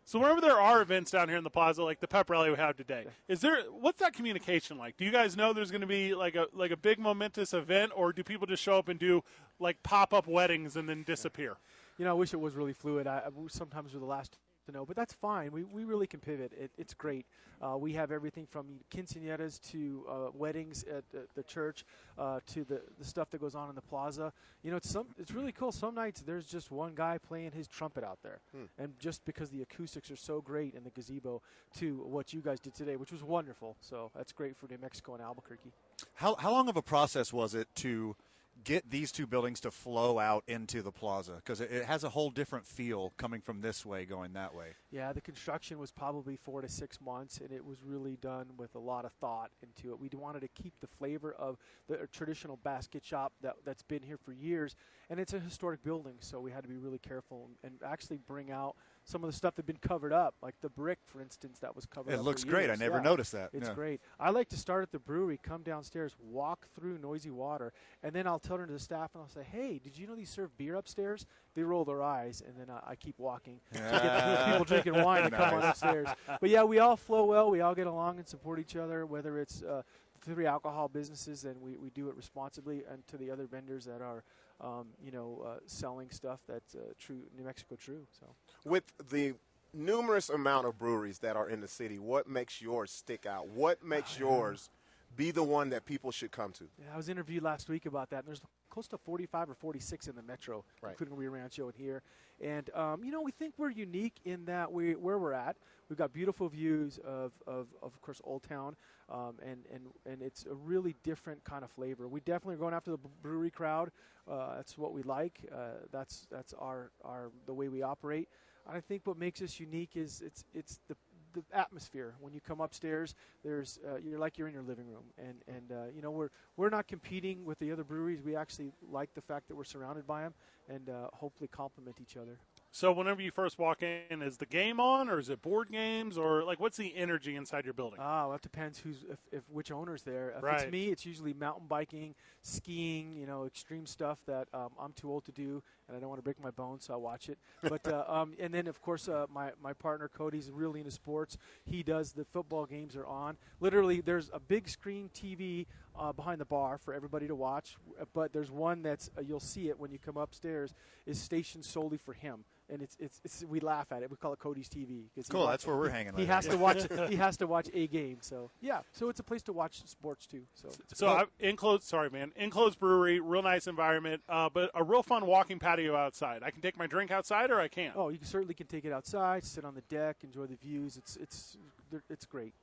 Speaker 4: So whenever there are events down here in the plaza, like the pep rally we have today, is there what's that communication like? Do you guys know there's going to be like a like a big momentous event, or do people just show up and do like pop up weddings and then disappear?
Speaker 12: You know, I wish it was really fluid. I, I- we sometimes we're the last to know, but that's fine. We, we really can pivot. It, it's great. Uh, we have everything from quinceañeras to uh, weddings at the, the church uh, to the, the stuff that goes on in the plaza. You know, it's some it's really cool. Some nights there's just one guy playing his trumpet out there,
Speaker 5: Hmm.
Speaker 12: and just because the acoustics are so great in the gazebo, to what you guys did today, which was wonderful. So that's great for New Mexico and Albuquerque.
Speaker 5: How how long of a process was it to get these two buildings to flow out into the plaza? Because it, it has a whole different feel coming from this way going that way.
Speaker 12: Yeah, the construction was probably four to six months, and it was really done with a lot of thought into it. We wanted to keep the flavor of the uh, traditional basket shop that, that's been here for years, and it's a historic building, so we had to be really careful and, and actually bring out some of the stuff that had been covered up, like the brick, for instance, that was covered
Speaker 5: It
Speaker 12: up. for
Speaker 5: looks great. I
Speaker 12: years.
Speaker 5: never noticed that.
Speaker 12: It's
Speaker 5: Yeah.
Speaker 12: great. I like to start at the brewery, come downstairs, walk through noisy water, and then I'll turn to the staff and I'll say, hey, did you know they serve beer upstairs? They roll their eyes, and then I, I
Speaker 5: <laughs>
Speaker 12: keep walking to get the people drinking wine to come on upstairs. But yeah, we all flow well. We all get along and support each other, whether it's uh, three alcohol businesses, and we, we do it responsibly, and to the other vendors that are, um, you know, uh, selling stuff that's uh, true, New Mexico true. So
Speaker 6: with the numerous amount of breweries that are in the city, what makes yours stick out? What makes yours be the one that people should come to?
Speaker 12: yeah, I was interviewed last week about that, and there's close to 45 or 46 in the metro,
Speaker 6: Right.
Speaker 12: including Rio Rancho and here. And, um, you know, we think we're unique in that we, where we're at. We've got beautiful views of, of, of course, Old Town, um, and, and, and it's a really different kind of flavor. We definitely are going after the b- brewery crowd. Uh, that's what we like. Uh, that's that's our, our the way we operate. And I think what makes us unique is it's it's the the atmosphere when you come upstairs there's uh, you're like you're in your living room and and uh, you know we're we're not competing with the other breweries we actually like the fact that we're surrounded by them and uh, hopefully complement each other
Speaker 4: So whenever you first walk in, is the game on, or is it board games, or like what's the energy inside your building?
Speaker 12: Ah, well, it depends who's if, if which owner's there. If
Speaker 4: Right.
Speaker 12: it's me, it's usually mountain biking, skiing, you know, extreme stuff that um, I'm too old to do, and I don't want to break my bones, so I watch it. But uh, um, and then of course uh, my my partner Cody's really into sports. He does the football games are on. Literally, there's a big screen TV uh, behind the bar for everybody to watch. But there's one that's uh, you'll see it when you come upstairs is stationed solely for him. And it's, it's, it's we laugh at it. We call it Cody's TV. 'cause he
Speaker 5: Cool,
Speaker 12: wa-
Speaker 5: that's where we're hanging
Speaker 12: He
Speaker 5: right
Speaker 12: has
Speaker 5: now.
Speaker 12: to watch. he
Speaker 5: <laughs>
Speaker 12: has to watch a game. So yeah. So it's a place to watch sports too. So
Speaker 4: So I, enclosed, sorry man, enclosed brewery, real nice environment, uh, but a real fun walking patio outside. I can take my drink outside, or I can't.
Speaker 12: oh, you can- certainly can take it outside, sit on the deck, enjoy the views. It's it's they're- it's great.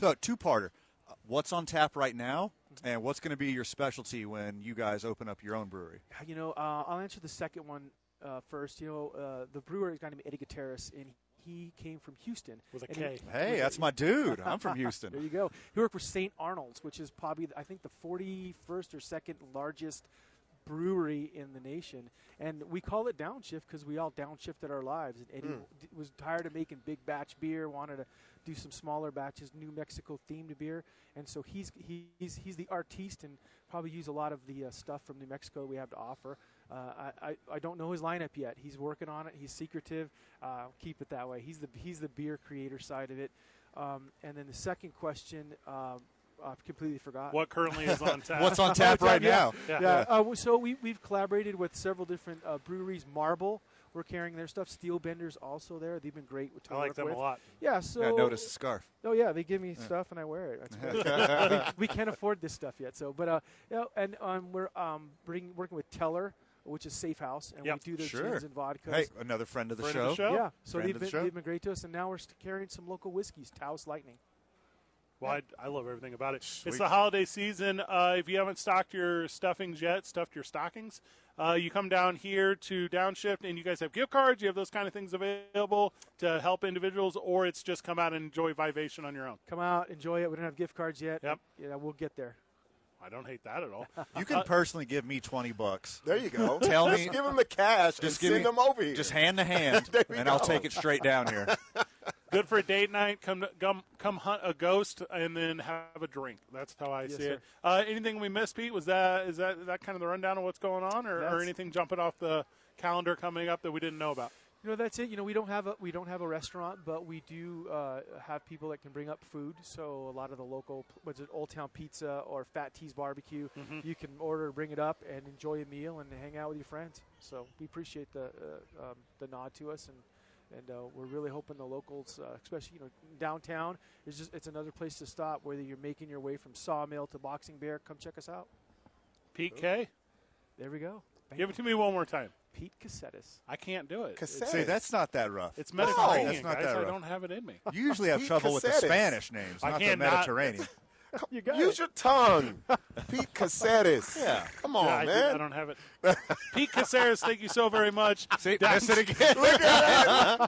Speaker 5: So two parter. What's on tap right now, and what's going to be your specialty when you guys open up your own brewery?
Speaker 12: You know, uh, I'll answer the second one uh, first. You know, uh, the brewer is a guy named Eddie Gutierrez, and he came from Houston.
Speaker 4: With a
Speaker 12: And
Speaker 4: K.
Speaker 12: he-
Speaker 5: Hey, that's my dude. I'm from
Speaker 12: <laughs> There
Speaker 5: Houston.
Speaker 12: you go. He worked for St. Arnold's, which is probably I think the 41st or 2nd largest brewery in the nation, and we call it downshift because we all downshifted our lives. And Eddie
Speaker 5: Hmm.
Speaker 12: d was tired of making big batch beer, wanted to do some smaller batches, New Mexico themed beer, and so he's he's he's the artiste and probably use a lot of the uh, stuff from New Mexico we have to offer. Uh, I, I, I don't know his lineup yet. He's working on it. He's secretive. Uh, keep it that way. He's the he's the beer creator side of it. Um, and then the second question, um, I've completely forgot.
Speaker 4: What currently is
Speaker 12: <laughs>
Speaker 4: on tap?
Speaker 5: What's on tap right
Speaker 12: yeah.
Speaker 5: now?
Speaker 12: Yeah.
Speaker 5: Yeah.
Speaker 12: Uh, w- so we we've collaborated with several different uh, breweries. Marble, we're carrying their stuff. Steelbenders also there. They've been great. To
Speaker 4: I like
Speaker 12: work
Speaker 4: them a
Speaker 12: with.
Speaker 4: lot.
Speaker 12: Yeah. So
Speaker 5: Yeah, I noticed the scarf.
Speaker 12: Oh yeah, they give me
Speaker 5: Yeah.
Speaker 12: stuff and I
Speaker 5: <laughs>
Speaker 12: wear it. That's great. we, we
Speaker 13: <laughs>
Speaker 12: can't afford this stuff yet. So, but uh, you know, and um, we're um bring, working with Teller, which is Safe House, and
Speaker 5: Yep.
Speaker 12: we do their
Speaker 5: Sure.
Speaker 12: gins and vodkas.
Speaker 5: Hey, another friend of the Friend of the show. show.
Speaker 12: Yeah. So
Speaker 5: Friend
Speaker 12: they've
Speaker 5: of the
Speaker 12: been,
Speaker 5: show.
Speaker 12: they've been great to us, and now we're st- carrying some local whiskeys. Taos Lightning.
Speaker 4: Well, I, I love everything about it.
Speaker 12: Sweet.
Speaker 4: It's the holiday season. Uh, if you haven't stocked your stuffings yet, stuffed your stockings, uh, you come down here to Downshift, and you guys have gift cards. You have those kind of things available to help individuals, or it's just come out and enjoy Vivation on your own.
Speaker 12: Come out, enjoy it. We don't have gift cards yet. Yep. Yeah, we'll get there.
Speaker 4: I don't hate
Speaker 12: <laughs>
Speaker 4: that at all.
Speaker 5: You
Speaker 12: Uh,
Speaker 5: can personally give me twenty bucks.
Speaker 6: There you go.
Speaker 5: Tell
Speaker 6: Just
Speaker 5: me,
Speaker 6: give him the cash and
Speaker 5: give
Speaker 6: send
Speaker 5: me-
Speaker 6: him over here.
Speaker 5: Just hand to <laughs> hand,
Speaker 6: There we
Speaker 5: and I'll
Speaker 6: go.
Speaker 5: take it straight down here.
Speaker 4: Good for a date night. Come, come, come hunt a ghost and then have a drink. That's how I
Speaker 12: Yes,
Speaker 4: see
Speaker 12: sir.
Speaker 4: it. Uh, anything we missed, Pete? Was that is that is that kind of the rundown of what's going on, or, or
Speaker 12: That's-
Speaker 4: anything jumping off the calendar coming up that we didn't know about?
Speaker 12: You know, that's it. You know, we don't have a we don't have a restaurant, but we do uh, have people that can bring up food. So a lot of the local, pl- what's it, Old Town Pizza or Fat T's Barbecue,
Speaker 4: Mhm.
Speaker 12: you can order, bring it up, and enjoy a meal and hang out with your friends. So we appreciate the uh, um, the nod to us, and and uh, we're really hoping the locals, uh, especially you know downtown, is just it's another place to stop. Whether you're making your way from Sawmill to Boxing Bear, come check us out.
Speaker 4: Pete K.
Speaker 12: There we go.
Speaker 4: Give it to me one more time.
Speaker 12: Pete Cassettis.
Speaker 4: I can't do it. It's-
Speaker 5: See, that's not that rough.
Speaker 4: It's Mediterranean, guys. I don't have it in me.
Speaker 5: You usually have
Speaker 4: Pete
Speaker 5: trouble with the
Speaker 4: Cassettis.
Speaker 5: Spanish names,
Speaker 4: I
Speaker 5: not the
Speaker 4: cannot- <laughs>
Speaker 5: Mediterranean.
Speaker 6: Use your tongue. Pete Cassettis.
Speaker 5: Yeah.
Speaker 6: Come on,
Speaker 4: Yeah, I,
Speaker 6: man.
Speaker 4: did- I don't have it. Pete Caceres, thank you so very much. See,
Speaker 5: missed
Speaker 4: <laughs>
Speaker 5: it again. Look at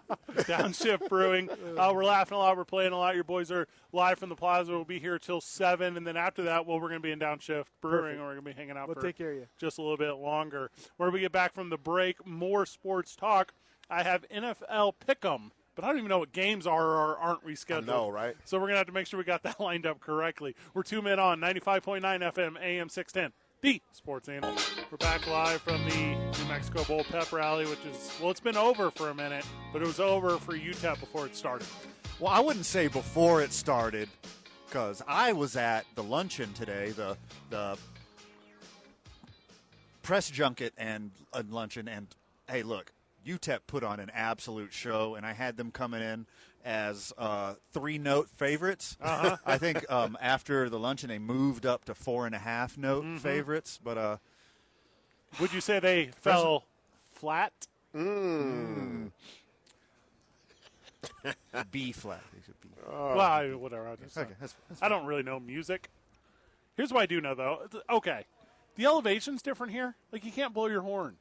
Speaker 4: Downshift Brewing. Uh, we're laughing a lot. We're playing a lot. Your boys are live from the plaza. We'll be here till 7. And then after that, well, we're going to be in Downshift Brewing.
Speaker 12: Perfect.
Speaker 4: And we're going to be hanging out
Speaker 12: We'll
Speaker 4: for
Speaker 12: take care of you.
Speaker 4: just a little bit longer. Where we get back from the break, more sports talk. I have NFL Pick'em. But I don't even know what games are or aren't rescheduled.
Speaker 6: know, right?
Speaker 4: So we're going to have to make sure we got that <laughs> lined up correctly. We're two men on 95.9 FM, AM 610, the sports animal. We're back live from the New Mexico Bowl pep rally, which is, well, it's been over for a minute, but it was over for UTEP before it started.
Speaker 5: Well, I wouldn't say before it started, because I was at the luncheon today, the the press junket and uh, luncheon, and hey, look, UTEP put on an absolute show, and I had them coming in as uh, three note favorites.
Speaker 4: Uh-huh.
Speaker 5: <laughs> I think um, after the luncheon, they moved up to four and a half note
Speaker 4: Mhm.
Speaker 5: favorites, but uh,
Speaker 4: Would you say they fell flat?
Speaker 6: Mm.
Speaker 5: B flat. They should <laughs> be.
Speaker 6: Oh.
Speaker 4: Well, I, whatever. I'll just,
Speaker 5: Okay, that's-
Speaker 4: I don't really know music. Here's what I do know, though. Th- Okay. The elevation's different here. Like, you can't blow your horn.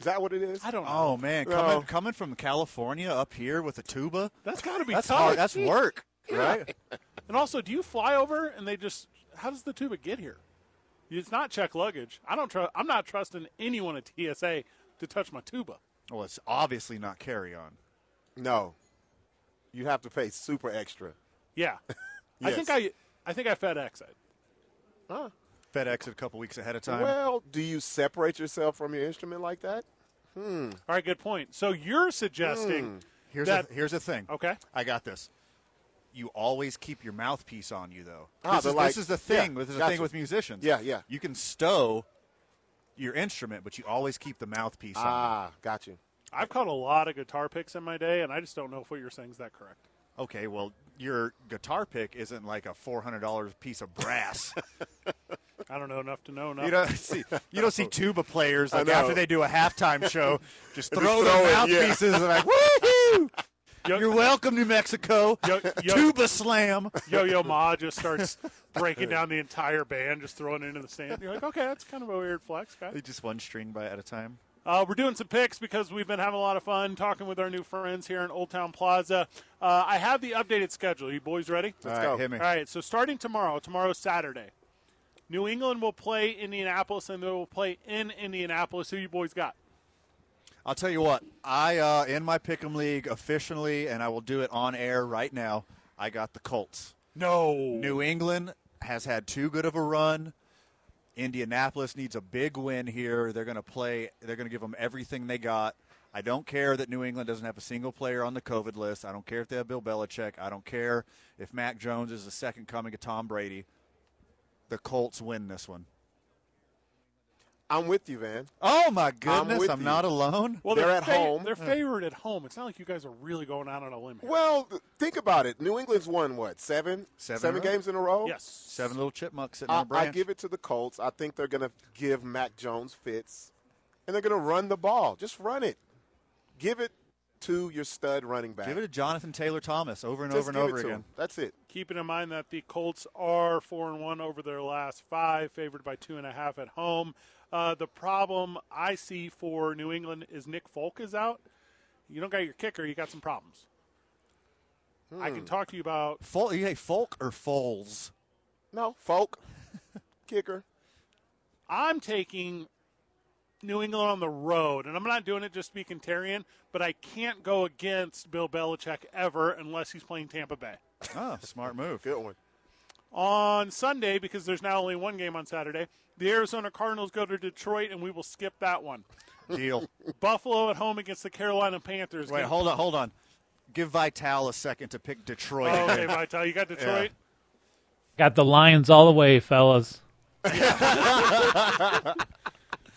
Speaker 6: Is that what it is?
Speaker 4: I don't know.
Speaker 5: Oh man,
Speaker 4: No.
Speaker 5: coming coming from California up here with a tuba.
Speaker 4: That's got to be
Speaker 5: that's
Speaker 4: tough.
Speaker 5: hard. That's work,
Speaker 4: <laughs> Yeah.
Speaker 5: right?
Speaker 4: And also, do you fly over and they just? How does the tuba get here? It's not check luggage. I don't trust. I'm not trusting anyone at TSA to touch my tuba.
Speaker 5: Well, it's obviously not carry on.
Speaker 6: No. You have to pay super extra. <laughs>
Speaker 4: Yeah, I think I.
Speaker 6: Yes.
Speaker 4: I think I FedEx it.
Speaker 6: Huh.
Speaker 5: FedEx it a couple weeks ahead of time.
Speaker 6: Well, do you separate yourself from your instrument like that? Hmm.
Speaker 4: All right, good point. So you're suggesting
Speaker 5: Hmm. here's
Speaker 4: that
Speaker 5: a, here's the thing.
Speaker 4: Okay.
Speaker 5: I got this. You always keep your mouthpiece on you though.
Speaker 6: Ah,
Speaker 5: this,
Speaker 6: they're
Speaker 5: is,
Speaker 6: like-
Speaker 5: this is the thing.
Speaker 6: yeah,
Speaker 5: this is the
Speaker 6: gotcha.
Speaker 5: thing with musicians.
Speaker 6: Yeah, yeah.
Speaker 5: You can stow your instrument, but you always keep the mouthpiece on.
Speaker 6: Ah, got you.
Speaker 4: I've caught a lot of guitar picks in my day, and I just don't know if what you're saying is that correct.
Speaker 5: Okay, well, your guitar pick isn't like a four hundred dollars piece of brass.
Speaker 4: I don't know enough to know enough.
Speaker 5: You don't <laughs> see you
Speaker 4: <laughs>
Speaker 5: don't see tuba players
Speaker 4: I
Speaker 5: like
Speaker 4: know.
Speaker 5: after they do a halftime show, just
Speaker 4: Just
Speaker 5: throw
Speaker 4: throw
Speaker 5: their
Speaker 4: it, yeah.
Speaker 5: mouthpieces and like woohoo! You're welcome, New Mexico. Tuba slam.
Speaker 4: Yo Yo Ma just
Speaker 5: <laughs>
Speaker 4: starts breaking down the entire band, just throwing it into the stand. You're like, okay, that's kind of a weird flex, guy.
Speaker 5: Just one string by at a time.
Speaker 4: Uh, we're doing some picks because we've been having a lot of fun talking with our new friends here in Old Town Plaza. Uh, I have the updated schedule. You boys ready?
Speaker 5: Let's All right, go. hit me.
Speaker 4: All right, so starting tomorrow, tomorrow's Saturday, New England will play Indianapolis and they will play in Indianapolis. Who you boys got?
Speaker 5: I'll tell you what. I uh, in my pick'em league officially, and I will do it on air right now. I got the Colts.
Speaker 4: No.
Speaker 5: New England has had too good of a run. Indianapolis needs a big win here. They're going to play. They're going to give them everything they got. I don't care that New England doesn't have a single player on the COVID list. I don't care if they have Bill Belichick. I don't care if Mac Jones is the second coming of Tom Brady. The Colts win this one.
Speaker 6: I'm with you, Van.
Speaker 5: Oh my
Speaker 6: I'm
Speaker 5: goodness!
Speaker 6: with
Speaker 5: I'm
Speaker 6: you.
Speaker 5: not alone.
Speaker 6: Well, they're, at
Speaker 4: fa-
Speaker 6: home.
Speaker 4: They're favored at home. It's not like you guys are really going out on a limb. Here.
Speaker 6: Well, th- think about it. New England's won what? Seven?
Speaker 5: Seven
Speaker 6: Seven
Speaker 5: in a row?
Speaker 6: games in a row?
Speaker 4: Yes.
Speaker 5: Seven little chipmunks sitting on
Speaker 6: I,
Speaker 5: a
Speaker 6: I
Speaker 5: branch.
Speaker 6: give it to the Colts. I think they're going to give Mac Jones fits, and they're going to run the ball. Just run it. Give it to your stud running back.
Speaker 5: Give it to Jonathan Taylor Thomas over and
Speaker 6: Just
Speaker 5: over and
Speaker 6: give
Speaker 5: over
Speaker 6: it to
Speaker 5: again.
Speaker 6: him. That's it.
Speaker 4: Keeping in mind that the Colts are four and one over their last five, favored by two and a half at home. Uh, the problem I see for New England is Nick Folk is out. You don't got your kicker. You got some problems. I
Speaker 6: Hmm.
Speaker 4: can talk to you about
Speaker 5: Fol- hey, Folk or Foles?
Speaker 6: No,
Speaker 5: <laughs>
Speaker 6: Folk. Kicker.
Speaker 4: I'm taking New England on the road, and I'm not doing it just to be contrarian, but I can't go against Bill Belichick ever unless he's playing Tampa Bay.
Speaker 5: Oh, smart move.
Speaker 6: Good one.
Speaker 4: On Sunday, because there's now only one game on Saturday, the Arizona Cardinals go to Detroit, and we will skip that one.
Speaker 5: Deal.
Speaker 4: <laughs> Buffalo at home against the Carolina Panthers.
Speaker 5: Wait,
Speaker 4: Give-
Speaker 5: hold on, hold on. Give Vital a second to pick Detroit.
Speaker 4: Oh, okay, Vital, you got Detroit.
Speaker 14: Got the Lions all the way,
Speaker 4: <laughs>
Speaker 14: fellas.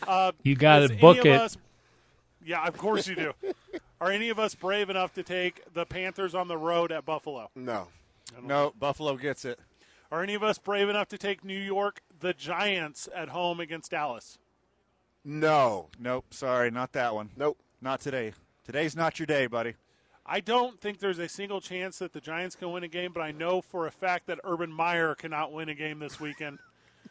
Speaker 4: Uh,
Speaker 14: You gotta
Speaker 4: is any
Speaker 14: book
Speaker 4: of
Speaker 14: it.
Speaker 4: us- yeah, of course
Speaker 5: <laughs>
Speaker 4: you do. Are any of us brave enough to take the Panthers on the road at Buffalo?
Speaker 6: No.
Speaker 5: No, Buffalo gets it.
Speaker 4: Are any of us brave enough to take New York, the Giants, at home against Dallas?
Speaker 6: No.
Speaker 5: Nope. Sorry, not that one.
Speaker 6: Nope.
Speaker 5: Not today. Today's not your day, buddy.
Speaker 4: I don't think there's a single chance that the Giants can win a game, but I know for a fact that Urban Meyer cannot win a game this weekend.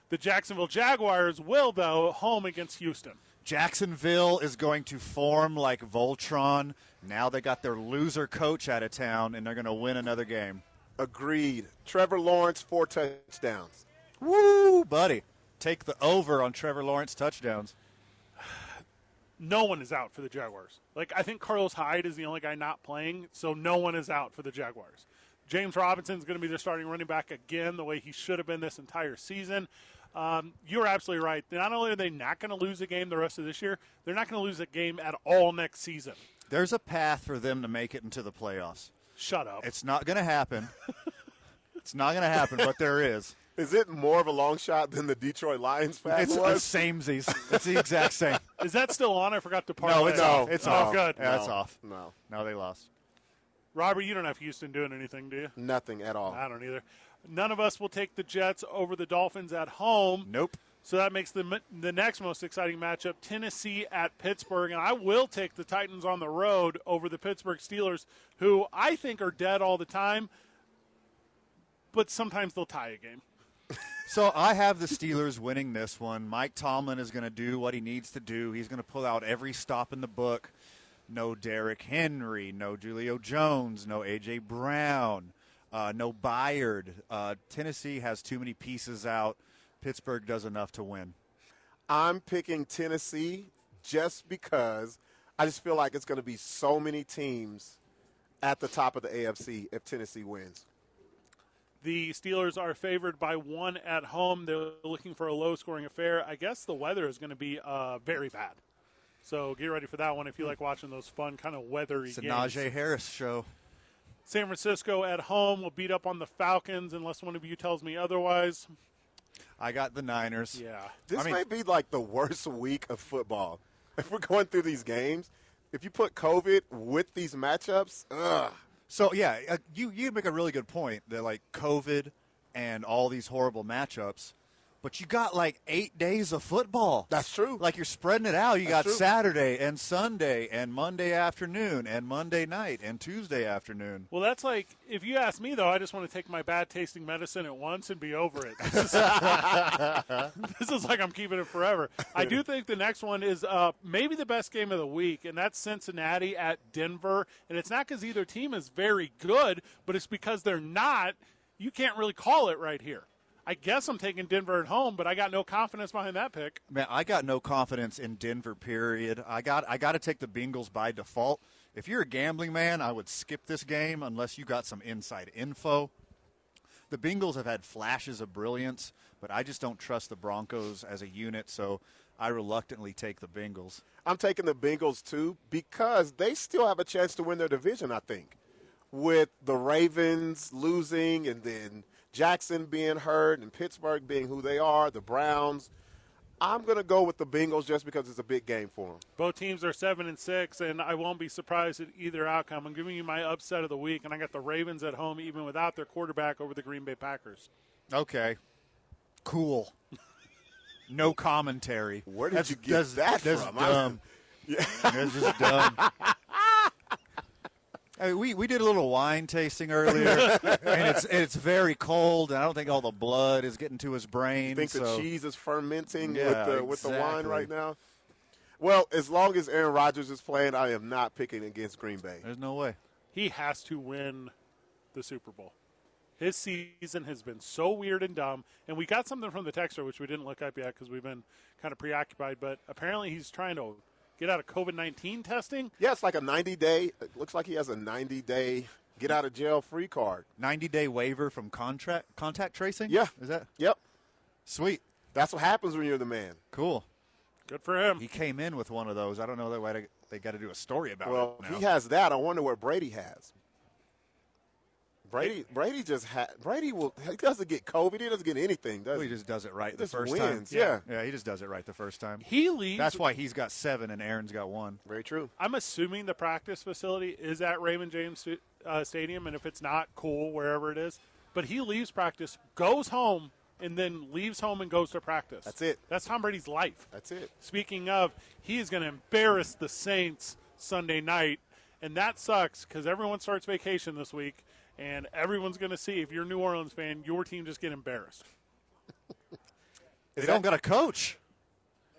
Speaker 4: the Jacksonville Jaguars will, though, home against Houston.
Speaker 5: Jacksonville is going to form like Voltron. Now they got their loser coach out of town, and they're going to win another game.
Speaker 6: Agreed. Trevor Lawrence, four touchdowns.
Speaker 5: Woo, buddy. Take the over on Trevor Lawrence touchdowns.
Speaker 4: No one is out for the Jaguars. Like, I think Carlos Hyde is the only guy not playing, so no one is out for the Jaguars. James Robinson's going to be their starting running back again, the way he should have been this entire season. Um, you're absolutely right. Not only are they not going to lose a game the rest of this year, they're not going to lose a game at all next season.
Speaker 5: There's a path for them to make it into the playoffs.
Speaker 4: Shut up.
Speaker 5: It's not going to
Speaker 4: <laughs>
Speaker 5: happen. it's not going to happen, but there is.
Speaker 6: Is it more of a long shot than the Detroit Lions pass
Speaker 5: It's the <laughs>
Speaker 6: was?
Speaker 5: samesies.
Speaker 6: <laughs>
Speaker 5: It's the exact same.
Speaker 4: Is that still on? I forgot to parlay.
Speaker 5: No, it's
Speaker 4: it.
Speaker 5: off. It's
Speaker 4: oh,
Speaker 5: off.
Speaker 4: Good.
Speaker 5: Yeah, it's off.
Speaker 6: No.
Speaker 5: No, they lost.
Speaker 4: Robert, you don't have Houston doing anything, do you?
Speaker 6: Nothing at all.
Speaker 4: I don't either. None of us will take the Jets over the Dolphins at home.
Speaker 5: Nope.
Speaker 4: So that makes the m- the next most exciting matchup Tennessee at Pittsburgh, and I will take the Titans on the road over the Pittsburgh Steelers, who I think are dead all the time, but sometimes they'll tie a game.
Speaker 5: So I have the Steelers winning this one. Mike Tomlin is going to do what he needs to do. He's going to pull out every stop in the book. No Derrick Henry, no Julio Jones, no A.J. Brown, uh, no Byard. Uh, Tennessee has too many pieces out. Pittsburgh does enough to win.
Speaker 6: I'm picking Tennessee just because I just feel like it's going to be so many teams at the top of the AFC if Tennessee wins.
Speaker 4: The Steelers are favored by one at home. They're looking for a low scoring affair. I guess the weather is going to be uh, very bad. So get ready for that one if you like watching those fun kind of weathery
Speaker 5: It's a
Speaker 4: games.
Speaker 5: Najee Harris show.
Speaker 4: San Francisco at home will beat up on the Falcons unless one of you tells me otherwise.
Speaker 5: I got the Niners.
Speaker 4: Yeah.
Speaker 6: This
Speaker 5: I mean-
Speaker 6: may be like the worst week of football. <laughs> If we're going through these games, if you put COVID with these matchups, ugh.
Speaker 5: So yeah, uh, you you make a really good point that like COVID and all these horrible matchups, but you got like eight days of football.
Speaker 6: That's true.
Speaker 5: Like you're spreading it out. You
Speaker 6: That's
Speaker 5: got
Speaker 6: true.
Speaker 5: Saturday and Sunday and Monday afternoon and Monday night and Tuesday afternoon.
Speaker 4: Well, that's like if you ask me though, I just want to take my bad tasting medicine at once and be over it. <laughs> This is, this is like I'm keeping it forever. I do think the next one is uh, maybe the best game of the week, and that's Cincinnati at Denver. And it's not because either team is very good, but it's because they're not. You can't really call it right here. I guess I'm taking Denver at home, but I got no confidence behind that pick.
Speaker 5: Man, I got no confidence in Denver. Period. I got I got to take the Bengals by default. If you're a gambling man, I would skip this game unless you got some inside info. the Bengals have had flashes of brilliance, but I just don't trust the Broncos as a unit, so I reluctantly take the Bengals.
Speaker 6: I'm taking the Bengals too because they still have a chance to win their division, I think. With the Ravens losing and then Jackson being hurt and Pittsburgh being who they are, the Browns. I'm going to go with the Bengals just because it's a big game for them.
Speaker 4: Both teams are seven and six, and I won't be surprised at either outcome. I'm giving you my upset of the week, and I got the Ravens at home, even without their quarterback, over the Green Bay Packers.
Speaker 5: Okay. Cool. no commentary.
Speaker 6: Where did
Speaker 5: that's,
Speaker 6: you get that
Speaker 5: that's
Speaker 6: from? I-
Speaker 5: Dumb. That's just
Speaker 6: <laughs>
Speaker 5: dumb. I mean, we, we did a little wine tasting
Speaker 6: <laughs>
Speaker 5: earlier, and it's it's very cold, and I don't think all the blood is getting to his brain.
Speaker 6: You think
Speaker 5: so-
Speaker 6: the cheese is fermenting
Speaker 5: Yeah,
Speaker 6: with the with the wine
Speaker 5: exactly.
Speaker 6: right now? Well, as long as Aaron Rodgers is playing, I am not picking against Green Bay.
Speaker 5: There's no way.
Speaker 4: He has to win the Super Bowl. His season has been so weird and dumb. And we got something from the texter, which we didn't look up yet because we've been kind of preoccupied. But apparently, he's trying to get out of COVID 19 testing.
Speaker 6: Yeah, it's like a 90 day. It looks like he has a 90 day get out of jail free card.
Speaker 5: 90 day waiver from contract contact tracing?
Speaker 6: Yeah.
Speaker 5: Is that?
Speaker 6: Yep.
Speaker 5: Sweet.
Speaker 6: That's what happens when you're the man.
Speaker 5: Cool.
Speaker 4: Good for him.
Speaker 5: He came in with one of those. I don't know that why they- they got to do a story about
Speaker 6: Well,
Speaker 5: it.
Speaker 6: if he
Speaker 5: now.
Speaker 6: has that. I wonder what Brady has. Brady, Brady just ha- Brady will. He doesn't get COVID. He doesn't get anything. Does
Speaker 5: Well, he
Speaker 6: he?
Speaker 5: just does it right the
Speaker 6: Just
Speaker 5: first
Speaker 6: wins,
Speaker 5: time.
Speaker 6: yeah.
Speaker 5: yeah. he just does it right the first time.
Speaker 4: He leaves-
Speaker 5: That's why he's got seven and Aaron's got one.
Speaker 6: Very true.
Speaker 4: I'm assuming the practice facility is at Raymond James stu- uh, Stadium, and if it's not, cool, wherever it is. But he leaves practice, goes home, and then leaves home and goes to practice.
Speaker 6: That's it.
Speaker 4: That's Tom Brady's life.
Speaker 6: That's it.
Speaker 4: Speaking of, he is going to embarrass the Saints Sunday night, and that sucks because everyone starts vacation this week, and everyone's going to see if you're a New Orleans fan, your team just get embarrassed.
Speaker 5: They don't got a coach.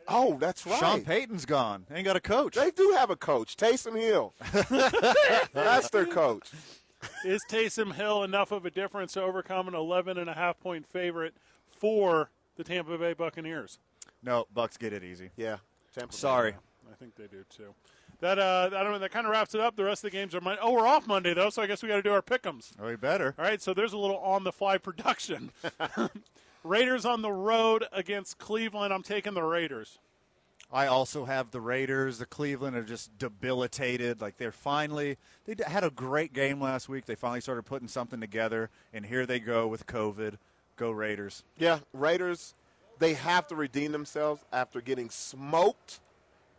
Speaker 6: Oh, that's right.
Speaker 5: Sean Payton's gone. Ain't got a coach.
Speaker 6: They do have a coach,
Speaker 5: <laughs>
Speaker 6: Taysom Hill. That's their coach.
Speaker 4: is Taysom Hill enough of a difference to overcome an 11 and a half point favorite for the Tampa Bay Buccaneers?
Speaker 5: No, Bucks get it easy.
Speaker 6: Yeah. Tampa Bay.
Speaker 5: Sorry.
Speaker 4: <laughs> I think they do too. That uh, I don't know. That kind of wraps it up. The rest of the games are Monday. Oh, we're off Monday though, so I guess we got to do our pickems.
Speaker 5: Oh, he better.
Speaker 4: All right, so there's a little on the
Speaker 5: <laughs>
Speaker 4: fly production. Raiders on the road against Cleveland. I'm taking the Raiders.
Speaker 5: I also have the Raiders. The Cleveland are just debilitated. Like they're finally they d- had a great game last week. They finally started putting something together, and here they go with COVID. Go Raiders.
Speaker 6: Yeah, Raiders. They have to redeem themselves after getting smoked.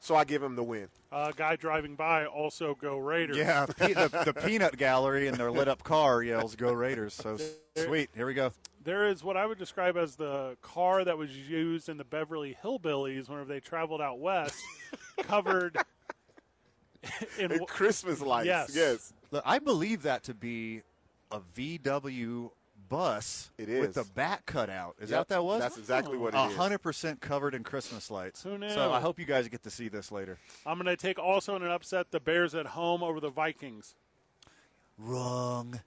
Speaker 6: So I give them the win.
Speaker 4: Uh, guy driving by also go Raiders.
Speaker 5: Yeah, pe- the,
Speaker 4: <laughs>
Speaker 5: the peanut gallery and their lit up car yells "Go Raiders!" So sweet. Here we go.
Speaker 4: There is what I would describe as the car that was used in the Beverly Hillbillies whenever they traveled out
Speaker 6: <laughs>
Speaker 4: west, covered in,
Speaker 6: And Christmas lights.
Speaker 4: Yes.
Speaker 6: yes.
Speaker 5: Look, I believe that to be a VW bus
Speaker 6: It is.
Speaker 5: with the back cut out. Is
Speaker 6: Yep,
Speaker 5: that what that was?
Speaker 6: that's exactly what it
Speaker 5: A
Speaker 6: is.
Speaker 5: hundred percent covered in Christmas lights.
Speaker 4: Who knew?
Speaker 5: So I hope you guys get to see this later.
Speaker 4: I'm going to take also in an upset the Bears at home over the Vikings.
Speaker 5: Wrong.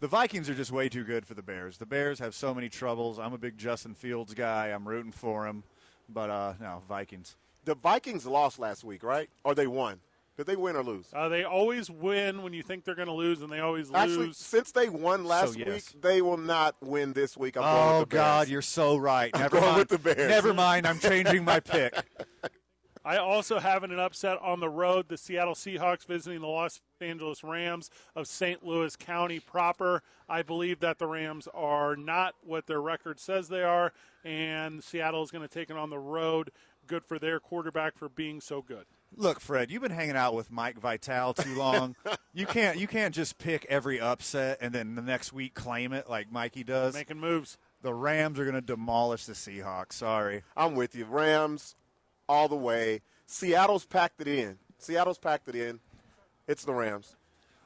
Speaker 5: the Vikings are just way too good for the Bears. The Bears have so many troubles. I'm a big Justin Fields guy. I'm rooting for him, but uh, no Vikings.
Speaker 6: The Vikings lost last week, right? Or they won? Did they win or lose?
Speaker 4: Uh, they always win when you think they're going to lose, and they always
Speaker 6: Actually,
Speaker 4: lose.
Speaker 6: since they won last
Speaker 5: yes.
Speaker 6: week, they will not win this week. I'm going
Speaker 5: oh
Speaker 6: with the Bears.
Speaker 5: God, you're so right.
Speaker 6: I'm
Speaker 5: Never
Speaker 6: going
Speaker 5: mind.
Speaker 6: with the Bears.
Speaker 5: Never mind. I'm changing my pick. <laughs>
Speaker 4: I also have an upset on the road. The Seattle Seahawks visiting the Los Angeles Rams of St. Louis County proper. I believe that the Rams are not what their record says they are, and Seattle is going to take it on the road. Good for their quarterback for being so good.
Speaker 5: Look, Fred, you've been hanging out with Mike Vital too long. you can't you can't just pick every upset and then the next week claim it like Mikey does.
Speaker 4: Making moves.
Speaker 5: The Rams are going to demolish the Seahawks. Sorry.
Speaker 6: I'm with you. Rams all the way. Seattle's packed it in. Seattle's packed it in. It's the Rams.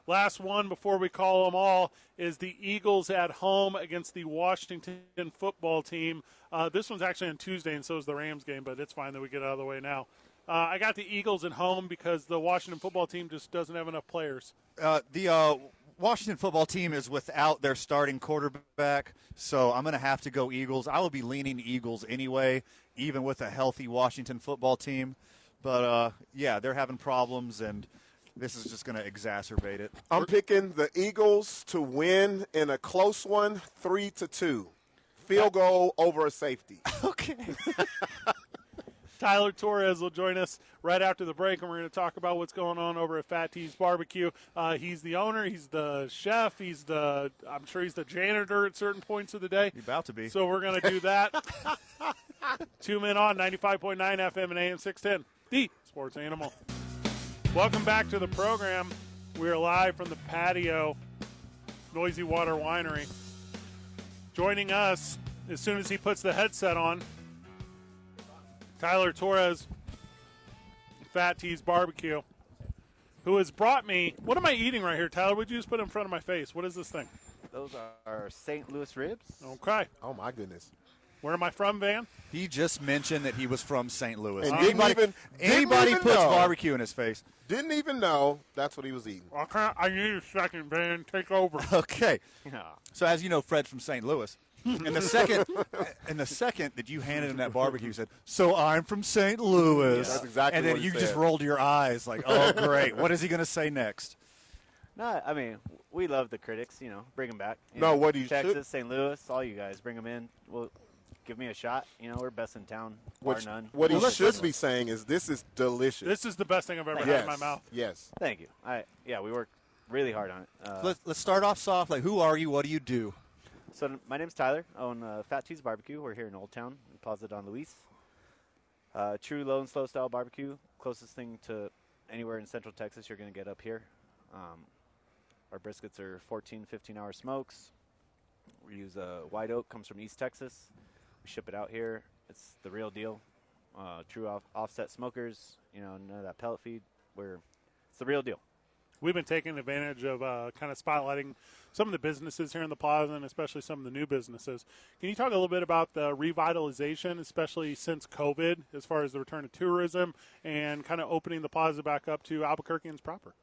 Speaker 4: Last one before we call them all is the Eagles at home against the Washington football team. Uh, this one's actually on Tuesday, and so is the Rams game, but it's fine that we get out of the way now. Uh, I got the Eagles at home because the Washington football team just doesn't have enough players.
Speaker 5: Uh, the uh, Washington football team is without their starting quarterback, so I'm going to have to go Eagles. I will be leaning Eagles anyway, even with a healthy Washington football team. But uh, yeah, they're having problems, and This is just going to exacerbate it.
Speaker 6: I'm picking the Eagles to win in a close one, three to two. Field goal over a safety.
Speaker 4: Tyler Torres will join us right after the break, and we're going to talk about what's going on over at Fat T's Barbecue. Uh, he's the owner, he's the chef, he's the I'm sure he's the janitor at certain points of the day. You're
Speaker 5: about to be.
Speaker 4: So we're going to
Speaker 5: <laughs>
Speaker 4: do that. Two men on 95.9 FM and AM 610, the sports animal. Welcome back to the program. We are live from the patio, Noisy Water Winery. Joining us as soon as he puts the headset on, Tyler Torres, Fat T's Barbecue, who has brought me. What am I eating right here, Tyler? Would you just put it in front of my face? What is this thing?
Speaker 13: Those are St. Louis ribs.
Speaker 4: Okay.
Speaker 6: Oh my goodness.
Speaker 4: Where am I from, Van?
Speaker 5: He just mentioned that he was from St. Louis.
Speaker 6: And didn't
Speaker 5: anybody
Speaker 6: even- didn't
Speaker 5: anybody
Speaker 6: even
Speaker 5: puts
Speaker 6: know.
Speaker 5: barbecue in his face.
Speaker 6: Didn't even know that's what he was eating.
Speaker 4: Okay, I need a second, Van. Take over.
Speaker 5: <laughs> Okay. So as you know, Fred's from St. Louis. And the second, and the second that you handed him that barbecue, he said, "So I'm from St. Louis."
Speaker 6: That's exactly
Speaker 5: And then
Speaker 6: what he
Speaker 5: you just
Speaker 6: said.
Speaker 5: rolled your eyes like, <laughs> "Oh, great! What is he going to say next?"
Speaker 13: No, I mean we love the critics. You know, bring them back.
Speaker 5: No, what you
Speaker 13: Texas,
Speaker 5: should-
Speaker 13: St. Louis, all you guys, bring them in. Well, give me a shot. You know, we're best in town, bar
Speaker 6: Which-
Speaker 13: none.
Speaker 6: What he
Speaker 13: Love
Speaker 6: should
Speaker 13: St.
Speaker 6: be saying is, "This is delicious."
Speaker 4: This is the best thing I've ever
Speaker 13: Thank
Speaker 4: had
Speaker 13: you.
Speaker 4: in my mouth.
Speaker 6: Yes.
Speaker 13: Thank you. I yeah, we worked really hard on it. Uh,
Speaker 5: let's, let's start off soft. Like, who are you? What do you do?
Speaker 13: So my name's Tyler. I own uh, Fat T's Barbecue. We're here in Old Town, in Plaza Don Luis. Uh, true low and slow style barbecue, closest thing to anywhere in Central Texas you're going to get up here. Um, our briskets are 14, 15 hour smokes. We use uh, white oak, comes from East Texas. We ship it out here. It's the real deal. Uh, true off- offset smokers, you know, none of that pellet feed. We're it's the real deal.
Speaker 4: We've been taking advantage of uh, kind of spotlighting some of the businesses here in the plaza and especially some of the new businesses. Can you talk a little bit about the revitalization, especially since COVID, as far as the return of tourism and kind of opening the plaza back up to Albuquerqueans proper?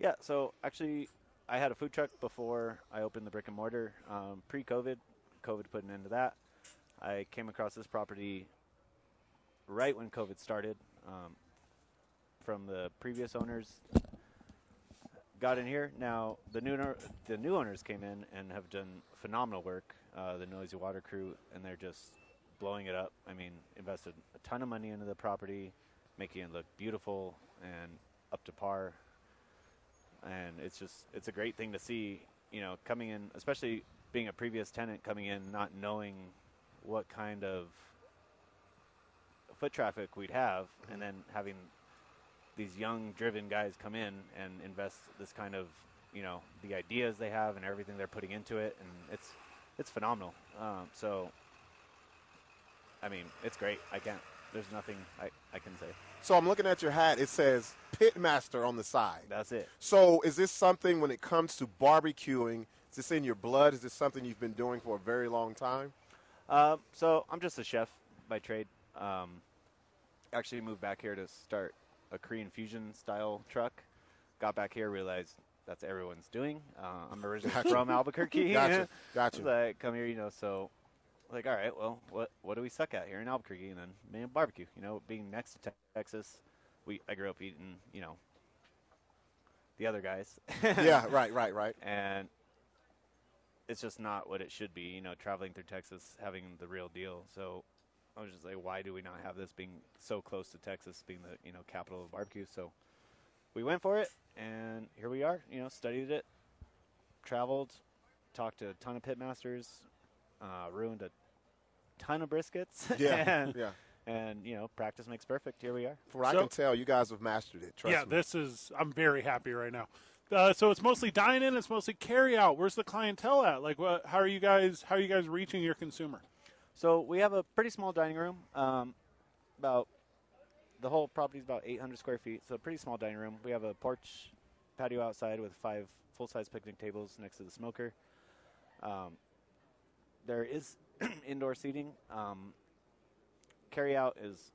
Speaker 13: Yeah, so actually, I had a food truck before I opened the brick and mortar. Um, Pre COVID, COVID put an end to that. I came across this property right when COVID started um, from the previous owners. Got in here. Now the new owner, the new owners came in and have done phenomenal work. Uh, the Noisy Water crew and they're just blowing it up. I mean, invested a ton of money into the property, making it look beautiful and up to par and it's just it's a great thing to see you know coming in especially being a previous tenant coming in not knowing what kind of foot traffic we'd have and then having these young driven guys come in and invest this kind of you know the ideas they have and everything they're putting into it and it's it's phenomenal um, so i mean it's great i can't there's nothing i, I can say
Speaker 6: So I'm looking at your hat. It says Pitmaster on the side.
Speaker 13: That's it.
Speaker 6: So is this something when it comes to barbecuing? Is this in your blood? Is this something you've been doing for a very long time?
Speaker 4: Uh,
Speaker 13: Um, so I'm just a chef by trade. Um, actually moved back here to start a Korean fusion style truck. Got back here, realized that's everyone's doing. Uh, I'm originally
Speaker 6: Gotcha.
Speaker 13: from Albuquerque.
Speaker 6: Gotcha,
Speaker 13: <laughs> Gotcha. Like come here, you know. So, like, all right, well, what what do we suck at here in Albuquerque? And then man, barbecue. You know, being next to Te- Texas, we I grew up eating. You know, the other guys. <laughs>
Speaker 6: Yeah, right, right, right.
Speaker 13: And it's just not what it should be, you know, traveling through Texas, having the real deal. So I was just like, why do we not have this being so close to Texas, being the, you know, capital of barbecue? So we went for it, and here we are, you know, studied it, traveled, talked to a ton of pitmasters, uh, ruined a ton of briskets.
Speaker 6: Yeah,
Speaker 13: <laughs> and,
Speaker 6: yeah.
Speaker 13: And, you know, practice makes perfect. Here we are.
Speaker 6: From what I can tell, you guys have mastered it. Trust
Speaker 4: yeah,
Speaker 6: me.
Speaker 4: this is. I'm very happy right now. Uh, so it's mostly dine in. It's mostly carry out. Where's the clientele at? Like, what? How are you guys? How are you guys reaching your consumer?
Speaker 13: So we have a pretty small dining room. Um, about the whole property is about 800 square feet, so a pretty small dining room. We have a porch patio outside with five full-size picnic tables next to the smoker. Um, there is <clears throat> indoor seating. Um, carry out is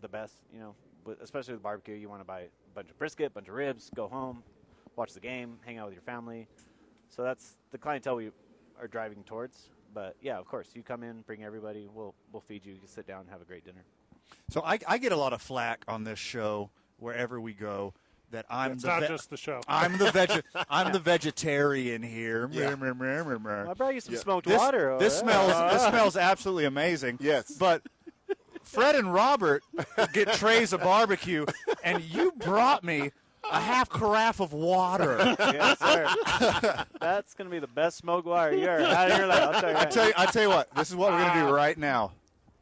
Speaker 13: the best, you know, but especially with barbecue. You want to buy a bunch of brisket, bunch of ribs, go home, watch the game, hang out with your family. So that's the clientele we are driving towards. But yeah, of course, you come in, bring everybody. We'll we'll feed you. You can sit down, have a great dinner.
Speaker 5: So I, I get a lot of flack on this show wherever we go that I'm
Speaker 4: It's
Speaker 5: the
Speaker 4: not
Speaker 5: ve-
Speaker 4: just the show.
Speaker 5: I'm the
Speaker 13: <laughs>
Speaker 5: veg- I'm the
Speaker 4: Yeah.
Speaker 5: vegetarian here.
Speaker 4: Yeah.
Speaker 5: Mer, mer, mer, mer, mer.
Speaker 13: I brought you some
Speaker 5: Yeah.
Speaker 13: smoked
Speaker 5: This-
Speaker 13: water over
Speaker 5: This
Speaker 13: there.
Speaker 5: smells
Speaker 13: <laughs>
Speaker 5: this
Speaker 13: Ah.
Speaker 5: smells absolutely amazing.
Speaker 6: Yes,
Speaker 5: but Fred and <laughs> Robert get trays of barbecue, and you brought me a half carafe of
Speaker 13: <laughs>
Speaker 5: water. <laughs>
Speaker 13: yes, sir. That's gonna be the best smoke wire you ever had in your life. I'll tell you.
Speaker 5: I
Speaker 13: right
Speaker 5: tell you,
Speaker 13: now.
Speaker 5: I tell you what. This is what we're gonna do right now.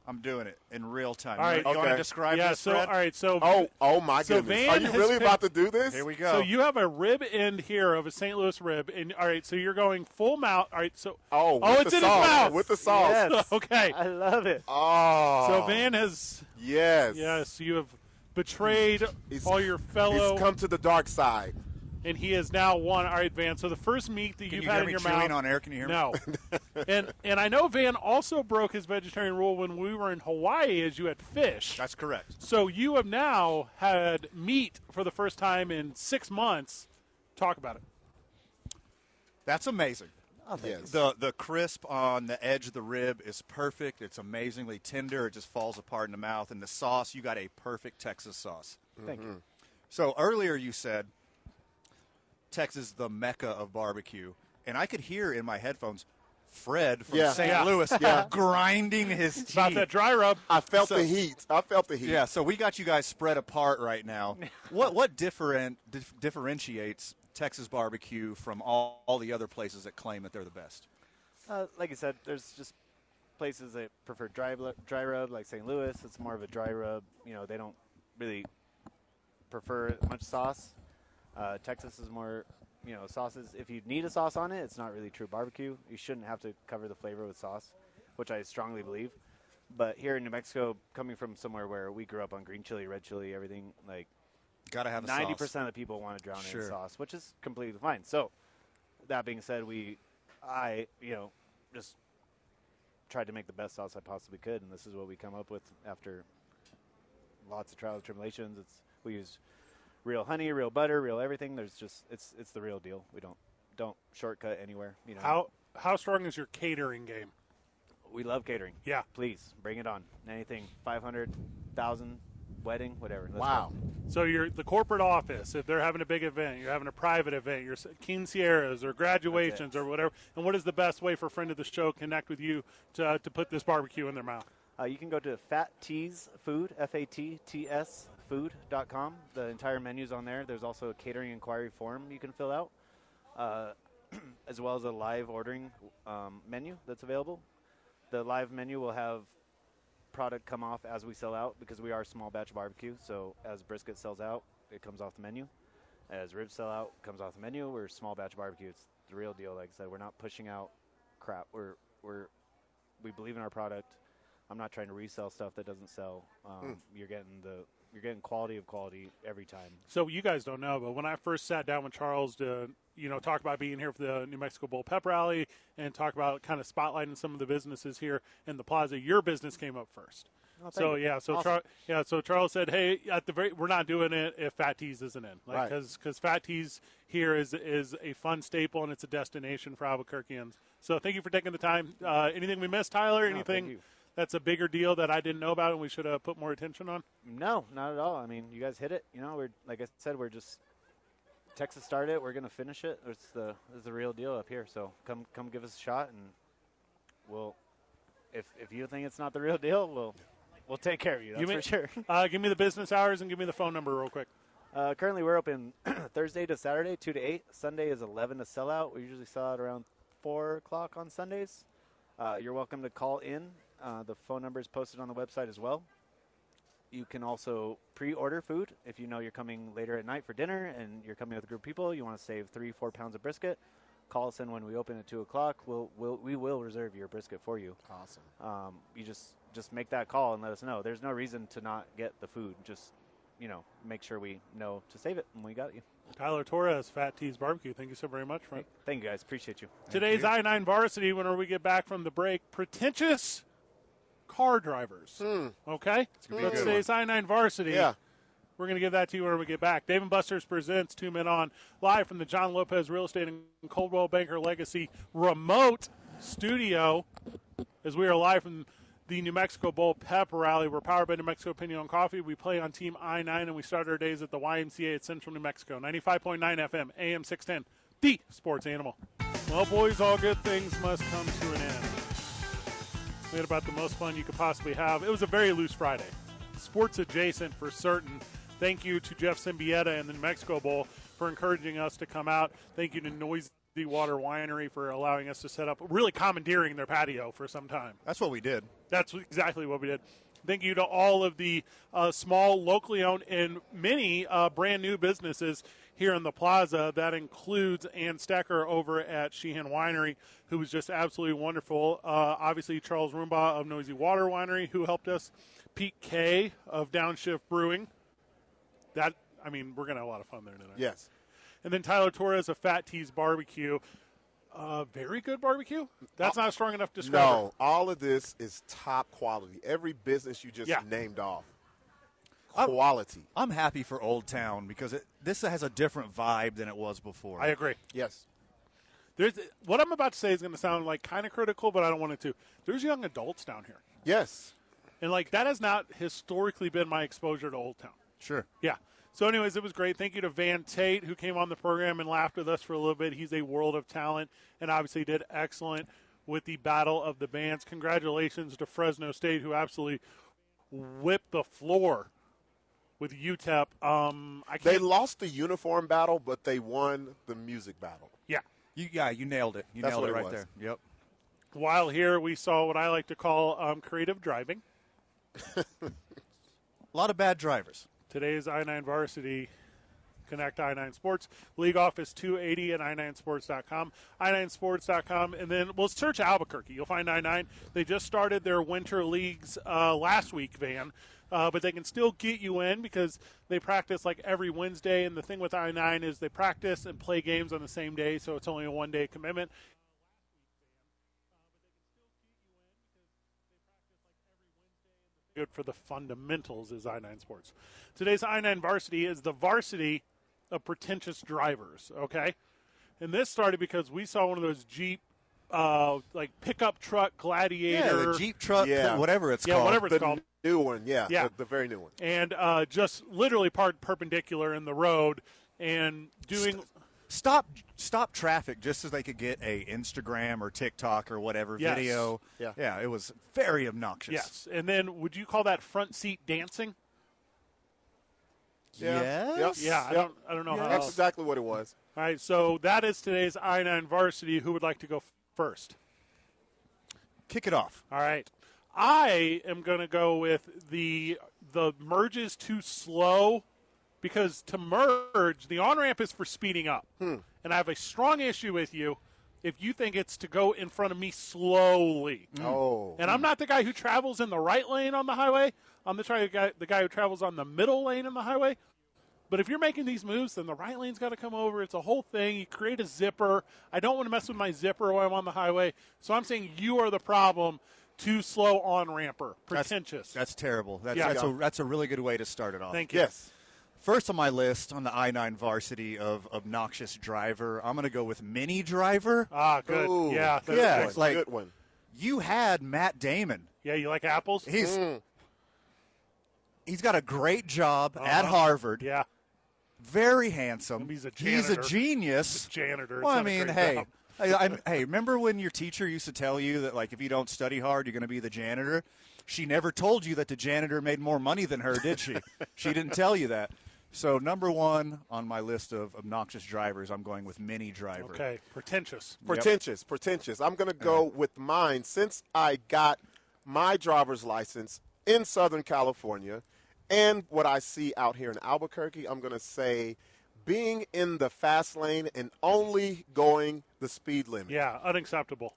Speaker 5: I'm doing it in real time.
Speaker 4: All right,
Speaker 5: you want to
Speaker 4: okay.
Speaker 5: describe
Speaker 4: Yeah,
Speaker 5: this?
Speaker 4: so-
Speaker 5: Fred?
Speaker 4: all right, so-
Speaker 6: oh, oh my
Speaker 4: So
Speaker 6: goodness,
Speaker 4: Van
Speaker 6: are you
Speaker 4: has
Speaker 6: really
Speaker 4: picked-
Speaker 6: about to do this?
Speaker 4: So you have a rib end here of a St. Louis rib, and all right, so you're going full mouth. All right, so
Speaker 6: oh,
Speaker 4: oh,
Speaker 6: with
Speaker 4: it's
Speaker 6: the
Speaker 4: in
Speaker 6: sauce,
Speaker 4: his mouth
Speaker 6: with the sauce.
Speaker 4: <laughs>
Speaker 6: Yes.
Speaker 4: okay,
Speaker 13: I love it.
Speaker 6: Oh,
Speaker 4: So Van has
Speaker 6: yes,
Speaker 4: yes, you have betrayed all your fellow.
Speaker 6: He's come to the dark side.
Speaker 4: and he is now one. All right, Van. So the first meat that
Speaker 5: Can
Speaker 4: you've
Speaker 5: you
Speaker 4: had
Speaker 5: hear
Speaker 4: in
Speaker 5: me
Speaker 4: your
Speaker 5: chewing
Speaker 4: mouth
Speaker 5: on air? Can you hear me? <laughs>
Speaker 4: no. and and I know Van also broke his vegetarian rule when we were in Hawaii, as you had fish.
Speaker 5: That's correct.
Speaker 4: So you have now had meat for the first time in six months. Talk about it.
Speaker 5: That's amazing.
Speaker 4: Oh, thank Yes.
Speaker 5: The the crisp on the edge of the rib is perfect. It's amazingly tender. It just falls apart in the mouth. And the sauce, you got a perfect Texas sauce.
Speaker 13: Thank
Speaker 6: Mm-hmm.
Speaker 13: you. Mhm.
Speaker 5: So earlier you said Texas the mecca of barbecue, and I could hear in my headphones Fred from
Speaker 6: Yeah.
Speaker 5: St.
Speaker 6: Yeah.
Speaker 5: Louis
Speaker 6: <laughs> Yeah.
Speaker 5: grinding <laughs> his teeth.
Speaker 6: About that
Speaker 4: dry rub.
Speaker 6: I felt the heat. I felt the heat.
Speaker 5: Yeah, so we got you guys spread apart right
Speaker 6: <laughs>
Speaker 5: now. what what different dif- differentiates Texas barbecue from all, all the other places that claim that they're the best?
Speaker 13: Uh, like I said, there's just places that prefer dry bl- dry rub, like St. Louis. It's more of a dry rub. You know, they don't really prefer much sauce. Uh, Texas is more, you know, sauces. If you need a sauce on it, it's not really true barbecue. You shouldn't have to cover the flavor with sauce, which I strongly believe. But here in New Mexico, coming from somewhere where we grew up on green chili, red chili, everything, like
Speaker 5: Gotta have a sauce.
Speaker 13: ninety percent of the people want to drown
Speaker 5: Sure.
Speaker 13: in sauce, which is completely fine. So, that being said, we, I, you know, just tried to make the best sauce I possibly could, and this is what we come up with after lots of trials and tribulations. It's we use real honey, real butter, real everything. There's just it's it's the real deal. We don't don't shortcut anywhere. You know
Speaker 4: How how strong is your catering game?
Speaker 13: we love catering.
Speaker 4: Yeah,
Speaker 13: please bring it on. Anything five hundred thousand wedding, whatever. Let's go.
Speaker 4: So you're the corporate office. If they're having a big event, you're having a private event, your s- quinceañeras or graduations or whatever. And what is the best way for a friend of the show connect with you to to put this barbecue in their mouth?
Speaker 13: Uh, you can go to Fat Tees Food, F A T T S Food.com. The entire menu's on there. There's also a catering inquiry form you can fill out, uh, <clears throat> as well as a live ordering um, menu that's available. The live menu will have product come off as we sell out because we are small batch barbecue. So as brisket sells out, it comes off the menu. As ribs sell out, it comes off the menu. We're small batch barbecue. It's the real deal. Like I said, we're not pushing out crap. We're we're we believe in our product. I'm not trying to resell stuff that doesn't sell. Um, You're getting the you're getting quality of quality every time.
Speaker 4: So you guys don't know, but when I first sat down with Charles to you know talk about being here for the New Mexico Bowl Pep Rally and talk about kind of spotlighting some of the businesses here in the plaza, your business came up first.
Speaker 13: Oh, thank
Speaker 4: so
Speaker 13: you.
Speaker 4: yeah, so
Speaker 13: Awesome.
Speaker 4: Char- yeah, so Charles said, "Hey, at the very, we're not doing it if Fat Tees isn't in, like
Speaker 6: Right.
Speaker 4: because Fat Tees here is is a fun staple and it's a destination for Albuquerqueans. So thank you for taking the time. Uh, anything we missed, Tyler?
Speaker 13: No, thank
Speaker 4: anything
Speaker 13: you.
Speaker 4: that's a bigger deal that I didn't know about and we should have put more attention on?
Speaker 13: No, not at all. I mean, you guys hit it. You know, we're like I said, we're just Texas started it. We're gonna finish it. It's the it's the real deal up here. So come come give us a shot, and we'll if if you think it's not the real deal, we'll we'll take care of you. That's
Speaker 4: You may-
Speaker 13: for sure.
Speaker 4: uh, give me the <laughs> business hours and give me the phone number real quick.
Speaker 13: Uh, currently, we're open <clears throat> Thursday to Saturday, two to eight. Sunday is eleven to sell out. We usually sell out around four o'clock on Sundays. Uh, you're welcome to call in. Uh, the phone number is posted on the website as well. You can also pre-order food if you know you're coming later at night for dinner and you're coming with a group of people. You want to save three, four pounds of brisket. Call us in when we open at two o'clock. We'll, we'll we will reserve your brisket for you.
Speaker 5: Awesome.
Speaker 13: Um, you just just make that call and let us know. There's no reason to not get the food. Just you know, make sure we know to save it and we got you.
Speaker 4: Tyler Torres, Fat Tees Barbecue. Thank you so very much, friend.
Speaker 13: Thank you guys. Appreciate you.
Speaker 4: Today's I 9 varsity, whenever we get back from the break, pretentious car drivers. Okay?
Speaker 6: Hmm. gonna be a
Speaker 4: That's
Speaker 6: good
Speaker 4: today's I 9 varsity.
Speaker 6: Yeah.
Speaker 4: We're going to give that to you whenever we get back. Dave and Buster's presents Two Men On live from the John Lopez Real Estate and Coldwell Banker Legacy remote studio as we are live from the New Mexico Bowl pep rally. We're powered by New Mexico Pinion Coffee. We play on Team I 9, and we start our days at the YMCA at Central New Mexico. 95.9 FM, AM 610, the sports animal. Well, boys, all good things must come to an end. We had about the most fun you could possibly have. It was a very loose Friday. Sports adjacent for certain. Thank you to Jeff Symbieta and the New Mexico Bowl for encouraging us to come out. Thank you to Noisy Water Winery for allowing us to set up, really commandeering their patio for some time.
Speaker 5: That's what we did.
Speaker 4: That's exactly what we did. Thank you to all of the uh, small, locally owned, and many uh, brand new businesses here in the plaza. That includes Ann Stacker over at Sheehan Winery, who was just absolutely wonderful. Uh, obviously, Charles Roomba of Noisy Water Winery, who helped us. Pete K of Downshift Brewing. That I mean, we're gonna have a lot of fun there tonight.
Speaker 6: Yes.
Speaker 4: And then Tyler Torres of Fat Tees Barbecue. Uh, very good barbecue. That's not a strong enough description.
Speaker 6: No, all of this is top quality. Every business you just
Speaker 4: Yeah.
Speaker 6: named off.
Speaker 5: Quality. I'm happy for Old Town because it, this has a different vibe than it was before.
Speaker 4: I agree.
Speaker 6: Yes.
Speaker 4: There's what I'm about to say is going to sound like kind of critical, but I don't want it to. There's young adults down here.
Speaker 6: Yes.
Speaker 4: And like that has not historically been my exposure to Old Town.
Speaker 5: Sure.
Speaker 4: Yeah. So, anyways, it was great. Thank you to Van Tate, who came on the program and laughed with us for a little bit. He's a world of talent and obviously did excellent with the Battle of the Bands. Congratulations to Fresno State, who absolutely whipped the floor with UTEP. Um, I can't,
Speaker 6: They lost the uniform battle, but they won the music battle.
Speaker 4: Yeah.
Speaker 5: You, yeah, you nailed it. You
Speaker 6: That's
Speaker 5: nailed it
Speaker 6: what it
Speaker 5: right
Speaker 6: was.
Speaker 5: there. Yep.
Speaker 4: While here, we saw what I like to call um,
Speaker 5: <laughs>
Speaker 4: creative driving.
Speaker 5: A lot of bad drivers.
Speaker 4: Today is I 9 Varsity Connect I 9 Sports. League Office 280 at i9sports.com. i9sports.com. And then we'll search Albuquerque. You'll find I 9. They just started their winter leagues uh, last week, Van. Uh, but they can still get you in because they practice like every Wednesday. And the thing with I 9 is they practice and play games on the same day, so it's only a one day commitment. good for the fundamentals is I9 Sports. Today's I9 Varsity is the varsity of pretentious drivers, okay? And this started because we saw one of those Jeep, uh, like pickup truck gladiator.
Speaker 6: Yeah, the Jeep truck,
Speaker 5: Yeah. whatever it's
Speaker 4: yeah,
Speaker 5: called.
Speaker 4: whatever it's
Speaker 6: the
Speaker 4: called.
Speaker 6: New one, yeah.
Speaker 4: Yeah.
Speaker 6: The, the very new one.
Speaker 4: And uh, just literally parked perpendicular in the road and doing.
Speaker 5: Stop stop traffic just so they could get a Instagram or TikTok or whatever
Speaker 4: Yes.
Speaker 5: video.
Speaker 4: Yeah.
Speaker 5: Yeah, it was very obnoxious.
Speaker 4: Yes. And then would you call that front seat dancing?
Speaker 5: Yeah. Yes.
Speaker 4: Yeah, I
Speaker 5: Yep.
Speaker 4: don't, I don't know how
Speaker 6: That's
Speaker 4: else.
Speaker 6: exactly what it was.
Speaker 4: All right, so that is today's I 9 varsity. Who would like to go f- first?
Speaker 5: Kick it off.
Speaker 4: All right. I am going to go with the the merge is too slow because to merge, the on ramp is for speeding up.
Speaker 5: Hmm.
Speaker 4: And I have a strong issue with you if you think it's to go in front of me slowly.
Speaker 6: Oh.
Speaker 4: And I'm not the guy who travels in the right lane on the highway. I'm the try- guy the guy who travels on the middle lane in the highway. But if you're making these moves, then the right lane's got to come over. It's a whole thing. You create a zipper. I don't want to mess with my zipper while I'm on the highway. So I'm saying you are the problem. Too slow on ramper. Pretentious.
Speaker 5: That's terrible. That's
Speaker 4: Yeah.
Speaker 5: that's, a, that's a really good way to start it off.
Speaker 4: Thank you. Yes.
Speaker 5: First on my list on the I nine varsity of obnoxious driver, I'm gonna go with mini driver.
Speaker 4: Ah, good. Ooh, Yeah, that's
Speaker 5: yeah,
Speaker 4: good.
Speaker 5: it's like
Speaker 4: Good one.
Speaker 5: You had Matt Damon.
Speaker 4: yeah, you like apples?
Speaker 5: He's
Speaker 4: Mm.
Speaker 5: he's got a great job at Harvard.
Speaker 4: Uh-huh. Yeah,
Speaker 5: very handsome. He's a
Speaker 4: janitor.
Speaker 5: genius.
Speaker 4: He's a janitor.
Speaker 5: Well, I
Speaker 4: It's not a
Speaker 5: mean,
Speaker 4: great
Speaker 5: hey.
Speaker 4: job.
Speaker 5: Hey, I'm, hey, remember when your teacher used to tell you that, like, if you don't study hard, you're going to be the janitor? She never told you that the janitor made more money than her, did she? she
Speaker 4: <laughs>
Speaker 5: didn't tell you that. So, number one on my list of obnoxious drivers, I'm going with Mini Driver.
Speaker 4: Okay. Pretentious.
Speaker 6: Pretentious, pretentious. I'm going to go with mine since I got my driver's license in Southern California and what I see out here in Albuquerque. I'm going to say being in the fast lane and only going the speed limit.
Speaker 4: Yeah, unacceptable.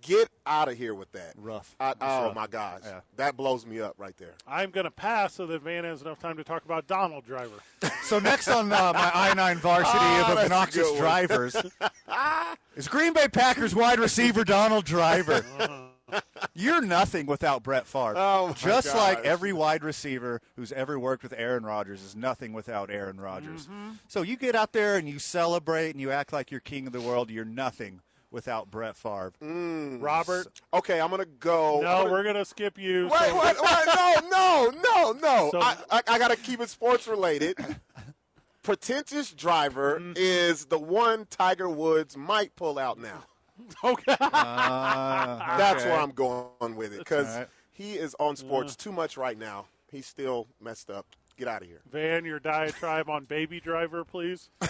Speaker 6: Get out of here with that.
Speaker 5: Rough.
Speaker 6: I, oh,
Speaker 4: rough.
Speaker 6: my gosh.
Speaker 4: Yeah.
Speaker 6: That blows me up right there.
Speaker 4: I'm going to pass so that Van has enough time to talk about Donald Driver.
Speaker 5: So, next on uh,
Speaker 4: <laughs>
Speaker 5: my I 9 varsity
Speaker 4: Ah,
Speaker 5: of
Speaker 4: that's a
Speaker 5: obnoxious
Speaker 4: good one.
Speaker 5: drivers
Speaker 4: <laughs>
Speaker 5: <laughs> is Green Bay Packers wide receiver Donald
Speaker 4: <laughs>
Speaker 5: Driver. You're nothing without Brett Favre.
Speaker 6: Oh, my
Speaker 5: Just like
Speaker 6: gosh.
Speaker 5: every wide receiver who's ever worked with Aaron Rodgers is nothing without
Speaker 4: Mm-hmm.
Speaker 5: Aaron Rodgers. So you get out there and you celebrate and you act like you're king of the world. You're nothing without Brett Favre.
Speaker 6: Robert. Mm. Okay, I'm gonna go.
Speaker 5: No,
Speaker 4: we're gonna skip you.
Speaker 6: Wait, wait, wait! No, no, no, no!
Speaker 4: So-
Speaker 6: I, I, I gotta keep it sports related. Pretentious driver
Speaker 4: Mm-hmm.
Speaker 6: is the one Tiger Woods might pull out now.
Speaker 4: <laughs> Okay.
Speaker 6: That's where I'm going with it because
Speaker 4: All right.
Speaker 6: he is on sports too much right now. He's still messed up. Get out of here.
Speaker 4: Van, your diatribe on Baby Driver, please.
Speaker 5: <laughs>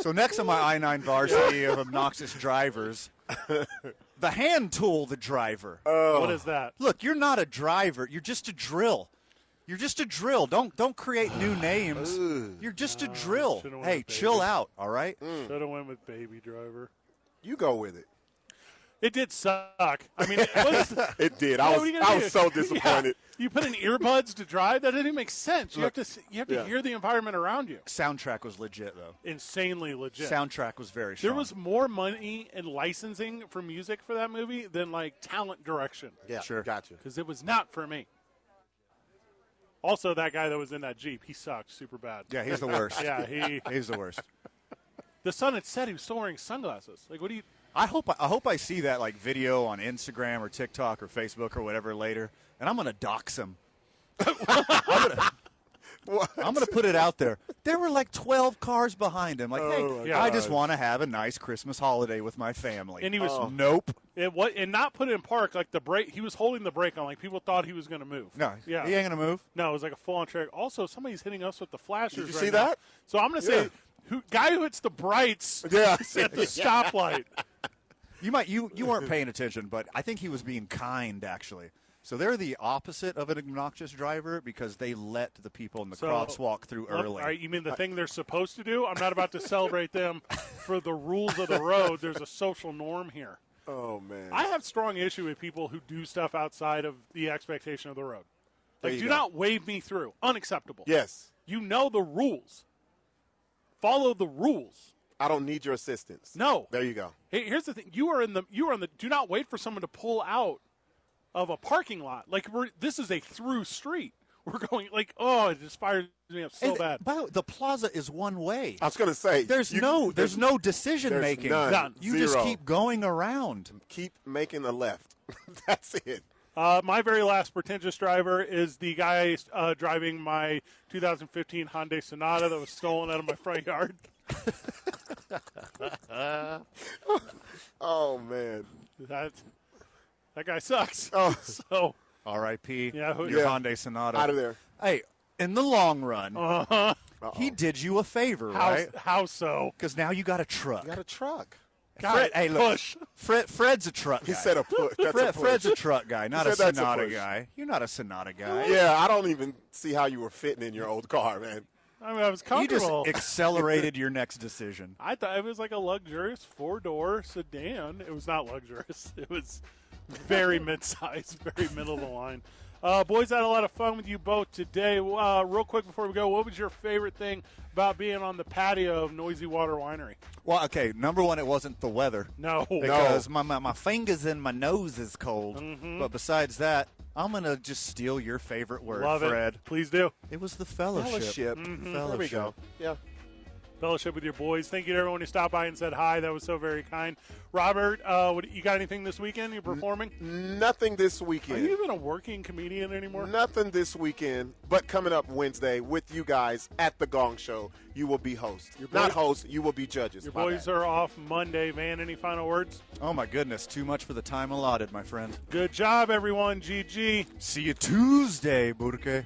Speaker 5: So next on my I-9 varsity of obnoxious
Speaker 6: <laughs>
Speaker 5: drivers, the hand tool, the driver.
Speaker 4: Oh. What is that?
Speaker 5: Look, you're not a driver. You're just a drill. You're just a drill. Don't don't create
Speaker 6: <sighs>
Speaker 5: new names. You're just a drill.
Speaker 4: should've went
Speaker 5: Oh, Hey,
Speaker 4: with baby.
Speaker 5: chill out. All right.
Speaker 4: Should have went with Baby Driver.
Speaker 6: You go with it.
Speaker 4: It did suck. I mean, it, was,
Speaker 6: It did. I
Speaker 4: What
Speaker 6: was
Speaker 4: are you
Speaker 6: I
Speaker 4: gonna
Speaker 6: was
Speaker 4: do? <laughs>
Speaker 6: so
Speaker 4: Yeah.
Speaker 6: disappointed.
Speaker 4: You put in earbuds to drive. That doesn't even make sense. You
Speaker 5: Look,
Speaker 4: have to s- you have to
Speaker 5: yeah.
Speaker 4: hear the environment around you.
Speaker 5: Soundtrack was legit though.
Speaker 4: Insanely legit.
Speaker 5: Soundtrack was very
Speaker 4: There
Speaker 5: strong.
Speaker 4: was more money in licensing for music for that movie than like talent direction.
Speaker 6: Yeah, sure. Gotcha.
Speaker 4: Because it was not for me. Also, that guy that was in that jeep, he sucked super bad.
Speaker 5: Yeah,
Speaker 4: <laughs>
Speaker 5: he's the worst.
Speaker 4: yeah, he.
Speaker 5: he's the worst.
Speaker 4: The son had said he was still wearing sunglasses. Like, what do you?
Speaker 5: I hope I hope I see that like video on Instagram or TikTok or Facebook or whatever later, and I'm gonna dox him. <laughs> I'm, gonna, I'm gonna put it out there. There were like 12 cars behind him. Like,
Speaker 4: Oh,
Speaker 5: hey,
Speaker 4: my
Speaker 5: I just
Speaker 4: gosh.
Speaker 5: want to have a nice Christmas holiday with my family. Oh.
Speaker 4: And he was
Speaker 5: nope.
Speaker 4: It what and not put in park like the brake. He was holding the brake on. Like people thought he was going to move.
Speaker 5: No,
Speaker 4: Yeah.
Speaker 5: he ain't gonna
Speaker 4: <laughs>
Speaker 5: move.
Speaker 4: No, it was like a full on trick. Also, somebody's hitting us with the flashers.
Speaker 5: Did you
Speaker 4: right
Speaker 5: see
Speaker 4: now.
Speaker 5: that?
Speaker 4: So I'm going to
Speaker 5: Yeah.
Speaker 4: say, who, guy who hits the brights
Speaker 5: Yeah.
Speaker 4: is at the stoplight.
Speaker 5: You might you you weren't paying attention, but I think he was being kind actually. So they're the opposite of an obnoxious driver because they let the people in the
Speaker 4: So-
Speaker 5: crosswalk through
Speaker 4: Well,
Speaker 5: early.
Speaker 4: All right, you mean the thing they're supposed to do? I'm not about to celebrate them for the rules of the road. There's a social norm here.
Speaker 6: Oh man.
Speaker 4: I have strong issue with people who do stuff outside of the expectation of the road.
Speaker 6: There
Speaker 4: Like,
Speaker 6: you
Speaker 4: do
Speaker 6: go.
Speaker 4: not wave me through. Unacceptable.
Speaker 6: Yes.
Speaker 4: You know the rules. Follow the rules.
Speaker 6: I don't need your assistance.
Speaker 4: No.
Speaker 6: There you go.
Speaker 4: Hey, here's the thing: you are in the you are in the. Do not wait for someone to pull out of a parking lot. Like we're this is a through street. We're going like oh, it just fires me up so
Speaker 5: And
Speaker 4: bad.
Speaker 5: By the, way, the plaza is one way.
Speaker 6: I was gonna say
Speaker 5: There's
Speaker 6: you-
Speaker 5: no there's, no decision
Speaker 6: there's
Speaker 5: making.
Speaker 6: none. None.
Speaker 5: You
Speaker 6: Zero.
Speaker 5: just keep going around.
Speaker 6: Keep making
Speaker 4: <laughs>
Speaker 6: the left. <laughs> That's it.
Speaker 4: Uh, my very last pretentious driver is the guy uh, driving my 2015 Hyundai Sonata that was stolen out of my front
Speaker 5: <laughs>
Speaker 4: yard.
Speaker 6: oh man,
Speaker 4: that that guy sucks.
Speaker 6: Oh,
Speaker 4: <laughs> so
Speaker 5: R.I.P.
Speaker 4: Yeah, who-
Speaker 5: your
Speaker 4: Yeah.
Speaker 5: Hyundai Sonata
Speaker 4: Outta there.
Speaker 5: Hey, in the long run,
Speaker 4: Uh-huh.
Speaker 5: he did you a favor,
Speaker 4: How-
Speaker 5: right?
Speaker 4: How so?
Speaker 5: Because now you got a truck.
Speaker 6: got a truck.
Speaker 4: Got
Speaker 5: Fred,
Speaker 4: it.
Speaker 5: hey, look,
Speaker 4: Push.
Speaker 5: Fred, Fred's a truck. Guy.
Speaker 6: He said a push. That's a
Speaker 5: Fred,
Speaker 6: push.
Speaker 5: Fred's a truck guy,
Speaker 6: He
Speaker 5: not a
Speaker 6: said that's a
Speaker 5: Sonata
Speaker 6: push.
Speaker 5: guy. You're not a Sonata guy.
Speaker 6: Yeah, I don't even see how you were fitting in your old car, man.
Speaker 4: I mean, I was
Speaker 5: you just
Speaker 4: comfortable.
Speaker 5: accelerated your next decision.
Speaker 4: I thought it was like a luxurious four door sedan. It was not luxurious. <laughs> It was <laughs> very mid sized, very middle of the line. Uh, boys, I had a lot of fun with you both today. Uh, real quick before we go, what was your favorite thing about being on the patio of Noisy Water Winery?
Speaker 5: Well, okay. Number one, it wasn't the weather. <laughs>
Speaker 4: No. No.
Speaker 5: because my, my my fingers and my nose is cold.
Speaker 4: Mhm.
Speaker 5: But besides that, I'm gonna just steal your favorite word,
Speaker 4: Love it.
Speaker 5: Fred.
Speaker 4: Please do.
Speaker 5: It was the fellowship.
Speaker 4: Fellowship. Mhm.
Speaker 5: Fellowship.
Speaker 4: There we go.
Speaker 6: Yeah.
Speaker 4: Fellowship with your boys. Thank you to everyone who stopped by and said hi. That was so very kind. Robert, uh, what, you got anything this weekend? You're performing?
Speaker 6: Nothing this
Speaker 4: Are
Speaker 6: weekend.
Speaker 4: you even a working comedian anymore?
Speaker 6: Nothing this weekend, but coming up Wednesday with you guys at the Gong Show, you will be host. Not host, you will be judges.
Speaker 4: Your
Speaker 6: My
Speaker 4: boys are off Monday. Van, any final words?
Speaker 5: Oh my goodness, too much for the time allotted, my friend.
Speaker 4: Good job, everyone. GG.
Speaker 5: See you Tuesday, Burke.